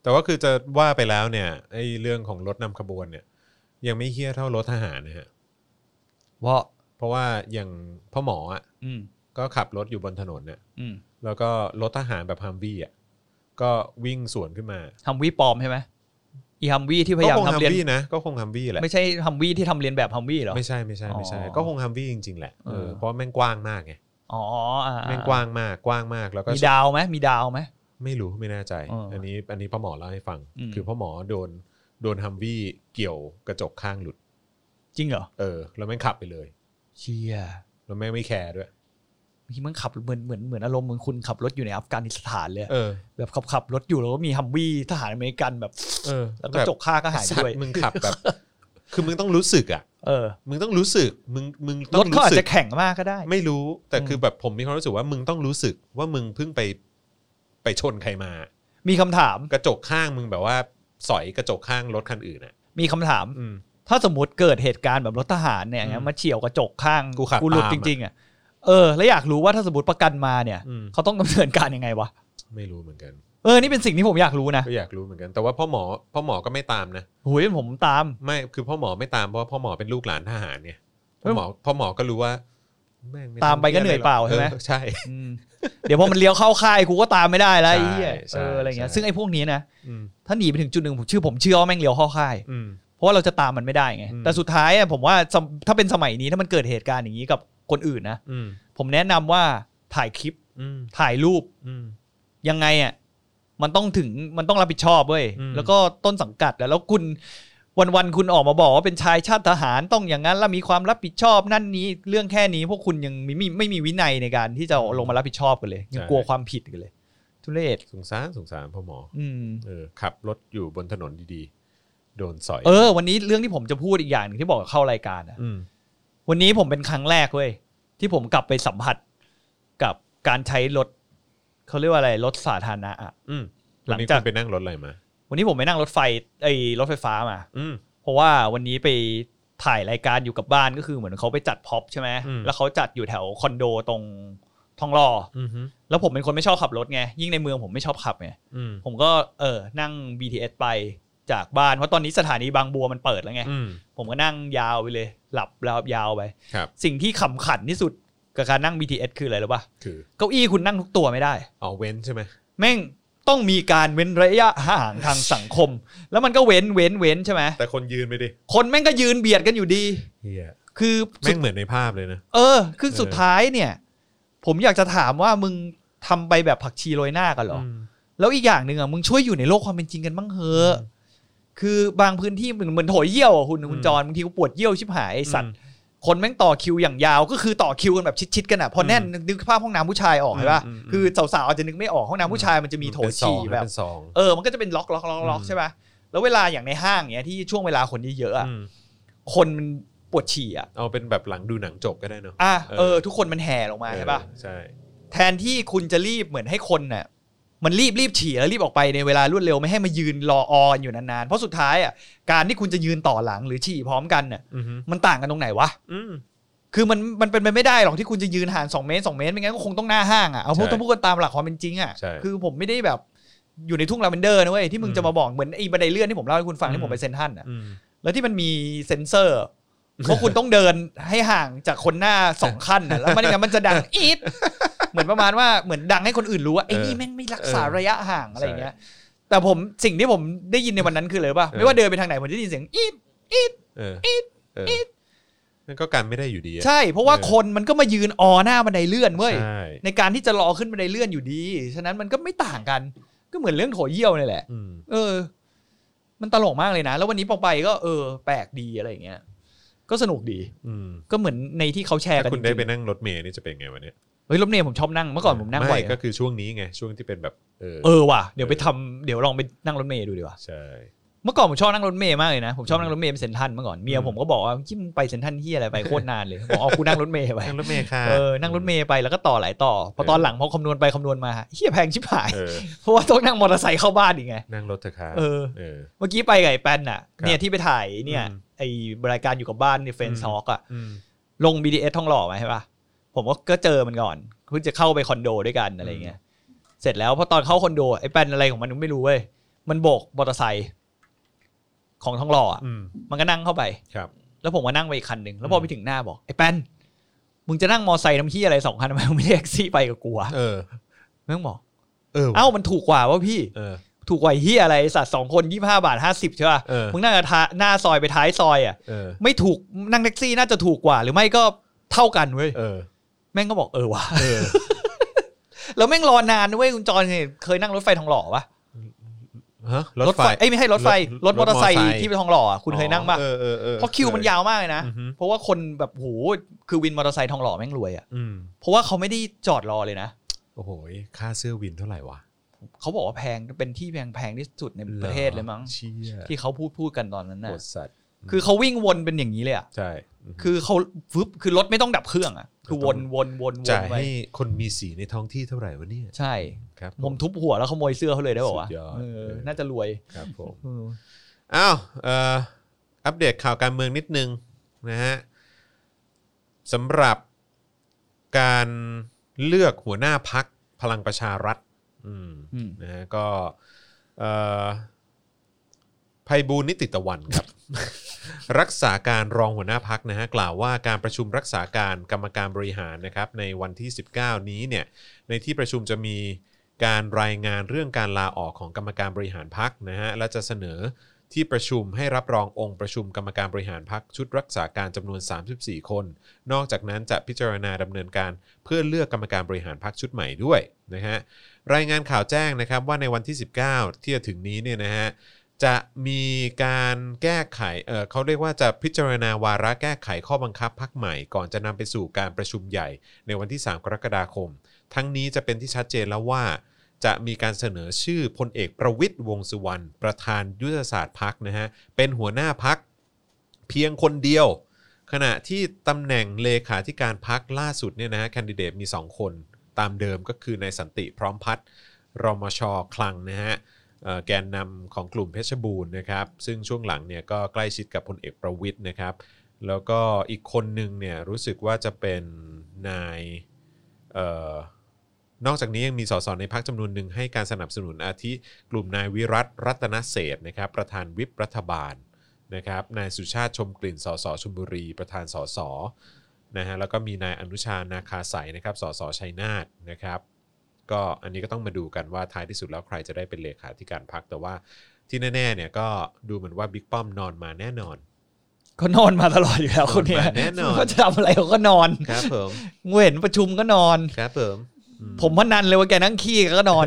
B: แต่ว่าคือจะว่าไปแล้วเนี่ยไอ้เรื่องของรถนำขบวนเนี่ย ยังไม่เฮี้ยเท่ารถทหารนะฮะ
C: เพราะ
B: เพราะว่าอย่างพ่อหมออ่ะ
C: อืม
B: ก็ขับรถอยู่บนถนนเนี่ย
C: อืม
B: แล้วก็รถทหารแบบฮัมวี่อ่ะก็วิ่งสวนขึ้นมา
C: ฮัมวีปลอมใช่ไหมอีฮัมวีที่พยา
B: ก็
C: ยาม
B: คงฮัม
C: ทำเรียน
B: วี่นะก็คงฮัมวี่แหละ
C: ไม่ใช่ฮัมวีที่ทำเรียนแบบฮัมวีเหรอ
B: ไม่ใช่ไม่ใช่ไม่ใช่
C: อ๋อ
B: ก็คงฮัมวี่จริงๆแหละเออ
C: เออ
B: เพราะแม่งกว้างมากไง
C: อ๋ออ่า
B: แม่งกว้างมากกว้างมากแล้วก็
C: มีดาวไหมมีดาวไหม
B: ไม่รู้ไม่แน่ใจ
C: เอออั
B: อันนี้อันนี้พ่อหมอเล่าให้ฟัง
C: อืม
B: คือพ่อหมอโดนโดนฮัมวี่เกี่ยวกระจกข้างหลุด
C: จริงเหรอ
B: เออ แล้วแม่งขับไปเลย
C: เชีย
B: แล้วแม่งไม่แคร์ด้วย
C: เมื่อกี้มันขับเหมือนเหมือนเหมือนอารมณ์เหมือนคุณขับรถอยู่ในอัฟกานิสถานเลยอะ
B: เออ
C: แบบขับขับรถอยู่แล้วก็มีฮัมวีทหารอเมริกันแบบ
B: เออ
C: แล้วก็จกข้างก็หาย
B: สั
C: ด้วย
B: มึงขับแบบ *laughs* คือมึงต้องรู้สึกอ่ะ
C: เออ
B: มึงต้องรู้สึก มึงมึงต้
C: ร
B: อ
C: ถ
B: ง
C: เขา
B: รู้
C: อาจ
B: สึ
C: จะ
B: ก
C: แข่งมากก็ได้
B: ไม่รู้ แต่
C: อืม
B: คือแบบผมมีความรู้สึกว่ามึงต้องรู้สึกว่ามึงเพิ่งไปไปชนใครมา
C: มีคำถาม
B: กระจกข้างมึงแบบว่า สอยกระจกข้างรถคันอื่นอ่ะ
C: มีคำถาม
B: อืม
C: ถ้าสมมติเกิดเหตุการณ์แบบรถทหารเนี่ย
B: อืม
C: มาเฉี่ยวกระจกข้าง
B: กูขับ
C: หลุด
B: ตาม
C: จ
B: อะ
C: ริงๆอ่ะเออแล้วอยากรู้ว่าถ้าสมมติประกันมาเนี่ย
B: อืม
C: เขาต้องดำเนินการยังไงวะ
B: ไม่รู้เหมือนกัน
C: เออนี่เป็นสิ่งที่ผมอยากรู้นะ
B: ก็อยากรู้เหมือนกัน แต่ว่าพ่อหมอพ่อหมอก็ไม่ตามนะ
C: หุยผมตาม
B: ไม่ คือพ่อหมอไม่ตามเพราะว่าพ่อหมอเป็นลูกหลานทหารเนี่ยพ่
C: เอ้
B: อย หมอพ่อหมอก็รู้ว่าแง
C: ตามไปก็เหนื่อยเปล่าใช่ไหม
B: ออใช่
C: อืมเดี๋ยวพอมันเลี้ยวเข้าค่ายกูก็ตามไม่ได้แล้วไอ้เหี้ย
B: ใช่
C: เอออะไรเงี้ย
B: ใช่
C: ซึ่งไอ้พวกนี้นะ
B: อืม
C: ถ้าหนีไปถึงจุดหนึ่งผมเชื่อผมเชื่อว่าแม่งเลี้ยวเข้าค่าย
B: อืม
C: เพราะว่าเราจะตามมันไม่ได้ไง
B: อืม
C: แต่สุดท้ายอะผมว่าสมถ้าเป็นสมัยนี้ถ้ามันเกิดเหตุการณ์อย่างนี้กับคนอื่นนะ
B: อืม
C: ผมแนะนำว่าถ่ายคลิป
B: อืม
C: ถ่ายรูป
B: อืม
C: ยังไงอ่ะมันต้องถึงมันต้องรับผิดชอบเว้ย
B: อืม
C: แล้วก็ต้นสังกัดอะแล้วคุณวันวันๆคุณออกมาบอกว่าเป็นชายชาติทหารต้องอย่างนั้นแล้วมีความรับผิดชอบนั่นนี้เรื่องแค่นี้พวกคุณยังมีไม่ไม่มีวินัยในการที่จะลงมารับผิดชอบกันเลยยังกลัวความผิดกันเลย ทุเรศ
B: สงสารสงสารพ่อหมอ
C: อืม
B: เออขับรถอยู่บนถนนดีๆ โดนสอย
C: เออ วันนี้เรื่องที่ผมจะพูดอีกอย่างหนึ่งที่บอกกับเข้ารายการอะ
B: ม
C: วันนี้ผมเป็นครั้งแรกเว้ยที่ผมกลับไปสัมผัสกับการใช้รถเขาเรียกว่าอะไรรถสาธารณะอะ
B: อืม
C: หลัง
B: วันนี้
C: จาก
B: คุณไปนั่งรถอะไรมา
C: วันนี้ผมไปนั่งรถไฟไอ้รถไฟฟ้ามา
B: อืม
C: เพราะว่าวันนี้ไปถ่ายรายการอยู่กับบ้านก็คือเหมือนเขาไปจัดพ็อปใช่ไหม
B: อืม
C: แล้วเขาจัดอยู่แถวคอนโดตรงทองหล่อ
B: อืมฮึ
C: แล้วผมเป็นคนไม่ชอบขับรถไงยิ่งในเมืองผมไม่ชอบขับไง
B: อืม
C: ผมก็เออนั่ง BTS ไปจากบ้านเพราะตอนนี้สถานีบางบัวมันเปิดแล้วไง
B: อืม
C: ผมก็นั่งยาวไปเลย หลับแล้วยาวไป
B: ครับ
C: สิ่งที่ขำขันที่สุดกับการนั่ง BTS คืออะไรรู้ป่ะ
B: คือ
C: เก้าอี้คุณนั่งทุกตัวไม่ได้
B: อ๋อเว้นใช่ไหม
C: แม่งต้องมีการเว้นระยะห่างทางสังคม แล้วมันก็เว้นเว้นเว้นใช่ไหม
B: แต่คนยืนไปดิ
C: คนแม่งก็ยืนเบียดกันอยู่ดี
B: เฮีย
C: คือ
B: แม่งเหมือนในภาพเลยนะ
C: เออ คือสุดท้ายเนี่ย ผมอยากจะถามว่ามึงทำไปแบบผักชีโรยหน้ากันเหรอ แล้วอีกอย่างหนึ่งอ่ะมึงช่วยอยู่ในโลกความเป็นจริงกันบ้างเถอะ คือบางพื้นที่เหมือนเหมือนโถเยี่ยวอ่ะคุณคุ
B: อื
C: ณ
B: ม
C: จรบางทีกูปวดเยี่ยวชิบหายไอสัตว์
B: อืม
C: คนแม่งต่อคิวอย่างยาว ก็คือต่อคิวกันแบบชิดๆกันอ่ะพอแน่นนึกภาพห้องน้ำผู้ชายออกใช่ป่ะ
B: อืมอืม
C: คือสาวๆอาจจะนึกไม่ออกห้องน้ำผู้ชายมันจะมีโถ
B: เป็นสอ
C: ฉี่
B: งนะ
C: แบบ
B: เป็นสอง
C: เออมันก็จะเป็นล็อกล็อกล็อกล็อกใช่ป่ะแล้วเวลาอย่างในห้างเนี้ยที่ช่วงเวลาคนเยอะๆอ่ะ
B: อืม
C: คนมันปวดฉี่อ่ะ
B: เอาเป็นแบบหลังดูหนังจบก็ได้เนาะ
C: อ่ะ
B: เออ
C: เออ ทุกคนมันแห่ลงมาใช่ป่ะ
B: เออใช่
C: แทนที่คุณจะรีบเหมือนให้คนน่ะมันรีบรีบฉี่แล้วรีบออกไปในเวลารวดเร็วไม่ให้มายืนรอออนอยู่นานๆ เพราะสุดท้ายอ่ะการที่คุณจะยืนต่อหลังหรือฉี่พร้อมกันน่ะ
B: อืมฮึ
C: มันต่างกันตรงไหนวะ
B: อืม
C: คือมันมันเป็นไปไม่ได้หรอกที่คุณจะยืนห่าง2เมตร2เมตรไม่งั้นก็คงต้องหน้าห้างอ่ะเอาพูด
B: ใช่
C: ต้องพูดกันตามหลักความเป็นจริงอ่ะ
B: ใช่
C: คือผมไม่ได้แบบอยู่ในทุ่งลาเวนเดอร์นะเว้ยที่มึง
B: อืม
C: จะมาบอกเหมือนไอ้บันไดเลื่อนที่ผมเล่าให้คุณฟังที่ผม
B: อืม
C: ไปเซนทรันอ่ะ
B: อืม
C: *laughs* แล้วที่มันมีเซ็นเซอร์ เพราะคุณต้องเดินให้ห่างจากคนหน้าสองขั้นน่ะแล้วไมันอย่างนั้นมันจะ *laughs* ดังอีดเหมือนประมาณว่าเหมือนดังให้คนอื่นรู้ว่าไอ้นี่แม่งไม่รักษาระยะห่างอะไรอย่างเงี้ย แต่ผมสิ่งที่ผมได้ยินในวันนั้นคือเลยป่ะไม่ว่าเดินไปทางไหนผมจะได้ยินเสียงอีด
B: เออเออนั่นก็การไม่ได้อยู่ดีอะ
C: ใช่ เพราะว่าคนมันก็มายืนออหน้าบันไดเลื่อนเว้ย
B: ใช่
C: ในการที่จะรอขึ้นบันไดเลื่อนอยู่ดี ฉะนั้นมันก็ไม่ต่างกัน ก็เหมือนเรื่องโถเยี่ยวนี่แหละ
B: อืม
C: เออ มันตลกมากเลยนะ แล้ววันนี้พอไปก็เออ แปลกดีอะไรอย่างเงี้ย ก็สนุกดี
B: อืม
C: ก็เหมือนในที่เขาแชร์กั
B: ถ้าน คุณได้
C: จริงๆ
B: ไปนั่งรถเมล์นี่จะเป็นไงวะเนี่ย
C: เฮ้ยรถเมล์ผมชอบนั่งเมื่อก่อนผมนั่งบ่อย
B: ไก็คือช่วงนี้ไงช่วงที่เป็นแบบเออ
C: เออว่ะเดี๋ยวไปทำเดี๋ยวลองไปนั่งรถเมล์ดูดีกว่า
B: ใช่
C: เมื่อก่อนผมชอบนั่งรถเมล์มากเลยนะผมชอบนั่งรถเมล์ไปเซนทรันเมื่อก่อนเมียผมก็บอกว่าที่มึงไปเซนทรันที่อะไรไปโคตรนานเลยบอกเอากูนั่งรถเมล์ไป
B: นั่งรถเมล์ค่ะ
C: เออ นั่งรถเมย์ไปแล้วก็ต่อหลายต่อ พอ
B: เออ
C: ตอนหลังพอคำนวณไปคำนวณมาเฮียแพงชิบหาย
B: เออ
C: เพราะว่าต้องนั่งมอเตอร์ไซค์เข้าบ้านอีกไง
B: นั่งรถเถอะค่ะ
C: เออ
B: เออ
C: เมื่อกี้ไปกับไอ้แปนน่ะ
B: ครับ
C: เนี่ยที่ไปถ่ายเนี่ย
B: อืม
C: ไอ้รายการอยู่กับบ้านในเฟน
B: อืม
C: ซอกอ่ะ
B: อืม
C: ลง BDS ทองหล่อไหมใช่ปะผมก็ก็เจอมันก่อนเพิ่งจะเข้าไปคอนโดด้วยกันอะไรเงี้ย เสร็จแล้วพอตอนเข้าคอนโดไอ้แปนอะไรของมันไม่รู้เว้ย มันโบกมอเตอร์ไซค์ของทองหล่ออะ
B: อืม
C: มันก็นั่งเข้าไป
B: ครับ
C: แล้วผมก็นั่งไปอีกคันหนึ่งแล้วพ
B: อื
C: อ
B: ม
C: ไปถึงหน้าบอกไอ้แปนมึงจะนั่งมอไซค์ทำที่อะไรสองคันทำไมมึงไม่เรียกแท็กซี่ไปกับกูวะ
B: เออ
C: แม่งบอก
B: เออ
C: เอ้า มันถูกกว่าวะพี่
B: เออ
C: ถูกกว่าเฮียอะไรสัตว์สองคนยี่ห้าบาทห้าสิบใช่ป่ะ
B: เออ
C: มึงน่าจะทาหน้าซอยไปท้ายซอยอ่ะ
B: เออ
C: ไม่ถูก นั่งแท็กซี่น่าจะถูกกว่า หรือไม่ก็เท่ากันเว้ย
B: เออ
C: แม่งก็บอกเออว่ะ
B: เออ
C: แล้วแม่งรอนานด้วยคุณจอนเคยนั่งรถไฟทองหล่อปะ
B: ฮะ
C: เอ้ยไม่ให้รถไฟ รถมอเตอร์ไซค์ที่ไปทองหล่ออะคุณเคยนั่งปะ
B: เออเออเออ
C: เพราะคิวมันยาวมากเลยนะ
B: อือฮึ
C: เพราะว่าคนแบบโหคือวินมอเตอร์ไซค์ทองหล่อแม่งรวยอ่ะ
B: อืม
C: เพราะว่าเขาไม่ได้จอดรอเลยนะ
B: โอ้โหค่าเสื้อวินเท่าไหร่วะ
C: เขาบอกว่าแพง เป็นที่แพงแพงที่สุดในประเทศเลยมั้ง
B: เชี่ย
C: ที่เขาพูดพูดกันตอนนั้น
B: ป
C: น่ะ
B: วดสัตว์
C: คือเขาวิ่งวนเป็นอย่างนี้เลยอ่ะ
B: ใช่
C: คือเขาฟึบคือรถไม่ต้องดับเครื่องอ่ะ คือวนวนวนว
B: จ่าน ย
C: ไป
B: ให้คนมีสีในท้องที่เท่าไหร่วะเนี่ย
C: ใช่
B: ครับ
C: ผมทุบหัวแล้วขโมยเสื้อเขาเลยได้บอกว่า
B: สุดยอด
C: เออ
B: เออ
C: น่าจะรวย
B: ครับผม
C: เออ
B: อ้าวเอ่ออัปเดตข่าวการเมืองนิดนึงนะฮะสำหรับการเลือกหัวหน้าพักพลังประชารัฐ อืม
C: อืม
B: นะฮะก็เอ่อภัยบูลย์นิติตะวันครับ *laughs* รักษาการรองหัวหน้าพักนะฮะกล่าวว่าการประชุมรักษาการกรรมการบริหารนะครับในวันที่ 19 นี้เนี่ยในที่ประชุมจะมีการรายงานเรื่องการลาออกของกรรมการบริหารพักนะฮะและจะเสนอที่ประชุมให้รับรององค์ประชุมกรรมการบริหารพักชุดรักษาการจำนวน 34 คน นอกจากนั้นจะพิจารณาดำเนินการเพื่อเลือกกรรมการบริหารพักชุดใหม่ด้วยนะฮะ รายงานข่าวแจ้งนะครับว่าในวันที่ 19 ที่จะถึงนี้เนี่ยนะฮะจะมีการแก้ไขเอ่อเขาเรียกว่าจะพิจารณาวาระแก้ไขข้อบังคับพักใหม่ ก่อนจะนำไปสู่การประชุมใหญ่ในวันที่ 3 กรกฎาคม ทั้งนี้จะเป็นที่ชัดเจนแล้วว่า จะมีการเสนอชื่อพลเอกประวิทย์วงษ์สุวรรณประธานยุทธศาสตร์พักนะฮะเป็นหัวหน้าพักเพียงคนเดียว ขณะที่ตำแหน่งเลขาธิการพักล่าสุดเนี่ยนะฮะแคนดิเดตมี 2 คนตามเดิมก็คือนายสันติพร้อมพัฒน์รมชคลังนะฮะเอ่อแกนนำของกลุ่มเพชรบูรณ์นะครับซึ่งช่วงหลังเนี่ยก็ใกล้ชิดกับพลเอกประวิทย์นะครับแล้วก็อีกคนหนึ่งเนี่ยรู้สึกว่าจะเป็นนายเอ่อนอกจากนี้ยังมีสสในพักจำนวนหนึ่งให้การสนับสนุนอาทิกลุ่มนายวิรัตรัตนเศรษฐ์นะครับประธานวิปรัฐบาล นะครับนายสุชาติชมกลิ่นสสชลบุรี ประธานสสนะฮะแล้วก็มีนายอนุชานาคาใสนะครับสสชัยนาทนะครับ ก็อันนี้ก็ต้องมาดูกันว่าท้ายที่สุดแล้วใครจะได้เป็นเลขาธิการพักแต่ว่าที่แน่ๆเนี่ยก็ดูเหมือนว่าบิ๊กป้อมนอนมาแน่นอน
C: เขานอนมาตลอด
B: *laughs*
C: อยู่แล้วคนเนี้
B: น
C: ย
B: อนมาแน่นอน
C: เขาจะทำอะไรเขาก็น
B: *laughs*
C: อน
B: ครับผม
C: เว้นประชุมก็นอน
B: ครับผมอื
C: ผมพนันเลยว่าแกนั่งขี้ก็
B: *laughs*
C: นอน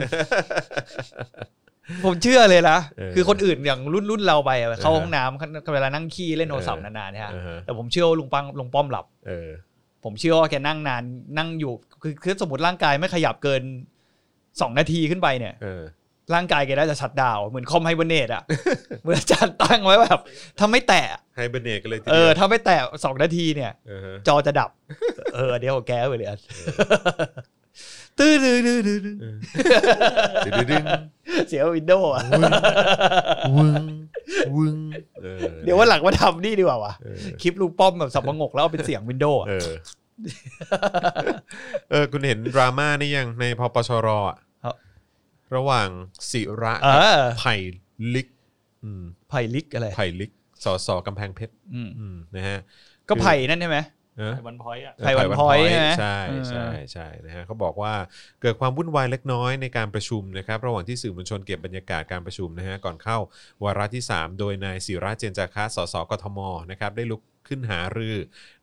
C: ผมเชื่อเลยนะ
B: เออ
C: คือคนอื่นอย่างรุ่นรุ่นเราไปอะเข้า
B: เออ
C: ห้องน้ำเวลานั่งขี้เล่นโทรศัพท์นานๆเนี่ยฮะ
B: เออฮะ
C: แต่ผมเชื่อว่าลุงปังลุงป้อมหลับ
B: เออ
C: ผมเชื่อว่าแกนั่งนานนั่งอยู่คือคือสมมติร่างกายไม่ขยับเกินสองนาทีขึ้นไปเนี่ย
B: เออ
C: ร่างกายแกน่าจะชัดดาวน์เหมือนคอมไฮเบอร์เน
B: *laughs*
C: ตอะ เหมือนอาจารย์ตั้งไว้แบบถ้าไม่แตะ
B: ไฮเบอร์เนตกันเลยที
C: เอ
B: เดี
C: อ
B: ว
C: ถ้าไม่แตะสองนาทีเนี่ย
B: เออฮะ
C: จอจะดับ เออเดี๋ยวของแกไปเลยอันตื้อดื้อดื้อดื้อดื้อ
B: เออดึงดึง
C: *laughs* เสียวินโดว์อะ
B: วึงวึงออ
C: เดี๋ยวว่าหลังมาทำนี่ดีกว่าวะ
B: เออ
C: คลิปลูกป้อมแบบสับปะงกแล้วเอาเป็นเสียงวินโดว์อะ
B: เออ เออ คุณเห็นดราม่านี่ยังในพปชรอะระหว่างศิระ
C: เอ
B: กับ
C: อ
B: ไผ่ลิกอืม
C: ไผ่ลิกอะไร
B: ไผ่ลิก สสกำแพงเพชร
C: อืม
B: อืมนะฮะ
C: ก็ไผ่นั่นใช่ไหม
B: เอ้อ
D: ไอ้วันพอยต์อ่ะ
C: ไผ่วันพ้อยใช่ไหม
B: ใช่ใช่
C: เออ
B: ใช่นะฮะเขาบอกว่าเกิดความวุ่นวายเล็กน้อยในการประชุมนะครับระหว่างที่สื่อมวลชนเก็บบรรยากาศการประชุมนะฮะก่อนเข้าวาระที่ 3 โดยนายศิระเจนจาคะสสกทมนะครับได้ลุกขึ้นหารือ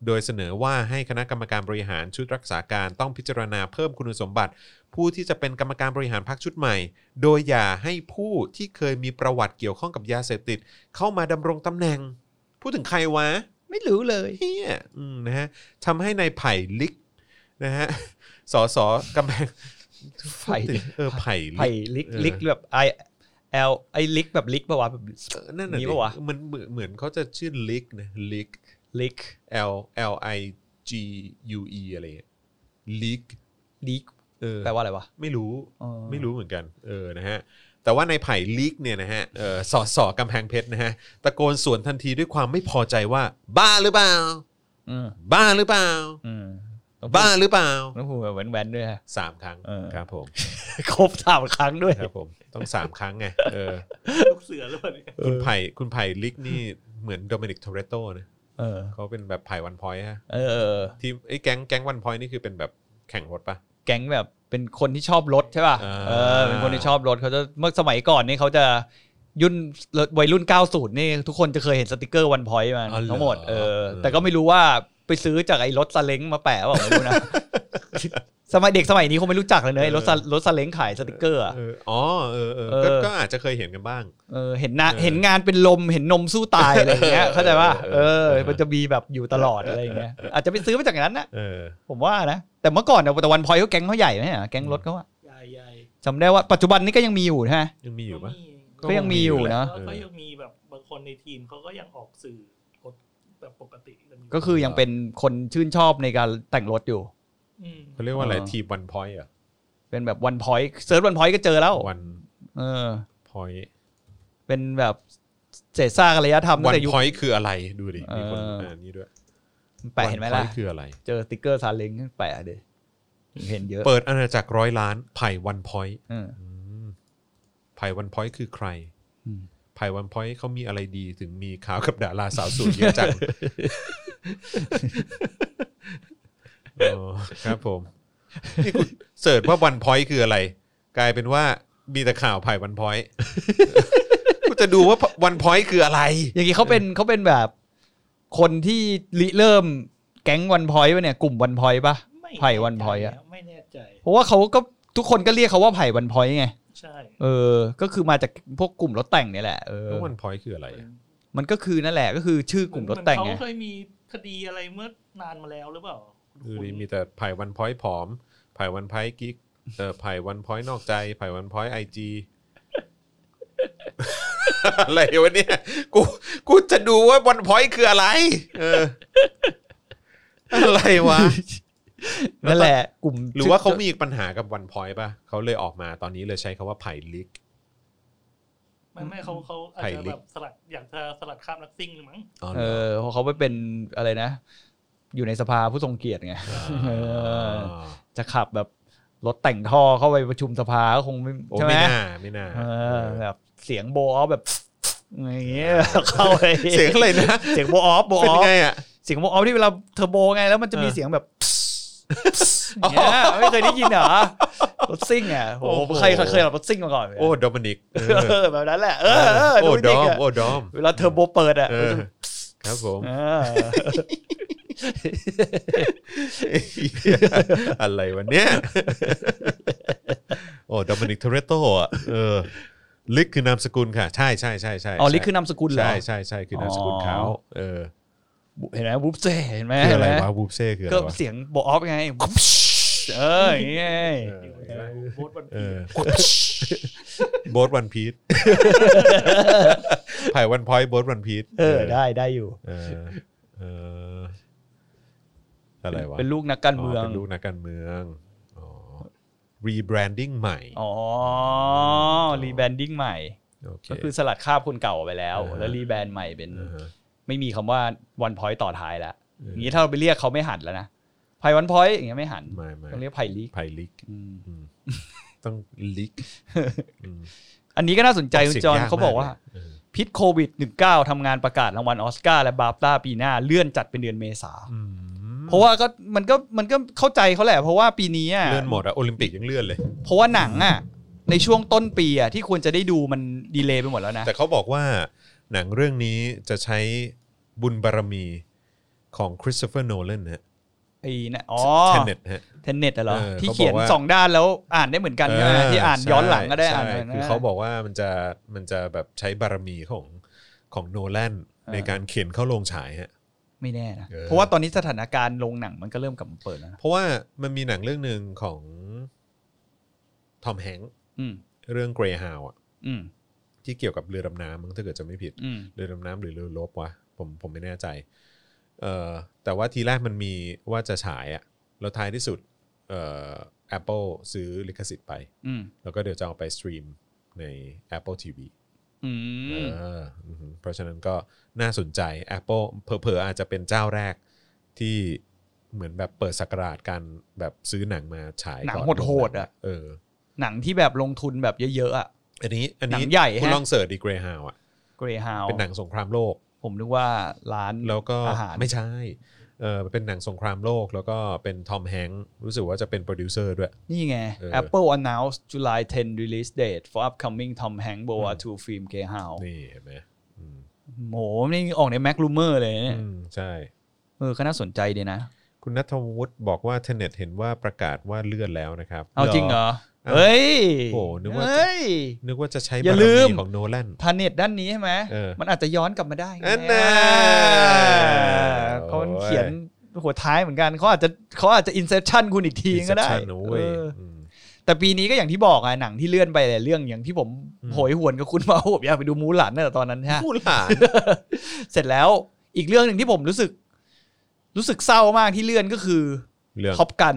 B: โดยเสนอว่าให้คณะกรรมการบริหารชุดรักษาการต้องพิจารณาเพิ่มคุณสมบัติ ผู้ที่จะเป็นกรรมการบริหารพรรคชุดใหม่ โดยอย่าให้ผู้ที่เคยมีประวัติเกี่ยวข้องกับยาเสพติด เข้ามาดำรงตำแหน่ง พูดถึงใครวะ
C: ไม่รู้เลย
B: เฮียอืมนะฮะทำให้ในายไผ่ลิกนะฮ *laughs* ะ สอสอกำแพง
C: ไผ่
B: เออไผ่
C: ไผ่
B: ลิก
C: ลิก
B: เออ
C: ลิกแบบไอเอลไอลิกแบบลิกปะวะแบบ
B: เออนั่นน่ะ
C: มี
B: ดิ
C: ปะวะ
B: มันเหมือนเหมือนเขาจะชื่อลิกนะลิก
C: ลิก
B: L L I G U E อะไรอย่างเงี้ยลิก
C: ลิก
B: เออ
C: แปลว่าอะไรวะ
B: ไม่รู้
C: อ๋อ
B: ไม่รู้เหมือนกันเออนะฮะแต่ว่าในไผ่ลิกเนี่ยนะฮะเออสอสอกำแพงเพชรนะฮะตะโกนสวนทันทีด้วยความไม่พอใจว่า บ้าหรือเปล่า
C: อืม
B: บ้าหรือเปล่า
C: อืมต้อง
B: บ้าหรือเปล่า
C: ต้องพูดแบบแว้นๆด้วยฮะ
B: สามครั้ง
C: เออ
B: ครับผม
C: ครบสามครั้งด้วย
B: ครับผมต้องสามครั้งไงเออ
D: ลูกเสือหรือเปล่าเนี่ย
B: คุณไผ่คุณไผ่ลิกนี่เหมือนโดมินิกโทเรโตนะ
C: เออ
B: เขาเป็นแบบไผ่วันพอยต์ฮะ
C: เออ
B: ทีมไอ้แก๊งแก๊งวันพอยต์นี่คือเป็นแบบแข่งรถปะ
C: แก๊งแบบเป็นคนที่ชอบรถใช่ป่ะ
B: อ่า
C: เออเป็นคนที่ชอบรถเขาจะเมื่อสมัยก่อนนี่เขาจะยุ่นวัยรุ่น 90 นี่ทุกคนจะเคยเห็นสติกเกอร์วันพอยต์มา
B: อ๋อเหรอ
C: ทั้งหมดเออ
B: เออ
C: แต่ก็ไม่รู้ว่าไปซื้อจากไอ้รถซาเล้งมาแปะเปล่าไม่ *laughs* รู้นะ สมัยเด็กสมัยนี้คงไม่รู้จักเลยเนอะไอ้รถซารถซาเล้งขายสติกเกอร์อะ
B: เอออ๋อเออเออก็
C: เออ
B: ก็อาจจะเคยเห็นกันบ้าง
C: เออเห็นหน้า
B: เออ
C: เห็นงานเป็นลมเห็นนมสู้ตายอะไรอย่างเงี้ยเข้าใจป่ะ
B: เอ
C: เอ
B: อ
C: อ
B: เออ
C: มันจะมีแบบอยู่ตลอดอะไรอย่างเงี้ยอาจจะไปซื้อมาจากนั้นนะ
B: เออ
C: ผมว่านะแต่เมื่อก่อนเนี่ยแต่วันพอยต์เขาแก๊งเขาใหญ่ไหมอะแก๊งรถเขาอะ
D: ใหญ่ใหญ่
C: จำได้ว่าปัจจุบันนี้ก็ยังมีอยู่ใช่ไหม
B: ยังมีอยู่ปะ
C: ก็ยังมีอยู่นะ
D: ก็ก็ยังมีแบบบางคนในทีมเขาก็ยังออกสื่อรถแบบปกติกันอยู่
C: ก็คือยังเป็นคนชื่นชอบในการแต่งรถอยู่
D: ม
B: เขาเรียกว่าอะไร
C: เออ
B: ทีมวันพอยต์เหรอ่ะ
C: เป็นแบบวันพอยต์เซิร์ชวันพอยต์ก็เจอแล้ว
B: วัน
C: เออ
B: พอยต์
C: เป็นแบบเศษซากอารยธรรมตั้
B: วัน
C: งแต่ยุค
B: พอยต์คืออะไรดูดิมีคน
C: เอออ่
B: อ่านนี่ด้วย
C: แปะเห็นไหมล่ะ
B: วันพอยต์คืออะไร
C: เจอสติกเกอร์ซาเล้งแปะเดยเห็นเยอะ
B: เปิดอาณาจักรร้อยล้านไผ่วันพอยต์
C: เออ
B: อืมไผ่วันพอยต์คือใคร
C: อืม
B: ไผ่วันพอยต์เขามีอะไรดีถึงมีข่าวกับดาราสาวสวยเยอะจัง อ๋อครับผมนี่คุณเสิร์ชว่าวันพอยต์คืออะไร กลายเป็นว่ามีแต่ข่าวไผ่วันพอยต์ กูจะดูว่าวันพอยต์คืออะไร
C: อย่างนี้เขาเป็นเขาเป็นแบบ คนที่ริเริ่มแก๊งวันพอยต์ปะเนี่ยกลุ่มวันพอยต์ปะ
D: ม่
C: ไผ่วันพอยต์อะ
D: ไม่แน่ใจ
C: เพราะว่าเขาก็ทุกคนก็เรียกเขาว่าไผ่วันพอยต์ไง
D: ใช่
C: เออ ก็คือมาจากพวกกลุ่มรถแต่งเนี่ยแหละเออ
B: แล้ววันพอยต์คืออะไรอะ
C: มันก็คือนั่นแหละก็คือชื่อกลุ่มรถแต่ง
D: เห
C: ไง
D: อนเขาเคยมีคดีอะไรเมื่อนานมาแล้วหรือเปล่า
B: ดูดิมีแต่ไผ่วันพอยต์ผอม ไผ่วันพอยต์กิ๊กเออไผ่วันพอยต์นอกใจ ไผ่วันพอยต์ไอจี อะไรวะเนี่ย กู กูจะดูว่าวันพอยต์คืออะไร เออ อะไรวะ
C: นั่นแหละกลุ่ม
B: หรือว่าเขามีปัญหากับวันพอยต์ป่ะเขาเลยออกมาตอนนี้เลยใช้คำว่าไผ่ลิก
D: ไม่ไม่เขาเขาอาจ
B: ไผ่
D: จะ
B: ลิ
D: แบ
B: ก
D: บสลัดอยากจะสลัดข้ามนักซิ่งหรือมั้ง
B: อ๋อหร
C: เออเพราะเขาไปเป็นอะไรนะ อยู่ในสภาผู้ทรงเกียรติไงเออจะขับแบบรถแต่งท่อเข้าไปประชุมสภาก็คงไม่
B: โอ้
C: ใช่ไหม
B: ไม่น่าไม่น่า
C: เอ
B: เอ
C: อ
B: อ
C: แบบเสียงโบออฟแบบ อย่างเงี้ยเข้าไป
B: เสียงอะไรนะ
C: เสียงโบออ *laughs* ฟโบอ
B: เป็น
C: อฟ
B: ไงอ่ะ
C: เสียงโบออฟที่เวลาเทอร์โบไงแล้วมันจะมี
B: เออ
C: เสียง
B: *laughs*
C: แบบอย่างเงี้ยไม่เคยได้ยินเหรอรถซิ่งอ่ะโอ้
B: โอ้
C: โห
B: โห
C: เคยเคยขับรถซิ่งมาก่อนไหม
B: โอ้โดมินิกเออ
C: เออแบบนั้นแหละเออเออ
B: โอ้
C: ดู
B: ด
C: ดิ
B: อม
C: เนี่ย
B: โอ้ดอม
C: เวลาเทอร์โบเปิดอ่ะ
B: เออครับผม
C: เออ
B: อะไรวันเนี้ยโอ้ดอมินิกเทเรโตอ่ะเออลิกคือนามสกุลค่ะ ใช่ใช่ใช่ใช่
C: อ๋อลิคือนามสกุลเหรอ
B: ใช่ใช่ใช่คือนามสกุลเขา
C: อ๋อ
B: เออ
C: เห็นไหมบุ๊บเซ่เห็นไหม
B: คืออะไร
C: เห็นหม
B: วะบูบเซ่คืออะไร
C: ก็
B: วะ
C: เสียงโบออฟไง เอออย่างเงี้ย
B: เออ
D: อยู่ในโบสถ์วัน
B: เอ
D: พี
B: อโบทวัน
C: *laughs*
B: พีทไผ่วันพอยโบทวันพีท
C: เออได้ได้อยู่
B: เออเอออะไรวะ
C: เป็นลูกนักการเมือง
B: เป็นลูกนักการเมืองอ๋อรีแบรนดิ้งใหม่
C: อ๋อรีแบรนดิ้งใหม่
B: โอเค
C: ก็คือสลัดคราบคนเก่าไปแล้ว แล้วรีแบรนด์ใหม่เป็น
B: อ่าฮะ
C: ไม่มีคำว่าวันพอยต์ต่อท้ายแล้ว
B: เอออ
C: อย่างนี้ถ้าเราไปเรียกเขาไม่หันแล้วนะไผ่วันพอยต์อย่างเงี้ยไม่หัน
B: ไม่ไม่
C: ต้องเรียกไผ่ลิก
B: ไผ่ลิก
C: อืม
B: อืม *laughs* ต้องลิกอืม
C: *laughs* อันนี้ก็น่าสนใจคุณ
B: เสียง
C: จอห์น
B: ยม
C: เขาบอกว่า
B: เลยเออ
C: พิษโควิด -19 ทำงานประกาศรางวัลออสการ์และบาฟต้าปีหน้าเลื่อนจัดเป็นเดือนเมษา
B: อืม
C: เพราะว่าก็มันก็มันก็เข้าใจเขาแหละ เพราะว่าปีนี้อะ
B: เลื่อนหมดอะโอลิมปิกยังเลื่อนเลย
C: เพราะว่าหนังอะในช่วงต้นปีอะที่ควรจะได้ดูมันดีเลย์ไปหมดแล้วนะ
B: แต่เขาบอกว่าหนังเรื่องนี้จะใช้บุญบารมีของคริสโตเฟอร์โนแลนฮะ
C: ไอ้นะอ๋อ
B: เทนเน็ตฮะ
C: เทนเน็ตอะเหรอ
B: เออ
C: ที่
B: เขาบอก
C: เขียน
B: ว่า
C: สองด้านแล้วอ่านได้เหมือนกันใช่ไหมที่อ่าน
B: เใช่
C: ย้อนหลังก็ได้
B: ใช่
C: อ่านเหมือนกัน
B: คือ
C: นะ
B: เขาบอกว่ามันจะมันจะแบบใช้บารมีของของโนแลน
C: ออ
B: ในการเขียนเข้าโรงฉายฮะ
C: ไม่แน่นะ
B: เออ
C: เพราะว่าตอนนี้สถานการณ์โรงหนังมันก็เริ่มกลับมาเปิดแล้วนะ
B: เพราะว่ามันมีหนังเรื่องหนึ่งของทอมแฮงค์
C: อืม
B: เรื่องเกรย์ฮาวอะ
C: อืม
B: ที่เกี่ยวกับเรือดำน้ำมั้งถ้าเกิดจะไม่ผิด
C: อืม
B: เรือดำน้ำหรือเรือรบวะผมผมไม่แน่ใจเอ่อแต่ว่าทีแรกมันมีว่าจะฉายอะแล้วท้ายที่สุดเอ่อ Apple ซื้อลิขสิทธิ์ไป
C: อืม
B: แล้วก็เดี๋ยวจะเอาไปสตรีมใน Apple TV
C: อื
B: เอ
C: ม
B: ออือหือเพราะฉะนั้นก็น่าสนใจ Apple เผลอๆอาจจะเป็นเจ้าแรกที่เหมือนแบบเปิดสักราชการแบบซื้อหนังมาฉาย
C: หนัง
B: ก่อ
C: โหดๆอ่ะ
B: เออ
C: หนังที่แบบลงทุนแบบเยอะๆอ่ะ
B: อันนี้อันนี้
C: หนังใหญ่
B: คุณ
C: ฮะ
B: ลองเสิร์ชดีเกรฮาวอ่ะ
C: เกรฮาว
B: เป็นหนังสงครามโลก
C: ผมนึกว่าร้าน
B: แล้วก็
C: อาหาร
B: ไม่ใช่เออเป็นหนังสงครามโลก แล้วก็เป็นทอมแฮงค์รู้สึกว่าจะเป็นโปรดิวเซอร์ด้วย
C: นี่ไง
B: เออ
C: Apple announced July 10 release date for upcoming Tom Hanks World War II film g r e y h o u n d
B: นี่เห็นไหมอืม
C: โหนี่ออกใน Mac Rumor เลยเนี่ย
B: อืมใช่
C: เออก็น่าสนใจดีนะ
B: คุณนัทวุฒิบอกว่าเทเน็ตเห็นว่าประกาศว่าเลื่อนแล้วนะครับ
C: เอาจริงเหรอ เฮ้ย
B: โอ้โหนึกว่าจะ
C: เฮ้ย
B: นึกว่าจะใช้
C: อย่า
B: บาร
C: ลื
B: มี
C: ม
B: ของโนแลน
C: พาเน็ตด้านนี้ใช่ไหม
B: เออ
C: มันอาจจะย้อนกลับมาได้
B: อันน่ะ
C: เขา
B: โอ้ย
C: เขียนหัวท้ายเหมือนกันเขาอาจจะเขาอาจจะอินเซ t ชันคุณอีกทีก็ได้
B: โอ้ย
C: เออ
B: ม
C: แต่ปีนี้ก็อย่างที่บอกอะหนังที่เลื่อนไปหลายเรื่องอย่างที่ผม
B: อืม
C: โหยหวนกับคุณมา *laughs* ผมอยากไปดูมูหลานตั้งแต่ตอนนั้นฮะ
B: ผู้หลาน
C: เสร็จแล้วอีกเรื่องหนึ่งที่ผมรู้สึก รู้สึกเศร้ามากที่เลื่อนก็คือ
B: เรื่อง
C: ท็อปกัน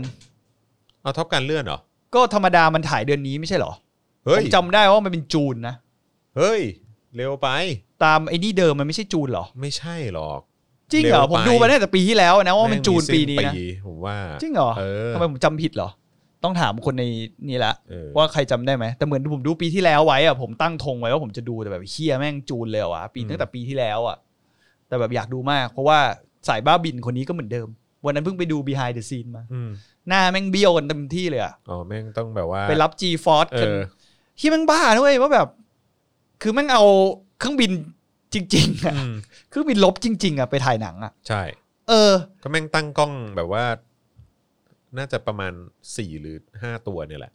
B: เอาท็อปการเลื่อนเหรอ
C: ก็ธรรมดามันถ่ายเดือนนี้ไม่ใช่เหรอ
B: เฮ้
C: ผ
B: ย
C: มจำได้ว่ามันเป็นจูนนะ
B: เฮ้ย เร็วไป
C: ตามไอ้นี่เดิมมันไม่ใช่จูนเหรอ
B: ไม่ใช่หรอก
C: จริงเหรอ
B: เร็วไป
C: ผมดูมาตั้งแต่ปีที่แล้วนะว่ามันจูนปีนี้
B: แม่ง
C: นะ
B: มีสิ้ผมว่า
C: จริงเหรอ
B: เออ
C: ทำไมผมจำผิดเหรอ ต้องถามคนในนี่ละ
B: เออ
C: ว่าใครจำได้ไหมแต่เหมือนผมดูปีที่แล้วไว้อะผมตั้งธงไว้ว่าผมจะดูแต่แบบเฮียแม่งจูนเลยเหรอวะปี
B: อืม
C: ตั้งแต่ปีที่แล้วอะแต่แบบอยากดูมาก เพราะว่าสายบ้าบินคนนี้ก็เหมือนเดิม วันนั้นเพิ่งไปดู behind the scene มา
B: อืม
C: หน้าแม่งเบี้ยวกันเต็มที่เลยอะ
B: อ๋อแม่งต้องแบบว่า
C: ไปรับ G Force
B: เอ
C: กัน
B: อ
C: ที่แม่งบ้าด้วยว่าแบบ คือแม่งเอาเครื่องบินจริง ๆอะ
B: อืม
C: เครื่องบินลบจริง ๆอะไปถ่ายหนังอะ
B: ใช่
C: เออ
B: ก็แม่งตั้งกล้องแบบว่า น่าจะประมาณสี่หรือห้าตัวเนี่ยแหละ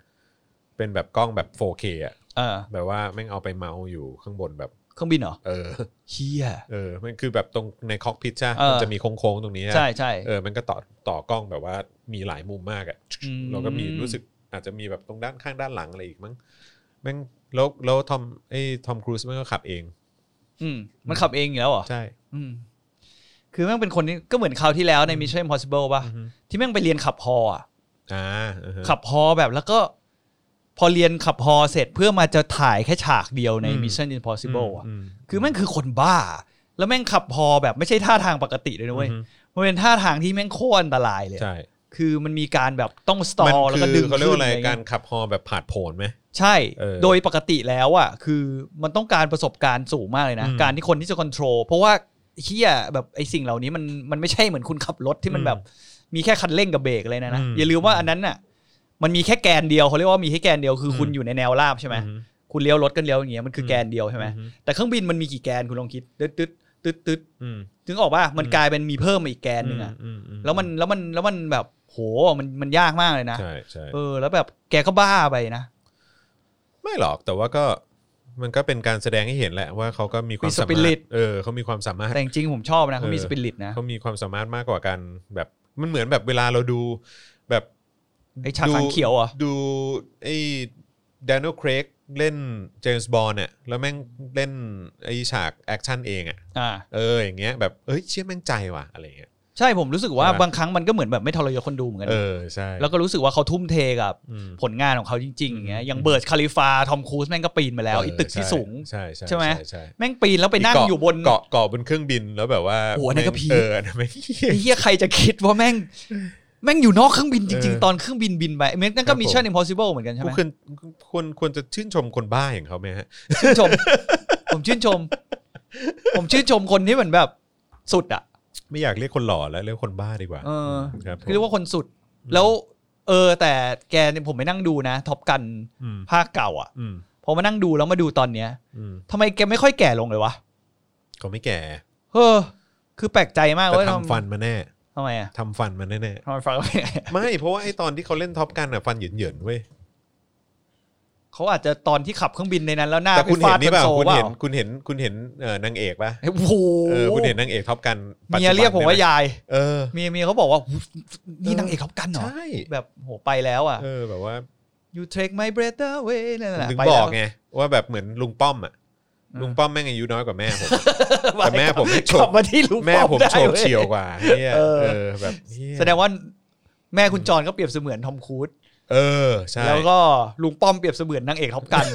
B: เป็นแบบกล้องแบบ 4K อ่ะ
C: เออ
B: แบบว่าแม่งเอาไปเมาส์อยู่ข้างบนแบบ
C: เครื่องบินเหรอ
B: เออ
C: เฮีย
B: เออมันคือแบบตรงในคอกพิทใช่ปะ
C: เออ
B: มันจะมีโค้งๆตรงนี้อะ
C: ใช่ใช่
B: เออมันก็ต่อต่อกล้องแบบว่ามีหลายมุมมากอ่ะ
C: อืม
B: แล้วก็มีรู้สึกอาจจะมีแบบตรงด้านข้างด้านหลังอะไรอีกมั้งแม่งแล้วแล้วทอมไอ้ทอมครูซแม่งก็ขับเอง
C: อืมมันขับเองอยู่แล้วเหรอ
B: ใช่
C: อืมคือแม่งเป็นคนที่ก็เหมือนคราวที่แล้วใน Mission Impossible ป่ะ
B: อือฮึ
C: ที่แม่งไปเรียนขับฮออะ
B: อ่าอือฮะ
C: ขับฮอแบบแล้วก็ พอเรียนขับฮอเสร็จเพื่อมาจะถ่ายแค่ฉากเดียวใน
B: อืม
C: Mission Impossible อ่ะ
B: ม
C: คือแม่งคือคนบ้า แล้วแม่งขับพอแบบไม่ใช่ท่าทางปกติเลยนะเว้ย
B: อือฮึ
C: มันเป็นท่าทางที่แม่งโคตรอันตรายเลย
B: ใช่
C: คือมันมีการแบบต้องสตอ
B: มัน
C: ลแล้วก็ดึ
B: คื
C: ง
B: อเขาเรียกว่าอะไร
C: ขึ้น
B: การขับฮอแบบผาดโผนไหม
C: ใช่
B: เออ
C: โดยปกติแล้วอ่ะคือมันต้องการประสบการณ์สูงมากเลยนะ
B: อืม
C: การที่คนที่จะควบคุมเพราะว่าเฮียแบบไอ้สิ่งเหล่านี้มันมันไม่ใช่เหมือนคุณขับรถที่มัน
B: อืม
C: แบบมีแค่คันเร่งกับเบรกเลยนะนะ
B: อืม
C: อย่าลืมว่าอันนั้นน่ะ มันมีแค่แกนเดียวเขาเรียกว่ามีแค่แกนเดียวคืออ
B: ม
C: คุณอยู่ในแนวราบใช่ไหม
B: อือฮึ
C: คุณเลี้ยวรถกันเลี้ยวอย่างเงี้ยมันคืออ
B: ม
C: แกนเดียวใช่ไหม
B: อือฮึ
C: แต่เครื่องบินมันมีกี่แกนคุณลองคิดตึ๊ดตึ๊ดตึ๊ดตึ๊ด
B: อืม
C: ถึงออกว่ามัน
B: อืม
C: กลายเป็นมีเพิ่มมาอีกแกนหนึ่งอะ
B: มอื
C: แล้วมันแล้วมันแล้วมันแบบโหมันมันยากมากเลยนะ
B: ใช่ใช่
C: เออ แล้วแบบแกก็บ้าไปนะ
B: ไม่หรอกแต่ว่าก็มันก็เป็นการแสดงให้เห็นแหละว่าเขาก็มีความสามารถเออเขามีความสามารถ
C: แต่จริงๆผมชอบนะเขามี
B: เออ
C: สปิริตนะ
B: เขามีความสามารถมากกว่ากันแบบมันเหมือนแบบเวลาเราดูแบบ
C: ไอฉาก
B: ดู
C: สังเขียวอ่ะ
B: ดูไอ้ดาน l ลเครกเล่นเจมส์บอลเนี่ยแล้วแม่งเล่นไอ้ฉากแอคชั่นเองอะ่ะ
C: อ่า
B: เอออย่างเงี้ยแบบเอ้ยเชื่อแม่งใจว่ะอะไรเงี้ย
C: ใช่ผมรู้สึกว่า
B: ใช่ปะ
C: บางครั้งมันก็เหมือนแบบไม่ทรยศคนดูเหมือนกัน
B: เอ
C: นะ
B: อใช่
C: แล้วก็รู้สึกว่าเขาทุ่มเทกับ
B: อืม
C: ผลงานของเขาจริงๆอย่างเงี้ย
B: อืม
C: อย่างเบิร์ดคาลิฟาทอมครูซแม่งก็ปีนมาแล้วไอีตึกที่สูง
B: ใช่ใช่
C: ใช่ไหม
B: ใช่
C: แม่งปีนแล้วไปนั่ง
B: เกาะ
C: อยู่บน
B: เกาะเกาะบนเครื่องบินแล้วแบบว่า
C: โอ้โหอันนั้นก็พีค
B: เอออันนั้นไม่
C: ไอ้เฮียใครจะคิดว่าแม่ง แม่งอยู่นอกเครื่องบินจริง
B: เออ
C: ๆ ตอนเครื่องบินบินไปเอ้ยนั่น
B: ครั
C: ก็
B: บผม
C: มิชชั่นอิมพอสิเบิลเหมือนกันใช่ไหม
B: ควรควรควรจะชื่นชมคนบ้าอย่างเขาไหมฮะ
C: ชื่นชม ผมชื่นชม ผมชื่นชมคนที่เหมือนแบบสุดอ่ะ
B: ไม่อยากเรียกคนหล่อแล้วเรียกคนบ้าดีกว่า
C: เออ
B: ครับผม
C: เรียกว่าคนสุด แล้ว เออ แต่แกเนี่ยผมไปนั่งดูนะท็อปกัน
B: อืม
C: ภาคเก่าอ่ะ
B: อืม
C: พอมานั่งดูแล้วมาดูตอนเนี้ย
B: อืม
C: ทำไมแกไม่ค่อยแก่ลงเลยวะ
B: เขาไม่แก่
C: เออ คือแปลกใจมาก
B: แต่
C: ว่า
B: ทำฟันมาแน่
C: ทำไมอ่ะ
B: ทำฟันมาแน่
C: ทำไมฟังแล้วเป็นไง *laughs*
B: ๆไม่เพราะว่าไอ้ตอนที่เขาเล่นท็อปกันอ่ะฟันเหยินเหยินๆเว้ย
C: เขาอาจจะตอนที่ขับเครื่องบินในนั้นแล้วหน้า
B: แต่คุณเห็น
C: ไปฟาด
B: นี่เปล่า
C: คอ
B: คุณ
C: เป
B: เห็น
C: ล่า
B: คุณเห็นคุณเห็นเอ่อนางเอกปะ
C: โอ้โห
B: เออคุณเห็นนางเอกท็อปกันปัจจุบัน
C: เมียเรียกผมว่า
B: ได้ไห
C: ยาย
B: เออ
C: เมียเมียเขาบอกว่าหูนี่นางเอกท็อปกันเหรอ
B: ใช่
C: แบบโหไปแล้วอ่ะ
B: เออแบบว่า
C: you take my breath away นั่นแหละ
B: ถึง
C: ไป
B: บอก
C: แล้ว
B: ไงว่าแบบเหมือนลุงป้อมอ่ะ
C: อืม
B: ลุงป้อมแม่งอายุน้อยกว่าแม่ผ
C: *laughs*
B: ม แต่แม่ผมไม่โฉ
C: ก
B: บ
C: ลับมาที่ลุง
B: แม่
C: ป้อ
B: ผม
C: ได้
B: โฉบ
C: ว้
B: เฉียวกว่าเนี่ย
C: เออ
B: เออแบบเหี้ย
C: แสดงว่าแม่คุณจอนก็เปรียบเสมือนทอมครูซ
B: เออใช่
C: แล้วก็ลุงป้อมเปรียบเสมือนนางเอกท็อป
B: *laughs*
C: กัน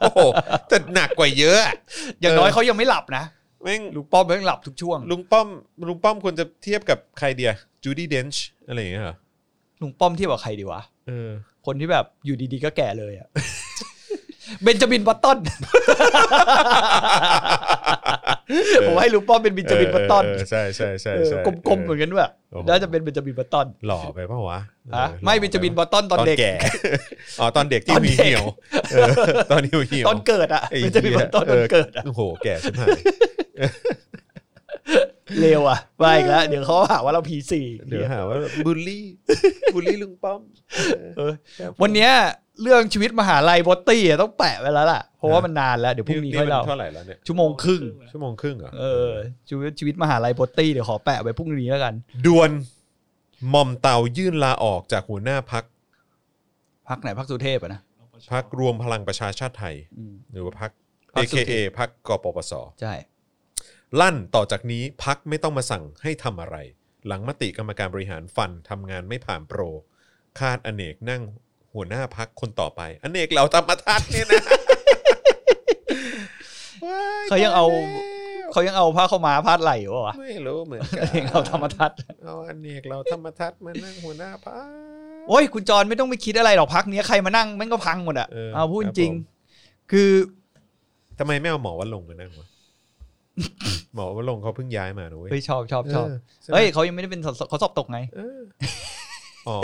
B: โอ้โหแต่หนักกว่าเยอะอะ
C: อย่างน้อยเขายังไม่หลับนะ
B: แม่ง
C: ลุงป้อมยังหลับทุกช่วง
B: ลุงป้อมลุงป้อมควรจะเทียบกับใครเดียจูดี้เดนช์อะไรอย่างเงี้ยเหรอ
C: ลุงป้อมเที่แบบใครดีวะ
B: เออ
C: คนที่แบบอยู่ดีๆก็แก่เลยอะ *laughs* เบนจามินบัต
B: *laughs*
C: ตันผมให้ลุงป้อมเป็นเบนจามินบัตตัน
B: เออเออใช่ใช่ใช่
C: เออ
B: ใช่
C: กลมๆเหมือนกันด้วย
B: โอ้โห
C: น่าจะเป็นเบนจามินบัตตัน
B: หล่อไปเปล่าวะเออ
C: อะ
B: หล่อ
C: ไม่เบนจามินบัตตันตอนเด็ก
B: แก่ อ๋อตอนเด็กที่
C: ตอน
B: มี
C: เด็ก
B: เหี่ยวเออตอนเหี่ยวเหี่ยว
C: ตอนเกิดอะ
B: ไอ้
C: เบนจามินบัตตันตอน
B: หี้ย
C: เกิดอะ
B: โอ้โห แก่ชิบหาย
C: เร็วอะมาอีกแล้วเดี๋ยวเขาหาว่าเราพีสี่
B: เดี๋ยวหาว่าบูลลี่ บูลลี่ลุงป้อม
C: เออวันเนี้ยเรื่องชีวิตมหาลัยบอตตี้อะต้องแปะไว้แล้วล่ะ เพราะว่า
B: ฮะ
C: มันนานแล้ว เดี๋ยวพรุ่งนี้ค่อยเล่า
B: เท่าไหร่แล้วเนี่ย
C: ชั่วโมงครึ่ง
B: ชั่วโมงครึ่งเหรอ
C: เออชีวิตชีวิตมหาลัยบอตตี้เดี๋ยวขอแปะไว้พรุ่งนี้แล้วกัน
B: ดวนหม่อมเตายื่นลาออกจากหัวหน้าพัก
C: พักไหนพักสุเทพอะนะ
B: พักรวมพลังประชาชาติไทย
C: อืม
B: หรือว่าพัก
C: พรรคสุเท
B: AKA
C: พ
B: พักกปปส
C: ใช่
B: ลั่นต่อจากนี้พักไม่ต้องมาสั่งให้ทำอะไร หลังมติกรรมการบริหารฟันทำงานไม่ผ่านโปร คาดอเนกนั่งหัวหน้าพักคนต่อไป อเนกเหล่าธรรมทัศน์เนี่ยนะ
C: *laughs* เขายังเอาเขายังเอาผ้าเข้าวมาพาดไหล่อยู่ปะวะ *laughs*
B: ไม่รู้เหมือนกั
C: เขายังเอาธรรมทัศน์
B: เอาอเนกเราธรรมทัศน์มานั่งหัวหน้าพัก
C: โอ้ยคุณจรไม่ต้องไปคิดอะไรหรอกพักนี้ยใครมานั่งแม่งก็พังหมดอะ
B: เออ
C: เอาพูด
B: ครับ
C: จริง
B: ผม
C: คือ
B: ทำไมไม่เอาหมอว่าลงค์มานั่ง
C: *laughs*
B: วะ หมอว่าลงค์เขาเพิ่งย้ายมาหนูเว้ย
C: เฮ้ยชอบชอบชอบ
B: ใช่ไหม
C: เฮ้ยเขายังไม่ได้เป็นสอบเขาสอบตกไง
B: เอออ๋อ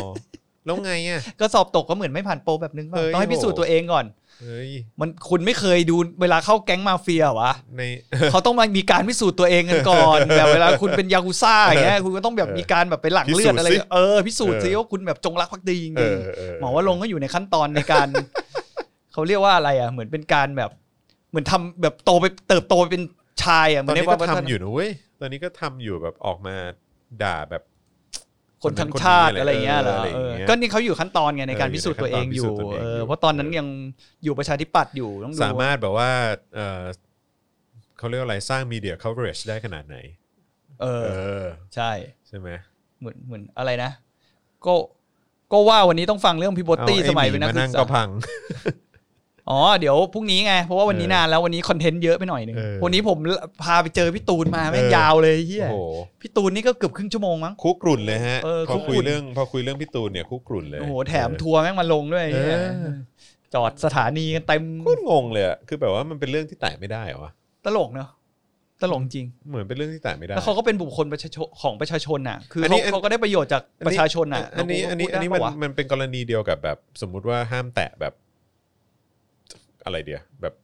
B: แล้วไงอ่ะ
C: ก็สอบตกก็เหมือนไม่ผ่านโปรแบบนึงป่ะ
B: เฮ้ย
C: ต้องให้พิสูจน์
B: โห
C: ตัวเองก่อน
B: เฮ้ย
C: มันคุณไม่เคยดูเวลาเข้าแก๊งมาเฟียเหรอวะ
B: ใน
C: เขาต้องมามีการพิสูจน์ตัวเองกันก่ *laughs* อน แบบเวลาคุณเป็นยากุซ่าอย่างเงี้ยคุณก็ต้องแบบมีการแบบไปหลังเลือดอะไร
B: พิสูจน์สิ
C: เออพิสูจน์ซิ
B: เออ
C: ว่าคุณแบบจงรักภักดีจริง
B: เอ *laughs* อเออ
C: ๆหมอว่าลงค์ก็อยู่ในขั้นตอนในการ เขาเรียกว่าอะไรอ่ะเหมือนเป็นการแบบ เหมือนทำแบบโตไปเติบโตไปเป็นชายอ่ะ
B: ต
C: เหมื
B: อ
C: อน น
B: นี้
C: ใน
B: ก็
C: วัฒนธรรม
B: ทำอยู่นะเว้ยตอนนี้ก็ทำอยู่แบบออกมาด่าแบบ
C: คนทั้งชาติอะไรอย่างเงี้ยเหรอ
B: เอออะไรอย่างเงี้ย
C: เออก็นี่เขาอยู่ขั้นตอนไงในการพิสูจน์ตัวเองอยู่
B: เอออยู่ในขั้นตอนพิสูจน์ตัวเองอยู่
C: เออเพราะตอนนั้นยังอยู่ประชาธิปัตย์อยู่ต้องดู
B: สามารถแบบว่าเออเขาเรียกว่าอะไรสร้างมีเดีย coverage ได้ขนาดไหน
C: เอ
B: เอ
C: อ
B: อ
C: ใช่
B: ใช่ไหม
C: เหมือนเหมือนอะไรนะ ก็ก็ว่าวันนี้ต้องฟังเรื่องพี่โบตตี้
B: อาไอ้
C: สมัย
B: ห
C: เป็นนัก
B: มา
C: ศึ
B: นั่ง
C: ก
B: ก็
C: ษา
B: พัง
C: อ๋อเดี๋ยวพรุ่งนี้ไง เพราะว่าวัน
B: เออน
C: นี้านแล้ววันนี้คอนเทนต์เยอะไปหน่อยหนึง
B: เออ
C: วันนี้ผมพาไปเจอพี่ตูนมาแม่ง
B: เออ
C: ยาวเลยเฮี
B: โอ้
C: ย
B: โห
C: พี่ตูนนี่ก็เกือบครึ่งชั่วโมงมั้ง
B: คุกรุ่นเลยฮะ
C: เออ
B: พอ
C: คุกรุ่
B: คุย
C: น
B: เรื่องพอคุยเรื่องพี่ตูนเนี่ยคุกรุ่นเลย
C: โอ้โหแถม
B: เออ
C: ทัวร์แม่งมาลงด้วยเหี้ย
B: เออ
C: จอดสถานีกันเต็ม
B: โคตรงงเลยอะคือแบบว่ามันเป็นเรื่องที่แตะไม่ได้เหรอวะ
C: ตลกเนาะตลกจริง
B: เหมือนเป็นเรื่องที่แตะไม่ได้
C: แล้วเขาก็เป็นบุคคลประชาชนของประชาชนน่ะ คืออน
B: นี้
C: เขา
B: อัน
C: เขาก็ได้ประโยชน์จากประชาชนน่ะ
B: อันนี้
C: เราก็
B: อันนี้
C: พูด
B: อันนี้มั
C: ได้
B: น
C: ปะวะ
B: มันเป็นกรณีเดียวกับแบบ สมมุติว่าห้ามแตะแบบ อะไรเดียวแบบ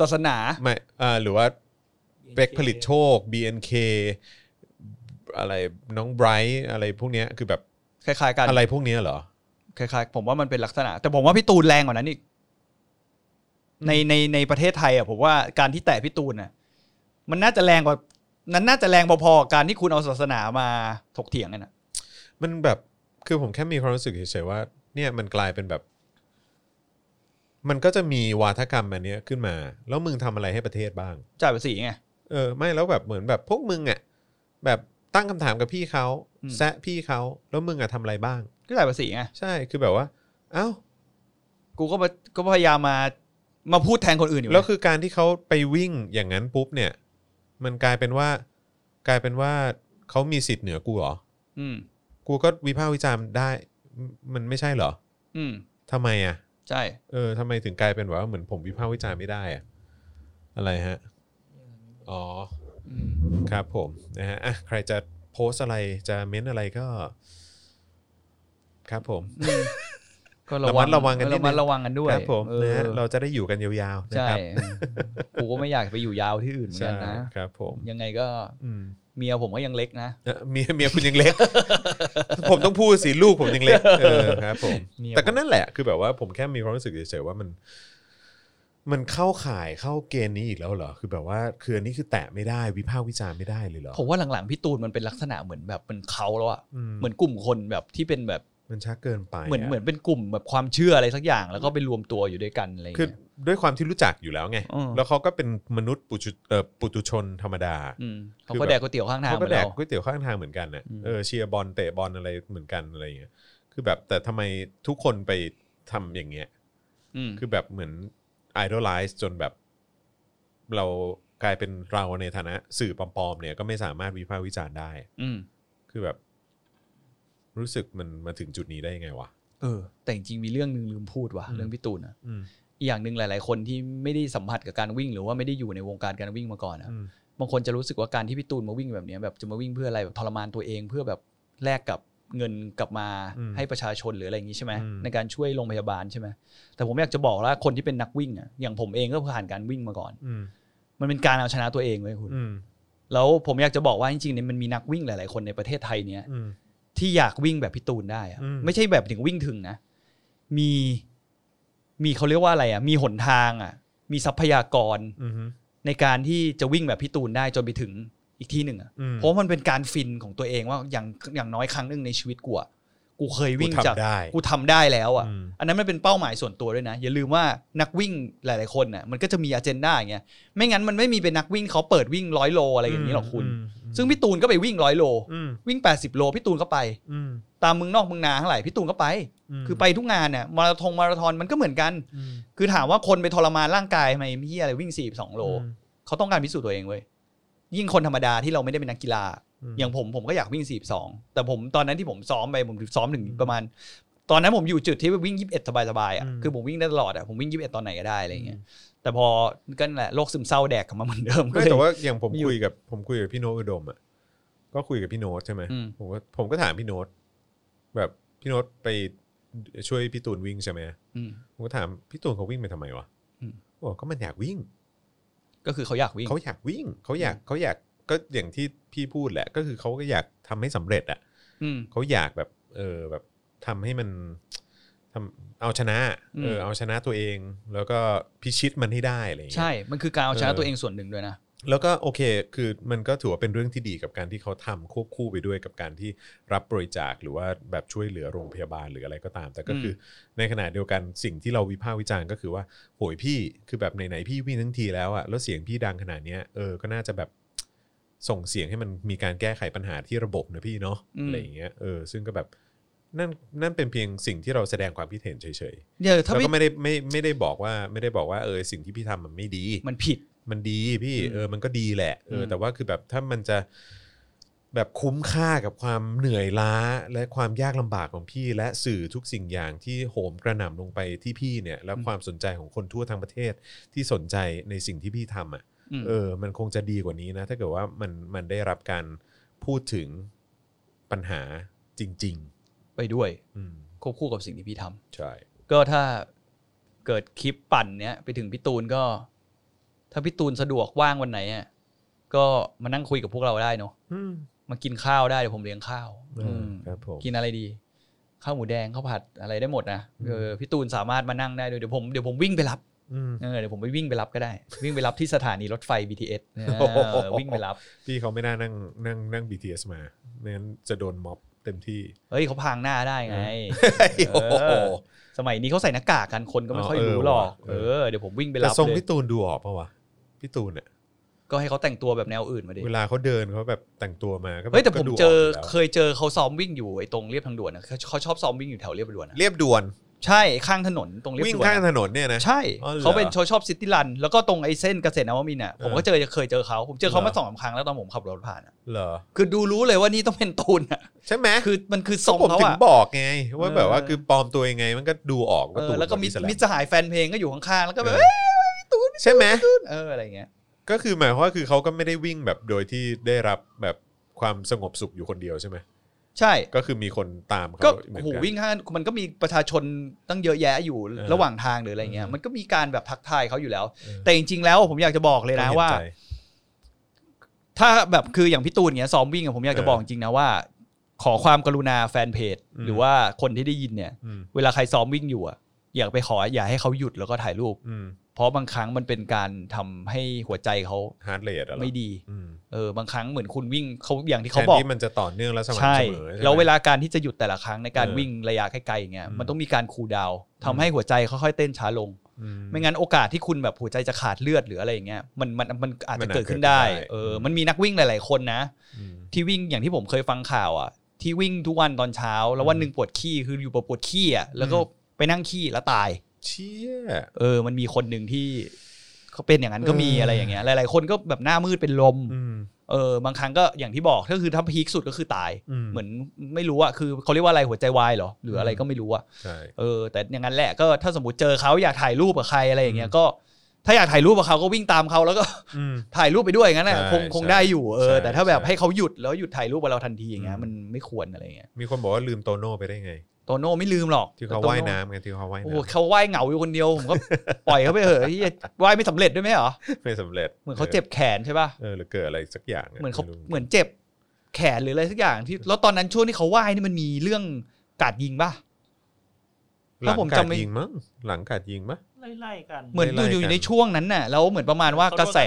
C: ศาสนา
B: ไม่อ่าหรือว่าเบกผลิตโชค BNK อะไรน้องไบรท์อะไรพวกเนี้ยคือแบบ
C: คล้ายๆกัน
B: อะไรพวกเนี้ยเหรอ
C: คล้ายๆ ผมว่ามันเป็นลักษณะ แต่ผมว่าพี่ตูนแรงกว่านั้นอีกในในในประเทศไทยอ่ะผมว่าการที่แตะพี่ตูนน่ะ มันน่าจะแรงกว่านั้นน่าจะแรงพอๆกับการที่คุณเอาศาสนามาถกเถียงกันนะ
B: มันแบบคือผมแค่มีความรู้สึกเฉยๆว่า เนี่ยมันกลายเป็นแบบ มันก็จะมีวาทกรรมอันเนี้ยขึ้นมา แล้วมึงทำอะไรให้ประเทศบ้าง
C: จ่ายภาษีไง
B: เออ ไม่แล้วแบบเหมือนแบบพวกมึงอ่ะแบบตั้งคำถามกับพี่เขา
C: อืม
B: แซะพี่เขาแล้วมึงอ่ะทำอะไรบ้าง
C: ก็จ่ายภาษีไง
B: ใช่คือแบบว่า เอ้า
C: กูก็มาก็พยายามมามาพูดแทนคนอื่นอยู่นะ
B: แล้วคือการที่เขาไปวิ่งอย่างนั้นปุ๊บเนี่ย มันกลายเป็นว่า กลายเป็นว่าเขามีสิทธิ์เหนือกูเหรอ
C: อืม
B: กูก็วิพากษ์วิจารณ์ได้มมันไม่ใช่เหรอ
C: อืม
B: ทำไมอ่ะ
C: ใช่
B: เออทำไมถึงกลายเป็นแบบว่าเหมือนผมวิพากษ์วิจารณ์ไม่ได้อะอะไรฮะ อ๋อ
C: อืม
B: ครับผมนะฮะอ่ะใครจะโพสต์อะไรจะเม้นอะไรก็ ครับผม
C: ก็
B: ระมัดระวังกันนิดนึง
C: ระมัดระวังกันด้วย
B: ครับผม
C: เออ
B: นะฮะเราจะได้อยู่กันยาวๆนะ
C: ใช่
B: ครับ
C: กูก็ไม่อยากไปอยู่ยาวที่อื่นเหมือนกันนะ
B: ครับผม
C: ยังไงก็
B: อืม
C: เมียผมก็ยังเล็กนะ
B: เอ่อเมียเมียคุณยังเล็ก *laughs* ผมต้องพูดสิลูกผมยังเล็กเออครับผม
C: เมียผม
B: แต่ก็นั่นแหละคือแบบว่าผมแค่มีความรู้สึกเฉยๆว่ามัน มันเข้าข่ายเข้าเกณฑ์นี้อีกแล้วเหรอคือแบบว่าคืออันนี้คือแตะไม่ได้วิพากษ์วิจารณ์ไม่ได้เลยเหรอ
C: ผมว่าหลังๆพี่ตูนมันเป็นลักษณะเหมือนแบบเป็นเขาแล้วอะ
B: อืม
C: เหมือนกลุ่มคนแบบที่เป็นแบบ
B: มันชักเกินไป
C: เหมือนะ เหมือนเป็นกลุ่มแบบความเชื่ออะไรสักอย่าง แล้วก็ไปรวมตัวอยู่ด้วยกันอะไรอย่าง
B: คือ
C: เงี้ย
B: ด้วยความที่รู้จักอยู่แล้วไง
C: อืม
B: แล้วเขาก็เป็นมนุษย์ปุจุเอ่อปุตุชนธรรมดา
C: มเขาก็แดกก๋วยเตี๋ยวข้างทาง
B: เขาก็
C: เหมือน
B: แดก
C: เรา
B: ก๋วยเตี๋ยวข้างทางเหมือนกันน่ะ
C: อืม
B: เออเชียร์บอลเตะบอลอะไรเหมือนกันอะไรอย่างเงี้ย คือแบบแต่ทำไมทุกคนไปทำอย่างเงี้ย
C: อืม
B: คือแบบเหมือนไอดอลไลซ์จนแบบ เรากลายเป็นเราในฐานะสื่อปลอมๆเนี่ยก็ไม่สามารถวิพากษ์วิจารณ์ได้
C: อืม
B: คือแบบ รู้สึกมันมาถึงจุดนี้ได้ยังไงวะ
C: เออ แต่จริงๆมีเรื่องหนึ่งลืมพูดว่ะ
B: อืม
C: เรื่องพี่ตูนอะ
B: อืม
C: อีกอย่างหนึ่งหลาย ๆ คนที่ไม่ได้สัมผัสกับการวิ่ง หรือว่าไม่ได้อยู่ในวงการการวิ่งมาก่อนอะ
B: อืม
C: บางคนจะรู้สึกว่าการที่พี่ตูนมาวิ่งแบบเนี้ยแบบจะมาวิ่งเพื่ออะไรแบบทรมานตัวเองเพื่อแบบแลกกับเงินกลับมาให้ประชาชนหรืออะไรอย่างงี้ใช่ไหมในการช่วยโรงพยาบาลใช่ไหมแต่ผมอยากจะบอกว่าคนที่เป็นนักวิ่งอะอย่างผมเองก็ผ่านการวิ่งมาก่อน
B: อืม
C: มันเป็นการเอาชนะตัวเองเลยคุณ
B: อืม
C: แล้วผมอยากจะบอกว่าจริงๆเนี่ยมันมีนักวิ่งหลาย ๆ คนในประเทศไทยเนี่ย
B: อืม
C: ที่อยากวิ่งแบบพี่ตูนได้อะ
B: อืม
C: ไม่ใช่แบบถึงวิ่งถึงนะ มีมีเขาเรียกว่าอะไรอ่ะ มีหนทางอ่ะ มีทรัพยากร
B: อืม
C: ในการที่จะวิ่งแบบพี่ตูนได้จนไปถึงอีกที่หนึ่งอ่ะ
B: อืม
C: เพราะมันเป็นการฟินของตัวเองว่าอย่างอย่างน้อยครั้งหนึ่งในชีวิตกูอ่ะกูเคยวิ่ง
B: กูทำ
C: จาก
B: ได้
C: กูทำได้แล้วอ่ะ
B: อืม
C: อันนั้นมันเป็นเป้าหมายส่วนตัวด้วยนะ อย่าลืมว่านักวิ่งหลาย ๆ คนน่ะมันก็จะมีอเจนดาอย่างเงี้ยไม่งั้นมันไม่มีเป็นนักวิ่งเขาเปิดวิ่งร้อยโลอะไรอย่างนี้หรอกคุณ
B: มอืม
C: ซึ่งพี่ตูนก็ไปวิ่งร้อยโล
B: อืม
C: วิ่ง 80 โลพี่ตูนก็ไป
B: อืม
C: ตามเมืองนอกเมืองนาเท่าไหร่พี่ตูนก็ไป คือไปทุกงานเนี่ยมาราธอนมาราธอนมันก็เหมือนกัน
B: อืม
C: คือถามว่าคนไปทรมานร่างกายทำไมพี่อะไรวิ่ง 42 โล
B: อืม
C: เขาต้องการพิสูจน์ตัวเองเว้ยยิ่งคนธรรมดาที่เราไม่ได้เป็นนักกีฬา
B: อืม
C: อย่างผมผมก็อยากวิ่ง 42 แต่ผมตอนนั้นที่ผมซ้อมไปผมซ้อมถึงประมาณ ตอนนั้นผมอยู่จุดที่วิ่ง 21 สบายๆอ่ะ
B: อืม
C: คือผมวิ่งได้ตลอดอ่ะผมวิ่ง 21 ตอนไหนก็ได้อะไรอย่างเงี้ยแต่พอก็นั่นแหละโรคซึมเศร้าแดกกลับมาเหมือนเดิมก็
B: ไม่
C: เลย
B: แต่ว่าอย่างผม
C: ไม่อยู่
B: คุยกับผมคุยกับพี่โน้ตอุดมอ่ะก็คุยกับพี่โน้ตใช่ไหม
C: อืม
B: ผมก็ผมก็ถามพี่โน้ตแบบพี่โน้ตไปช่วยพี่ตูนวิ่งใช่ไหม
C: อืม
B: ผมก็ถามพี่ตูนเขาวิ่งไปทำไมวะ
C: อืม
B: โอ้ก็มันอยากวิ่ง
C: ก็คือเขาอยากวิ่ง
B: เขาอยากวิ่งเขาอยากเขาอยากก็อย่างที่พี่พูดแหละ ก็คือเขาก็อยากทำให้สำเร็จอ่ะ
C: อืม
B: เขาอยากแบบ เออแบบทำให้มันทำเอาชนะ
C: อืม
B: เออเอาชนะตัวเอง แล้วก็พิชิตมันให้ได้อะไรอย่างเงี้ย
C: ใช่ มันคือการเอาชนะ
B: เออ
C: ตัวเองส่วนหนึ่งด้วยนะ
B: แล้วก็โอเค คือมันก็ถือว่าเป็นเรื่องที่ดีกับการที่เขาทำควบคู่ไปด้วยกับการที่รับบริจาคหรือว่าแบบช่วยเหลือโรงพยาบาลหรืออะไรก็ตาม แต่ก็คืออในขณะเดียวกันสิ่งที่เราวิพากษ์วิจารณ์ก็คือว่าโหยพี่คือแบบไหนๆพี่วิ่งทั้งทีแล้วอะแล้วเสียงพี่ดังขนาดเนี้ยเออก็น่าจะแบบส่งเสียงให้มันมีการแก้ไขปัญหาที่ระบบนะพี่เนาะ
C: อืม
B: อะไรอย่างเงี้ยเออซึ่งก็แบบนั่นนั่นเป็นเพียงสิ่งที่เราแสดงความคิดเห็นเฉย
C: เดี๋ยว
B: ๆ
C: ถ้า
B: แล้ว
C: ไม่
B: ก็ไม่ได้ไม่ไม่ได้บอกว่าไม่ได้บอกว่าเออสิ่งที่พี่ทำมันไม่ดี
C: มันผิด
B: มันดีพี่
C: อืม
B: เออมันก็ดีแหละเอออ
C: ม
B: แต่ว่าคือแบบถ้ามันจะแบบคุ้มค่ากับความเหนื่อยล้าและความยากลำบากของพี่ และสื่อทุกสิ่งอย่างที่โหมกระหน่ำลงไปที่พี่เนี่ย และความสนใจของคนทั่วทั้งประเทศที่สนใจในสิ่งที่พี่ทำอ่ะ
C: อืม
B: เออ มันคงจะดีกว่านี้นะ ถ้าเกิดว่ามันมันได้รับการพูดถึงปัญหาจริง
C: ไปด้วย
B: ๆ อืม
C: ควบคู่กับสิ่งที่พี่ทำ
B: ใช่
C: ก็ถ้าเกิดคลิปปั่นเนี้ยไปถึงพี่ตูนก็ ถ้าพี่ตูนสะดวกว่างวันไหนอ่ะก็มานั่งคุยกับพวกเราได้เนาะ
B: อืม
C: มากินข้าวได้เดี๋ยวผมเลี้ยงข้าวอืม
B: ครับผม
C: กินอะไรดี ข้าวหมูแดงข้าวผัดอะไรได้หมดนะ
B: อืม
C: เออพี่ตูนสามารถมานั่งได้ด้วยเดี๋ยวผมเดี๋ยวผมวิ่งไปรับ
B: อืม
C: เออเดี๋ยวผมไปวิ่งไปรับก็ได้ วิ่งไปรับที่สถานีรถไฟ BTS เอ
B: โอ้โห
C: อวิ่งไปรับ
B: พี่เขาไม่น่านั่งนั่งนั่ง BTS มาไม่งั้นจะโดนม็อบเต็มที่
C: เฮ้ยเขาพางหน้าได้ไง
B: โอ้โห
C: เออ สมัยนี้เขาใส่หน้ากากกันคนก็ไม่
B: อ๋อ
C: ค่อย
B: เออ
C: รู้หรอก
B: ว่ะเอ
C: เอ
B: อ
C: อ เดี๋ยวผมวิ่งไป
B: แต่
C: รับ
B: ทรง
C: เลย
B: พี่ตูนดูออกปะวะพี่ตูนเนี่ย
C: ก็ให้เขาแต่งตัวแบบแนวอื่นมาดิ
B: เวลาเขาเดินเขาแบบแต่งตัวมาก็บบ
C: เฮ้ยแต่ผม
B: ก็ดูก
C: เจอยู่
B: แล้ว
C: เคยเจอเขาซ้อมวิ่งอยู่ไอ้ตรงเรียบทางด่วนนะเขาเขาชอบซ้อมวิ่งอยู่แถวเรียบทางด่วนนะ
B: เรียบด่วน
C: ใช่ข้างถนนตรงเรียบ
B: วิ่ง
C: ด่วน
B: ข้าง
C: นะ
B: ถนนเนี่ยนะ
C: ใช่
B: อ๋อเหรอ
C: เขาเป็นชอบชอบซิตี้รัน แล้วก็ตรงไอ้เส้นเกษตรนวมินทร์น่ะ
B: เออ
C: ผมก็เจอเคยเจอเขาผมเจอเขา
B: เหร
C: มา
B: อ
C: สองสามครั้งแล้วตอนผมขับรถผ่านอะ
B: เหรอ
C: คือดูรู้เลยว่านี่ต้องเป็นตูนอ่ะ
B: ใช่ไหม
C: คือมันคือทรง
B: ผม
C: เขา
B: ถึง
C: อ่ะ
B: บอกไงว่าแบบว่า
C: เออ
B: คือปลอมตัวยังไง มันก็ดูออก
C: เอ
B: ว่าตู
C: อน แล้วก็มิต
B: บ
C: ร
B: พี่สแลม
C: มิตรสหายแฟนเพลงก็อยู่ข้างๆแล้วก็แบบ
B: ใช่ไหม
C: เอออะไรอย่างเงี้ย
B: ก็คือหมายความว่าคือเขาก็ไม่ได้วิ่งแบบโดยที่ได้รับแบบความสงบสุขอยู่คนเดียวใช่ไหม
C: ใช่
B: ก็คือมีคนตามเขา
C: ก็
B: เหมื
C: โอ้
B: อน
C: โห
B: กัน
C: วิ่งห้างมันก็มีประชาชนตั้งเยอะแยะอยู่
B: เออ
C: ระหว่างทางหรืออะไรเงี้ย
B: เออ
C: มันก็มีการแบบทักทายเขาอยู่แล้ว แต่จริงๆแล้วผมอยากจะบอกเลยนะว่า
B: ก็ห็ใจ
C: ถ้าแบบคืออย่างพี่ตูนเนี้ยซ้อมวิ่งอะผมอยากจะ
B: เออ
C: บอกจริงนะว่า ขอความกรุณาแฟนเพจ
B: อืม
C: หรือว่าคนที่ได้ยินเนี่ย
B: อืม
C: เวลาใครซ้อมวิ่งอยู่อะอยากไปขออย่าให้เขาหยุดแล้วก็ถ่ายรูป
B: อืม
C: เพราะบางครั้งมันเป็นการทำให้หัวใจเขา
B: ฮาร์ดเรทอะไรอ
C: ไม่ดี
B: อืม
C: เออบางครั้งเหมือนคุณวิ่งเขาอย่างที่
B: แท
C: เขา
B: น
C: บอก
B: ที่มันจะต่อเนื่องและสม่ำ
C: ใช่
B: เสมอใช่ไหม
C: แล้วเวลาการที่จะหยุดแต่ละครั้งในการ
B: เออ
C: วิ่งระยะใกล้ๆอย่างเงี้ย
B: อืม
C: มันต้องมีการคูลดาวน์ทำให้หัวใจค่อยๆเต้นช้าลง
B: อืม
C: ไม่งั้นโอกาสที่คุณแบบหัวใจจะขาดเลือดหรืออะไรอย่างเงี้ยมันมันมันอาจ
B: มั
C: จะ
B: นอาจ
C: เกิดขึ้นได้
B: เกิดขึ้นได้
C: เออมันมีนักวิ่งหลาย ๆคนนะ
B: อืม
C: ที่วิ่งอย่างที่ผมเคยฟังข่าวอ่ะที่วิ่งทุกวันตอนเช้า แล้ววันหนึ่งปวดขี้คืออยู่ปวดขี้อ่ะแล้วก็
B: อื
C: ไปนั่งขี้แล้วตาย
B: เชี่ย
C: เออ มันมีคนหนึ่งที่เขาเป็นอย่างนั้นก็มี
B: เอออ
C: อะไรอย่างเงี้ยหลาย ๆ คนก็แบบหน้ามืดเป็นลม
B: อืม
C: เออบางครั้งก็อย่างที่บอกก็คือถ้าพีคสุดก็คือตาย เหมือนไม่รู้อะคือเขาเรียกว่าอะไรหัวใจวายเหรอหรืออะไรก็ไม่รู้อะ
B: ใช่
C: เออแต่อย่างนั้นแหละก็ถ้าสมมติเจอเขาอยากถ่ายรูปกับใครอะไรอย่างเงี้
B: อื
C: ย
B: ม
C: ก็ถ้าอยากถ่ายรูปกับเขาก็วิ่งตามเขาแล้วก็ *laughs*
B: อืม
C: ถ่ายรูปไปด้วยอย่างนั้น
B: ใช่
C: น่ะคงคง
B: ใช่
C: ได้อยู่เอ
B: ใช่
C: อแต่ถ้าแบบ
B: ใช่
C: ให้เขาหยุดแล้วหยุดถ่ายรูปกับเราทันทีอย่างเงี้
B: อื
C: ย
B: ม
C: มันไม่ควรอะไรเงี้ย
B: มีคนบอกว่าลืมโตโน่ไปได้ไง
C: โตโน่ไม่ลืมหรอก
B: ที่เขา
C: แต่โตโ
B: ว่ายน้ำไงที่เขาว่าย
C: โอ้
B: น้
C: โหเขาว่ายเหงาอยู่คนเดียวผมก็ ปล่อยเขาไปเถอะที่ว่ายไม่สำเร็จด้วยไหมเหรอ
B: ำไม่สำเร็จ
C: เหมือนเขาเจ็บแขนใช่ป่ะ
B: เออหรือเกิดอะไรสักอย่างะ
C: เหมือนเขา
B: ไรู้
C: เหมือนเจ็บแขนหรืออะไรสักอย่าง
B: *laughs*
C: ที่แล้วตอนนั้นช่วงที่เขาว่ายนี่มันมีเรื่องกราดยิงป่ะ
B: หลัง
C: ถ้าผม
B: กัด
C: จำไม่
B: ยิงมั้งหลังกัดยิงมั้ง
D: ไล่ๆกัน
C: เหมือน
B: ไล่
C: อ
B: ๆ
C: ยู่อยู่
B: กัน
C: ในช่วงนั้นน่ะแล้วเหมือนประมาณว่ากระแส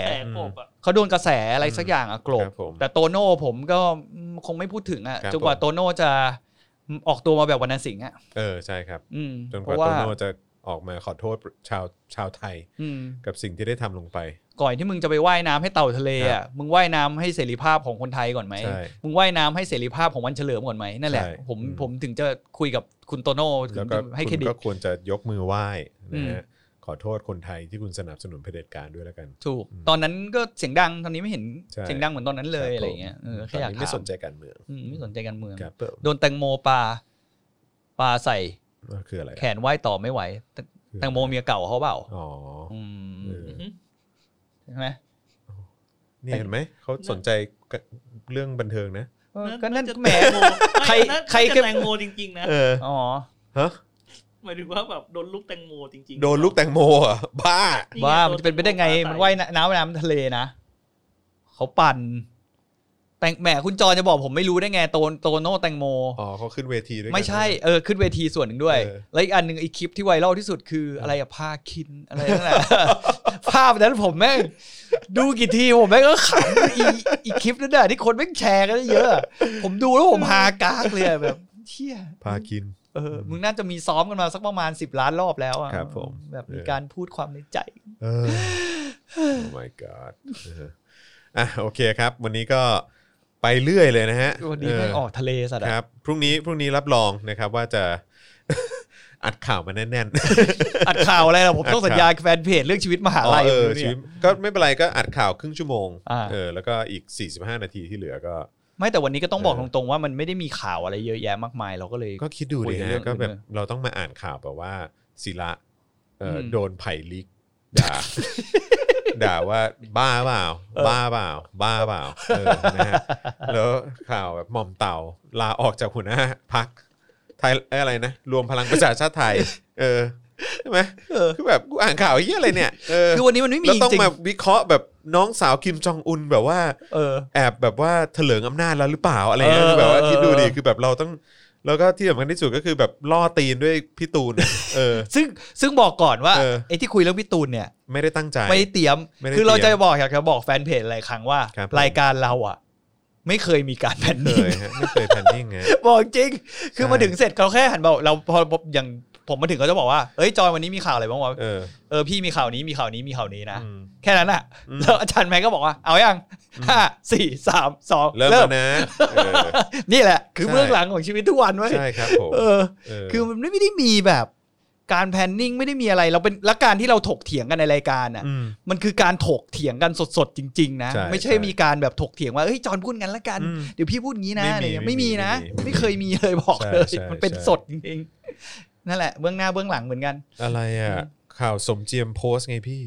D: เขาโดนกระแสกบ
C: เขาโดนกระแส
D: อะ
C: อะไรสักอย่างอะโกร
B: ค
C: ธ
B: รับผม
C: แต่โตโน่ผมก็อืมคงไม่พูดถึงอะ
B: ครับ
C: จนกว่า
B: ผม
C: โตโน่จะออกตัวมาแบบวรรณสิงห์อะ
B: เออใช่ครับ
C: อืม
B: จน
C: เพ
B: กว่า
C: ราะ
B: โต
C: ว่า
B: โน่จะออกมาขอโทษชาวชาวไทย
C: อืม
B: กับสิ่งที่ได้ทำลงไป
C: ก่อนที่มึงจะไปว่ายน้ำให้เต่าทะเลอะมึงว่ายน้ำให้เสรีภาพของคนไทยก่อนไหม
B: ใช่
C: มึงว่ายน้ำให้เสรีภาพของวันเฉลิมก่อนไหมนั่นแหละ
B: ใช่
C: ผม
B: อืม
C: ผมถึงจะคุยกับคุณโตโน่ถึ
B: แล้ว
C: ง
B: ก็
C: จะให้เคร
B: คุณ
C: ดิต
B: ก็ควรจะยกมือไหว้นะ
C: อื
B: ฮะ
C: ม
B: ขอโทษคนไทยที่คุณสนับสนุนเผด็จการด้วยแล้วกัน
C: ถูก
B: อืม
C: ตอนนั้นก็เสียงดังตอนนี้ไม่เห็น
B: ใช่
C: เสียงดังเหมือนตอนนั้นเลย
B: คบ
C: อะไรอย่างเงี้ยเออ
B: ผม
C: แค่อยาก
B: ตนนี้
C: ถา
B: ไม่
C: ม
B: สนใจการเมือง
C: อืมไม่สนใจการเมือง
B: ครับเปิด
C: โดนแตงโมปลาปลาใส่
B: คืออะไร
C: แขนไหวต่อไม่ไหวแต่แตงโมเมียเก่าเขาเปล่า
B: อ๋อ
C: อืม
B: เออ
D: อือฮึ
C: ใช่ไหม
B: นี่เห็นไหมเขาสนใจกับเรื่องบันเทิงนะ
C: เออก็นั่น
D: จะ
C: แหม
D: ตงโม
C: ใคร
D: ไม่น่า
C: ใคร
D: จะ
C: ก็
D: แตงโมจริงๆนะ
B: เออ
C: อ๋อ
B: ฮะ
D: หมายถึงว่าแบบโดนลูกแตงโมจริงๆ
B: โดนลูกแตงโมเหรอ่ะบ้า
D: ไง
C: ว่ามันจะเป็นไปได้ไง
D: โแตโ
C: มันว่ายน้ำน้ำทะเลนะเขาปั่นแตงแหมคุณจอจะบอกผมไม่รู้ได้ไงโตนโตโน่แตงโม
B: อ๋อเขาขึ้นเวทีด้วยกัน
C: ไม่ใช่เออขึ้นเวทีส่วนหนึ่งด้วย
B: เออ
C: แล้วอีกอันหนึ่งอีกคลิปที่ไวรัลที่สุดคืออะไรอะผ้าคินอะไรนั่นแหละ *laughs* ภาพนั้นผมแม่งดูกี่ทีผมแม่งก็ขำอีอีคลิปนั้นน่ะที่คนแม่งแชร์กันเยอะ ผมดูแล้วผมฮากากเลยอะแบบเชี่ย
B: พากิน
C: เออมึงน่าจะมีซ้อมกันมาสักประมาณ 10 ล้านรอบแล้วอะ
B: ครับผม
C: แบบมีการพูดความในใจ
B: เออ oh my god เอออ่ะโอเคครับ วันนี้ก็ไปเรื่อยเลยนะฮะ
C: วันนี้แม่ง
B: เ
C: ออกทะเลสัตว์
B: ค
C: อะ
B: รับพรุ่งนี้พรุ่งนี้รับรองนะครับว่าจะ *laughs* อัดข่าวมาแน่น
C: อัดข่าวอะไรล่ะผ
B: *laughs*
C: ม
B: อัดข่าว
C: ต้องสัญญากับแฟนเพจเรื่องชีวิตม
B: ๆ
C: หาลัย
B: เออ
C: ผม
B: ชีวิ
C: เนี่ย
B: ตก็ไม่เป็นไรก็อัดข่าวครึ่งชั่วโมง
C: อ่า
B: เออแล้วก็อีก 45 นาทีที่เหลือก็
C: ไม่แต่วันนี้ก็ต้องบอก
B: เอ
C: ต
B: อ
C: รงๆว่ามันไม่ได้มีข่าวอะไรเยอะแยะมากมายเราก็เลย
B: ก็คิดดูดิ
C: คุยกันเรื่
B: ฮะ
C: อง
B: ก็แบบ
C: อื่นด้วย
B: เราต้องมาอ่านข่าวแบบว่าศิระเอ่ออ
C: ม
B: โดนไผ่ลิกด่า *laughs* ด่าว่าบ้าเปล่า
C: เออ
B: บ้าเปล่า บ้าเปล่าเออนะฮะแล้วข่าวแบบหม่อมเต่าลาออกจากหัวหน้าพักไทยเอ้ยอะไรนะ รวมพลังประชาชาติไทย เออใช่ไหม
C: เออ
B: คือแบบกูอ่านข่าวเหียอะไรเนี่ยเออ
C: คือวันนี้มันไม่มี
B: แล้ว
C: จ
B: ต้อง
C: ริง
B: มาวิเคราะห์แบบน้องสาวคิมจองอุนแบบว่า
C: ๆเออ
B: แอบแบบว่าเถลิงอำนาจแล้วหรือเปล่าอะไรเงี้ย
C: เออ
B: แบบว่า
C: เออ
B: คิดดูดิ
C: เออ
B: คือแบบเราต้อง แล้วก็ที่สำคัญที่สุดก็คือแบบล่อตีนด้วยพี่
C: *laughs*
B: ตูนเนี่ยเออ
C: ซึ่งซึ่งบอกก่อนว่า
B: เออ
C: ไอ้ที่คุยเรื่องพี่ตูนเนี่ย
B: ไม่ได้ตั้งใจ
C: ไม่ได้เตรียม
B: ไม่ได้
C: คือเรา
B: เตรี
C: จะ
B: ยม
C: บอกอยากจะบอกแฟนเพจหลายครั้งว่า
B: ครับผม
C: รายการเราอ่ะ ไม่เคยมีการแพน
B: เค
C: นิ่ง
B: ยฮะไม่เคยแพนนิ่งไง
C: *laughs* บอกจริง คือ
B: ใช่
C: มาถึงเสร็จเขาแค่หันมาบอกเราพอพออย่างผมมาถึงเขาจะบอกว่าเอ้ยจอยวันนี้มีข่าวอะไรบ้างวะ
B: เออ
C: เออพี่มีข่าวนี้มีข่าวนี้มีข่าวนี้นะ
B: อืม
C: แค่นั้นอ่ะ
B: อืม
C: แล้วอาจารย์แมนก็บอกว่าเอายังห้าสี่สามสอง
B: เริ่มแล้วนะเออ
C: นี่แหละ คือ
B: ใช่
C: เบื้องหลังของชีวิตทุกวันเว้ย
B: ใช่ครับผม
C: เออ
B: เ
C: คือมันไม่ได้มีแบบการแพนนิ่งไม่ได้มีอะไรเราเป็นและการที่เราถกเถียงกันในรายการอ่ะ
B: ม
C: มันคือการถกเถียงกันสดๆจริง ๆ นะ
B: ใช่
C: ไม่ใช่
B: ใช่
C: มีการแบบถกเถียงว่าเฮ้ยจอนพูดงั้นละกัน
B: อืม
C: เดี๋ยวพี่พูดงี้นะ
B: ไม่มี
C: อะไรเงี้ย
B: ไม่
C: ไม่
B: มี
C: มีนะ
B: ไม่มี
C: ไม่เคยมีเลยบอกเลย
B: ใช่ใช่
C: มันเป็น
B: ใช่
C: สดจริงๆนั่นแหละเบื้องหน้าเบื้องหลังเหมือนกัน
B: อะไรอ่ะข่าวสมเจียมโพสต์ไงพี่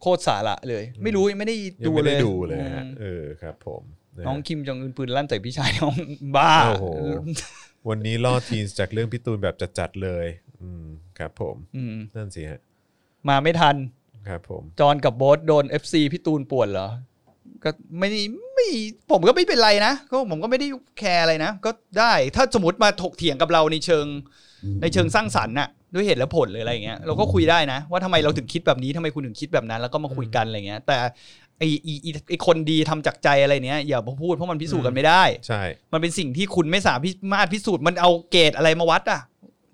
C: โคตรสาระเลย ไม่รู้ยังไม่ได้
B: ยัง
C: ดู
B: ไม่
C: เล
B: ได้
C: ย
B: ดูเลยฮะ
C: อืม
B: เออครับผมะฮะ
C: น้องคิมจองอึนปืนลั่นใส่พี่ชายน้ *laughs* องบ้า
B: โอ้โห วันนี้ล่อทีนจากเรื่องพี่ตูนแบบจัดๆเลย อืมครับผม
C: อืม
B: นั่นสิฮะ
C: มาไม่ทัน
B: ครับผม
C: จอนกับโบ๊ทโดน FC พี่ตูนป่วนเหรอ ก็ไม่ไม่ผมก็ไม่เป็นไรนะก็ผมก็ไม่ได้แคร์อะไรนะ ก็ได้ถ้าสมมติมาถกเถียงกับเราในเชิง ในเชิงสร้างสรรค์น่ะด้วยเหตุและผลหรืออะไรอย่างเงี้ยเราก็คุยได้นะ ว่าทำไมเราถึงคิดแบบนี้ทำไมคุณถึงคิดแบบนั้น แล้วก็มาคุยกันอะไรเงี้ย แต่ไออีอีไอคนดีทำจากใจอะไรเนี้ยอย่ามาพูดเพราะมันพิสูจน์กันไม่ได้
B: ใช่
C: มันเป็นสิ่งที่คุณไม่สามารถพิสูจน์มันเอาเกรดอะไรมาวัดอ่ะ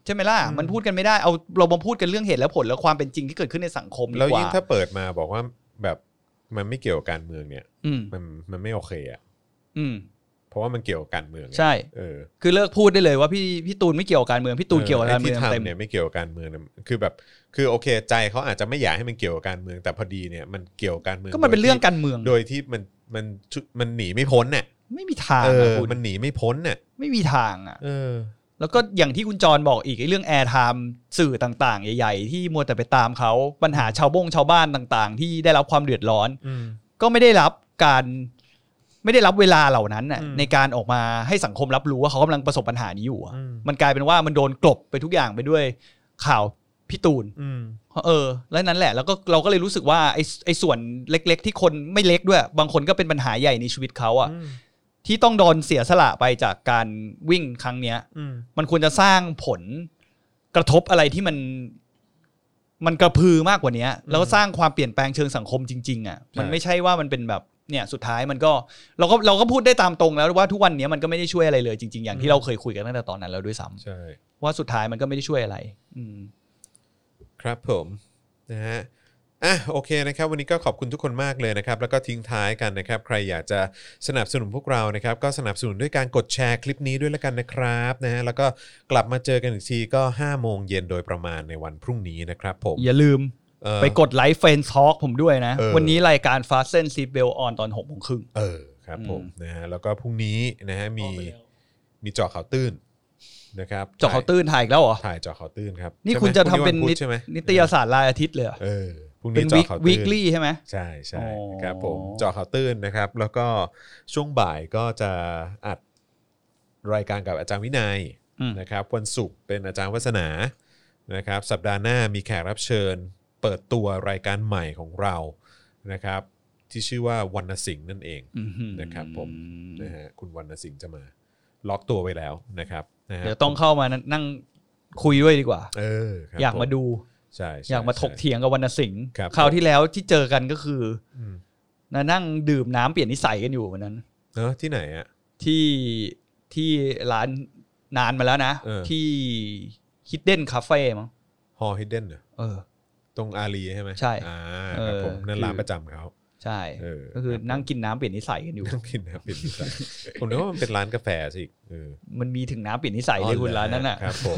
C: ใช่ไหมล่ะมันพูดกันไม่ได้เอาเรามาพูดกันเรื่องเหตุและผลและความเป็นจริงที่เกิดขึ้นในสังคมดี
B: แล้ว
C: กว่า
B: ยิ่งถ้าเปิดมาบอกว่าแบบมันไม่เกี่ยวกับการเมืองเนี่ย
C: อืม
B: มันมันไม่โอเคอ่ะ
C: อืม
B: เพราะว่ามันเกี่ยวกับการเมืองไง
C: ใช่
B: เออ
C: คือเลิกพูดได้เลยว่าพี่พี่ตูนไม่เกี่ยวกับการเมืองพี่ตูนเกี่ยวกับการเมือง
B: ไที่
C: เต็ม
B: ทำเนี่ยไม่เกี่ยวกับการเมืองนะคือแบบ คือโอเคใจเขาอาจจะไม่อยากให้มันเกี่ยวกับการเมือง แต่พอดีเนี่ยมันเกี่ยวกับการเมือง
C: ก็มันเป็น
B: โดยที่
C: เรื่องการเมือง
B: โดยที่มันมันชุมันหนีไม่พ้นน่ะ
C: ไม่มีทาง
B: เอ
C: อะ
B: อ
C: คุณ
B: มันหนีไม่พ้นน่ะ
C: ไม่มีทางอ่ะ
B: เออ
C: แล้วก็อย่างที่คุณจรบอกอีกไอ้เรื่องแอร์ไทม์สื่อต่างๆ ใหญ่ๆ ที่มัวแต่ไปตามเขาปัญหาชาวบงชาวบ้านต่างๆ ที่ได้รับความเดือดร้อน
B: อืม
C: ก็ไม่ได้รับการ ไม่ได้รับเวลาเหล่านั้นน่ะ
B: อืม
C: ในการออกมาให้สังคมรับรู้ว่าเขากำลังประสบปัญหานี้อยู่อะ
B: อืม
C: มันกลายเป็นว่ามันโดนกลบไปทุกอย่างไปด้วยข่าวพี่ตูน
B: อืม
C: เออแล้วนั่นแหละแล้วก็เราก็เลยรู้สึกว่าไอ้ไอ้ส่วนเล็กๆ ที่คนไม่เล็กด้วย บางคนก็เป็นปัญหาใหญ่ในชีวิตเขาอะ
B: อืม
C: ที่ต้องโดนเสียสละไปจากการวิ่งครั้งเนี้ย
B: อืม
C: มันควรจะสร้างผลกระทบอะไรที่มัน มันกระพือมากกว่าเนี้ยแล้วก็สร้างความเปลี่ยนแปลงเชิงสังคมจริงๆอะ่ะมันไม่ใช่ว่ามันเป็นแบบเนี่ยสุดท้ายมันก็เราก็เราก็พูดได้ตามตรงแล้วว่าทุกวันเนี้ยมันก็ไม่ได้ช่วยอะไรเลยจริงๆอย่างที่เราเคยคุยกันตั้งแต่ตอนนั้นแล้วด้วยซ้
B: ใช่
C: ำว่าสุดท้ายมันก็ไม่ได้ช่วยอะไร อืม
B: ครับผมนะฮะอ่ะโอเคนะครับวันนี้ก็ขอบคุณทุกคนมากเลยนะครับ แล้วก็ทิ้งท้ายกันนะครับ ใครอยากจะสนับสนุนพวกเรานะครับ ก็สนับสนุนด้วยการกดแชร์คลิปนี้ด้วยละกันนะครับนะฮะแล้วก็กลับมาเจอกันอีกทีก็5โมงเย็นโดยประมาณในวันพรุ่งนี้นะครับผม
C: อย่าลืม
B: เออ
C: ไปกดไลค์เฟนทอล์กผมด้วยนะ
B: เออ
C: วันนี้รายการ Fast เส้นซีเบลออนตอนหกโมงครึ่ง
B: เออครับผม
C: อืม
B: นะฮะแล้วก็พรุ่งนี้นะฮะมี
D: ออกไปแล้ว
B: มีเจาะข่าวตื้นนะครับ
C: เจอเขาวตื้นถ่ายอีกแล้วเหรอ
B: ถ่ายเจาะข่าวตื้นครับ
C: นี่
B: ใช่ไหม
C: คุณจะ
B: พรุ่
C: ทำ
B: ง
C: เป็น
B: วั
C: นิ
B: พุธใช่ไหม
C: นิตยสารรายอาทิตย์เลยเหรอ
B: เออพรุ่ง
C: เป็
B: นี้
C: น
B: เจาะข่าวตื้
C: วี
B: น
C: คลี่ใช่ไหม
B: ใช่ใช่
C: อ๋อ
B: ครับผมเจอข่าวตื้นนะครับ แล้วก็ช่วงบ่ายก็จะอัดรายการกับอาจารย์วินัย
C: อืม
B: นะครับ วันศุกร์เป็นอาจารย์วัฒนานะครับ สัปดาห์หน้ามีแขกรับเชิญ เปิดตัวรายการใหม่ของเรานะครับ ที่ชื่อว่าวรรณสิงห์นั่นเอง นะครับผม นะฮะคุณวรรณสิงห์จะมา ล็อกตัวไว้แล้วนะครับนะฮะ
C: เดี๋ยวต้องเข้ามานั่งคุยด้วยดีกว่า
B: เออครับ
C: อยากมา
B: ผ
C: ดู
B: ใช่ใช่
C: อยากมาถก
B: ใช่
C: เถียงกับวรรณสิงห์
B: ครับ
C: คราวที่แล้วที่เจอกันก็คืออ
B: ม
C: นะนั่งดื่มน้ำเปลี่ยนนิสัยกันอยู่วันนั้น
B: เนอะที่ไหนอ่ะ
C: ที่ที่ร้านนานมาแล้วนะ
B: เออ
C: ที่คิดเด้นคาเฟ่มั้ง
B: ฮอลฮิดเด้นเหรอ
C: เออ
B: ตรงอารีใช่ไหม
C: ใช่
B: อ่าครับผม
C: เออ
B: นั่นร้านประจำเขา
C: ใช่
B: เออ
C: ก็คือนั่งกินน้ำเปลี่ยนนิสัยกันอยู่
B: ต้อง *laughs* กินนะเปลี่ยนนิสัยผมนึกว่ามันเป็นร้านกาแฟสิเออ
C: มันมีถึงน้ำเปลี่ยนนิสัยเลยคุณร้านนั้นอ่ะ
B: ครับผม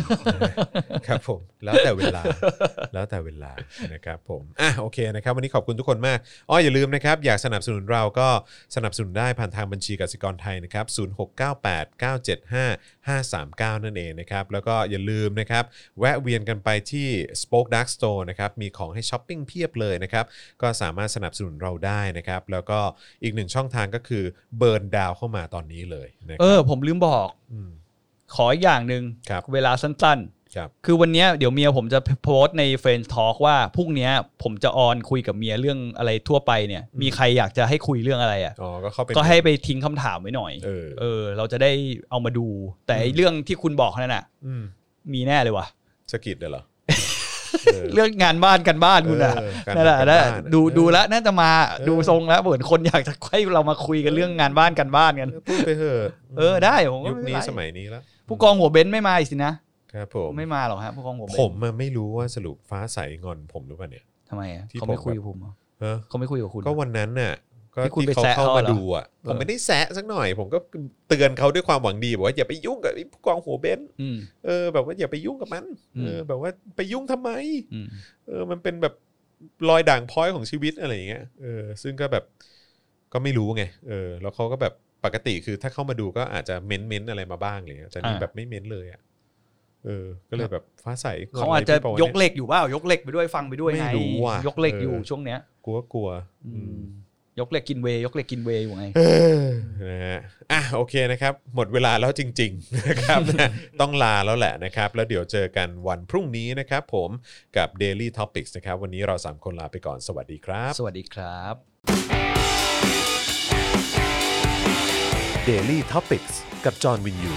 B: ครับผม *laughs* แล้วแต่เวลาแล้วแต่เวลานะครับผมอ่ะโอเคนะครับ วันนี้ขอบคุณทุกคนมากอ้ออย่าลืมนะครับ อยากสนับสนุนเราก็สนับสนุนได้ผ่านทางบัญชีกสิกรไทยนะครับ0698975539 นั่นเองนะครับ แล้วก็อย่าลืมนะครับ แวะเวียนกันไปที่ Spoke Dark Store นะครับมีของให้ช้อปปิ้งเพียบเลยนะครับ ก็สามารถสนับสนุนเราได้นะครับ แล้วก็อีกหนึ่งช่องทางก็คือเบิร์นดาวเข้ามาตอนนี้เลยนะค
C: เอ
B: รับ
C: อ ผมลืมบอก
B: ม
C: ขออีกอย่างหนึ่ง
B: ครับ
C: เวลาสั้น
B: ครับ
C: ๆ คือวันเนี้ยเดี๋ยวเมียผมจะโพสต์ในเฟรน d ์ทอล์กว่าพรุ่งเนี้ยผมจะออนคุยกับเมียเรื่องอะไรทั่วไปเนี่ย มีใครอยากจะให้คุยเรื่องอะไรอ่ะ
B: อ๋อก็เข้าไป
C: ก็ให้ไปทิ้งคำถามไว้หน่อย
B: เออ
C: เราจะได้เอามาดู แต่ไอ้เรื่องที่คุณบอกนั่นน่ะ
B: อืม
C: มีแน่เลยว่ะ
B: สะกิดเด้อเหรอ
C: *laughs* เรื่องงานบ้านกันบ้านคุณอ่ะ
B: เออการ
C: นั่นแหละ
B: บ้าน
C: นั่นแห
B: การ
C: ละ
B: บ้าน
C: ดู
B: เออ
C: ดูแล้วน่าจะมา
B: เออ
C: ดูทรงแล้วเหมือนคนอยากจะให้เรามาคุยกันเรื่องงานบ้านกันบ้านกัน
B: พูดไปเถอะ
C: เออได้ผมก็
B: ยุค
C: ไเป็
B: นี้
C: ไร
B: สมัยนี้แล้ว
C: ผู้กองหัวเบนซ์ไม่มาอีกสินะครับ
B: ผม
C: ไม่มาหรอกฮะผู้กองหัวเบน
B: ผ
C: ซ์
B: มอะไม่รู้ว่าสรุปฟ้าใสงอนผมหรือเปล่าเนี่ย
C: ทำไมอะ
B: ที่
C: เขาไม่
B: ผม
C: คุยกับผมเหรอ
B: เออ
C: เขาไม่คุยกับคุณ
B: ก็วันนั้นน่ะ ก็
C: ที่คุณ
B: ที่
C: ไป
B: เขา
C: แซะ
B: เข้า
C: เขา
B: มา
C: เหรอ
B: ดูอ่ะผม
C: เออ
B: ไม่ได้แซะสักหน่อย ผมก็เตือนเขาด้วยความหวังดีบอกว่าอย่าไปยุ่งกับไอ้ผู้กองหัวเบนซ์
C: อืม
B: เออแบบว่าอย่าไปยุ่งกับมัน
C: อืม
B: เออแบบว่าไปยุ่งทำไม
C: อืม
B: เออ มันเป็นแบบรอยด่างพร้อยของชีวิตอะไรอย่างเงี้ย เออ ซึ่งก็แบบก็ไม่รู้ไง เออ แล้วเขาก็แบบปกติคือถ้าเข้ามาดูก็อาจจะเม้นเม้นๆอะไรมาบ้างอะไรเลยแต่นี่แบบไม่เม้นเลยอ่ะ เออ ก็เลยแบบฟ้าใส
C: เขาอาจจะ
B: งนไรพี่ปวนี่
C: ยกเหล็กอยู่เปล่ายกเหล็กไปด้วยฟังไปด้วย
B: ไม่
C: ไง
B: รู้ว่ะ
C: ยกเหล็กอยู่
B: เออ
C: ช่วงเนี้ย
B: กลัวกลัว
C: อืมยกเหล็กกินเวย์ยกเหล็กกินเวย์อยู่ไง
B: เออนะฮะอ่ะโอเคนะครับ หมดเวลาแล้วจริง ๆ *laughs* นะครับ นะต้องลาแล้วแหละนะครับ แล้วเดี๋ยวเจอกันวันพรุ่งนี้นะครับ ผมกับ Daily Topics นะครับ วันนี้เรา 3 คนลาไปก่อนสวัสดีครับ
C: สวัสดีครับ
A: Daily t o p i c กกับจอห์นวินยู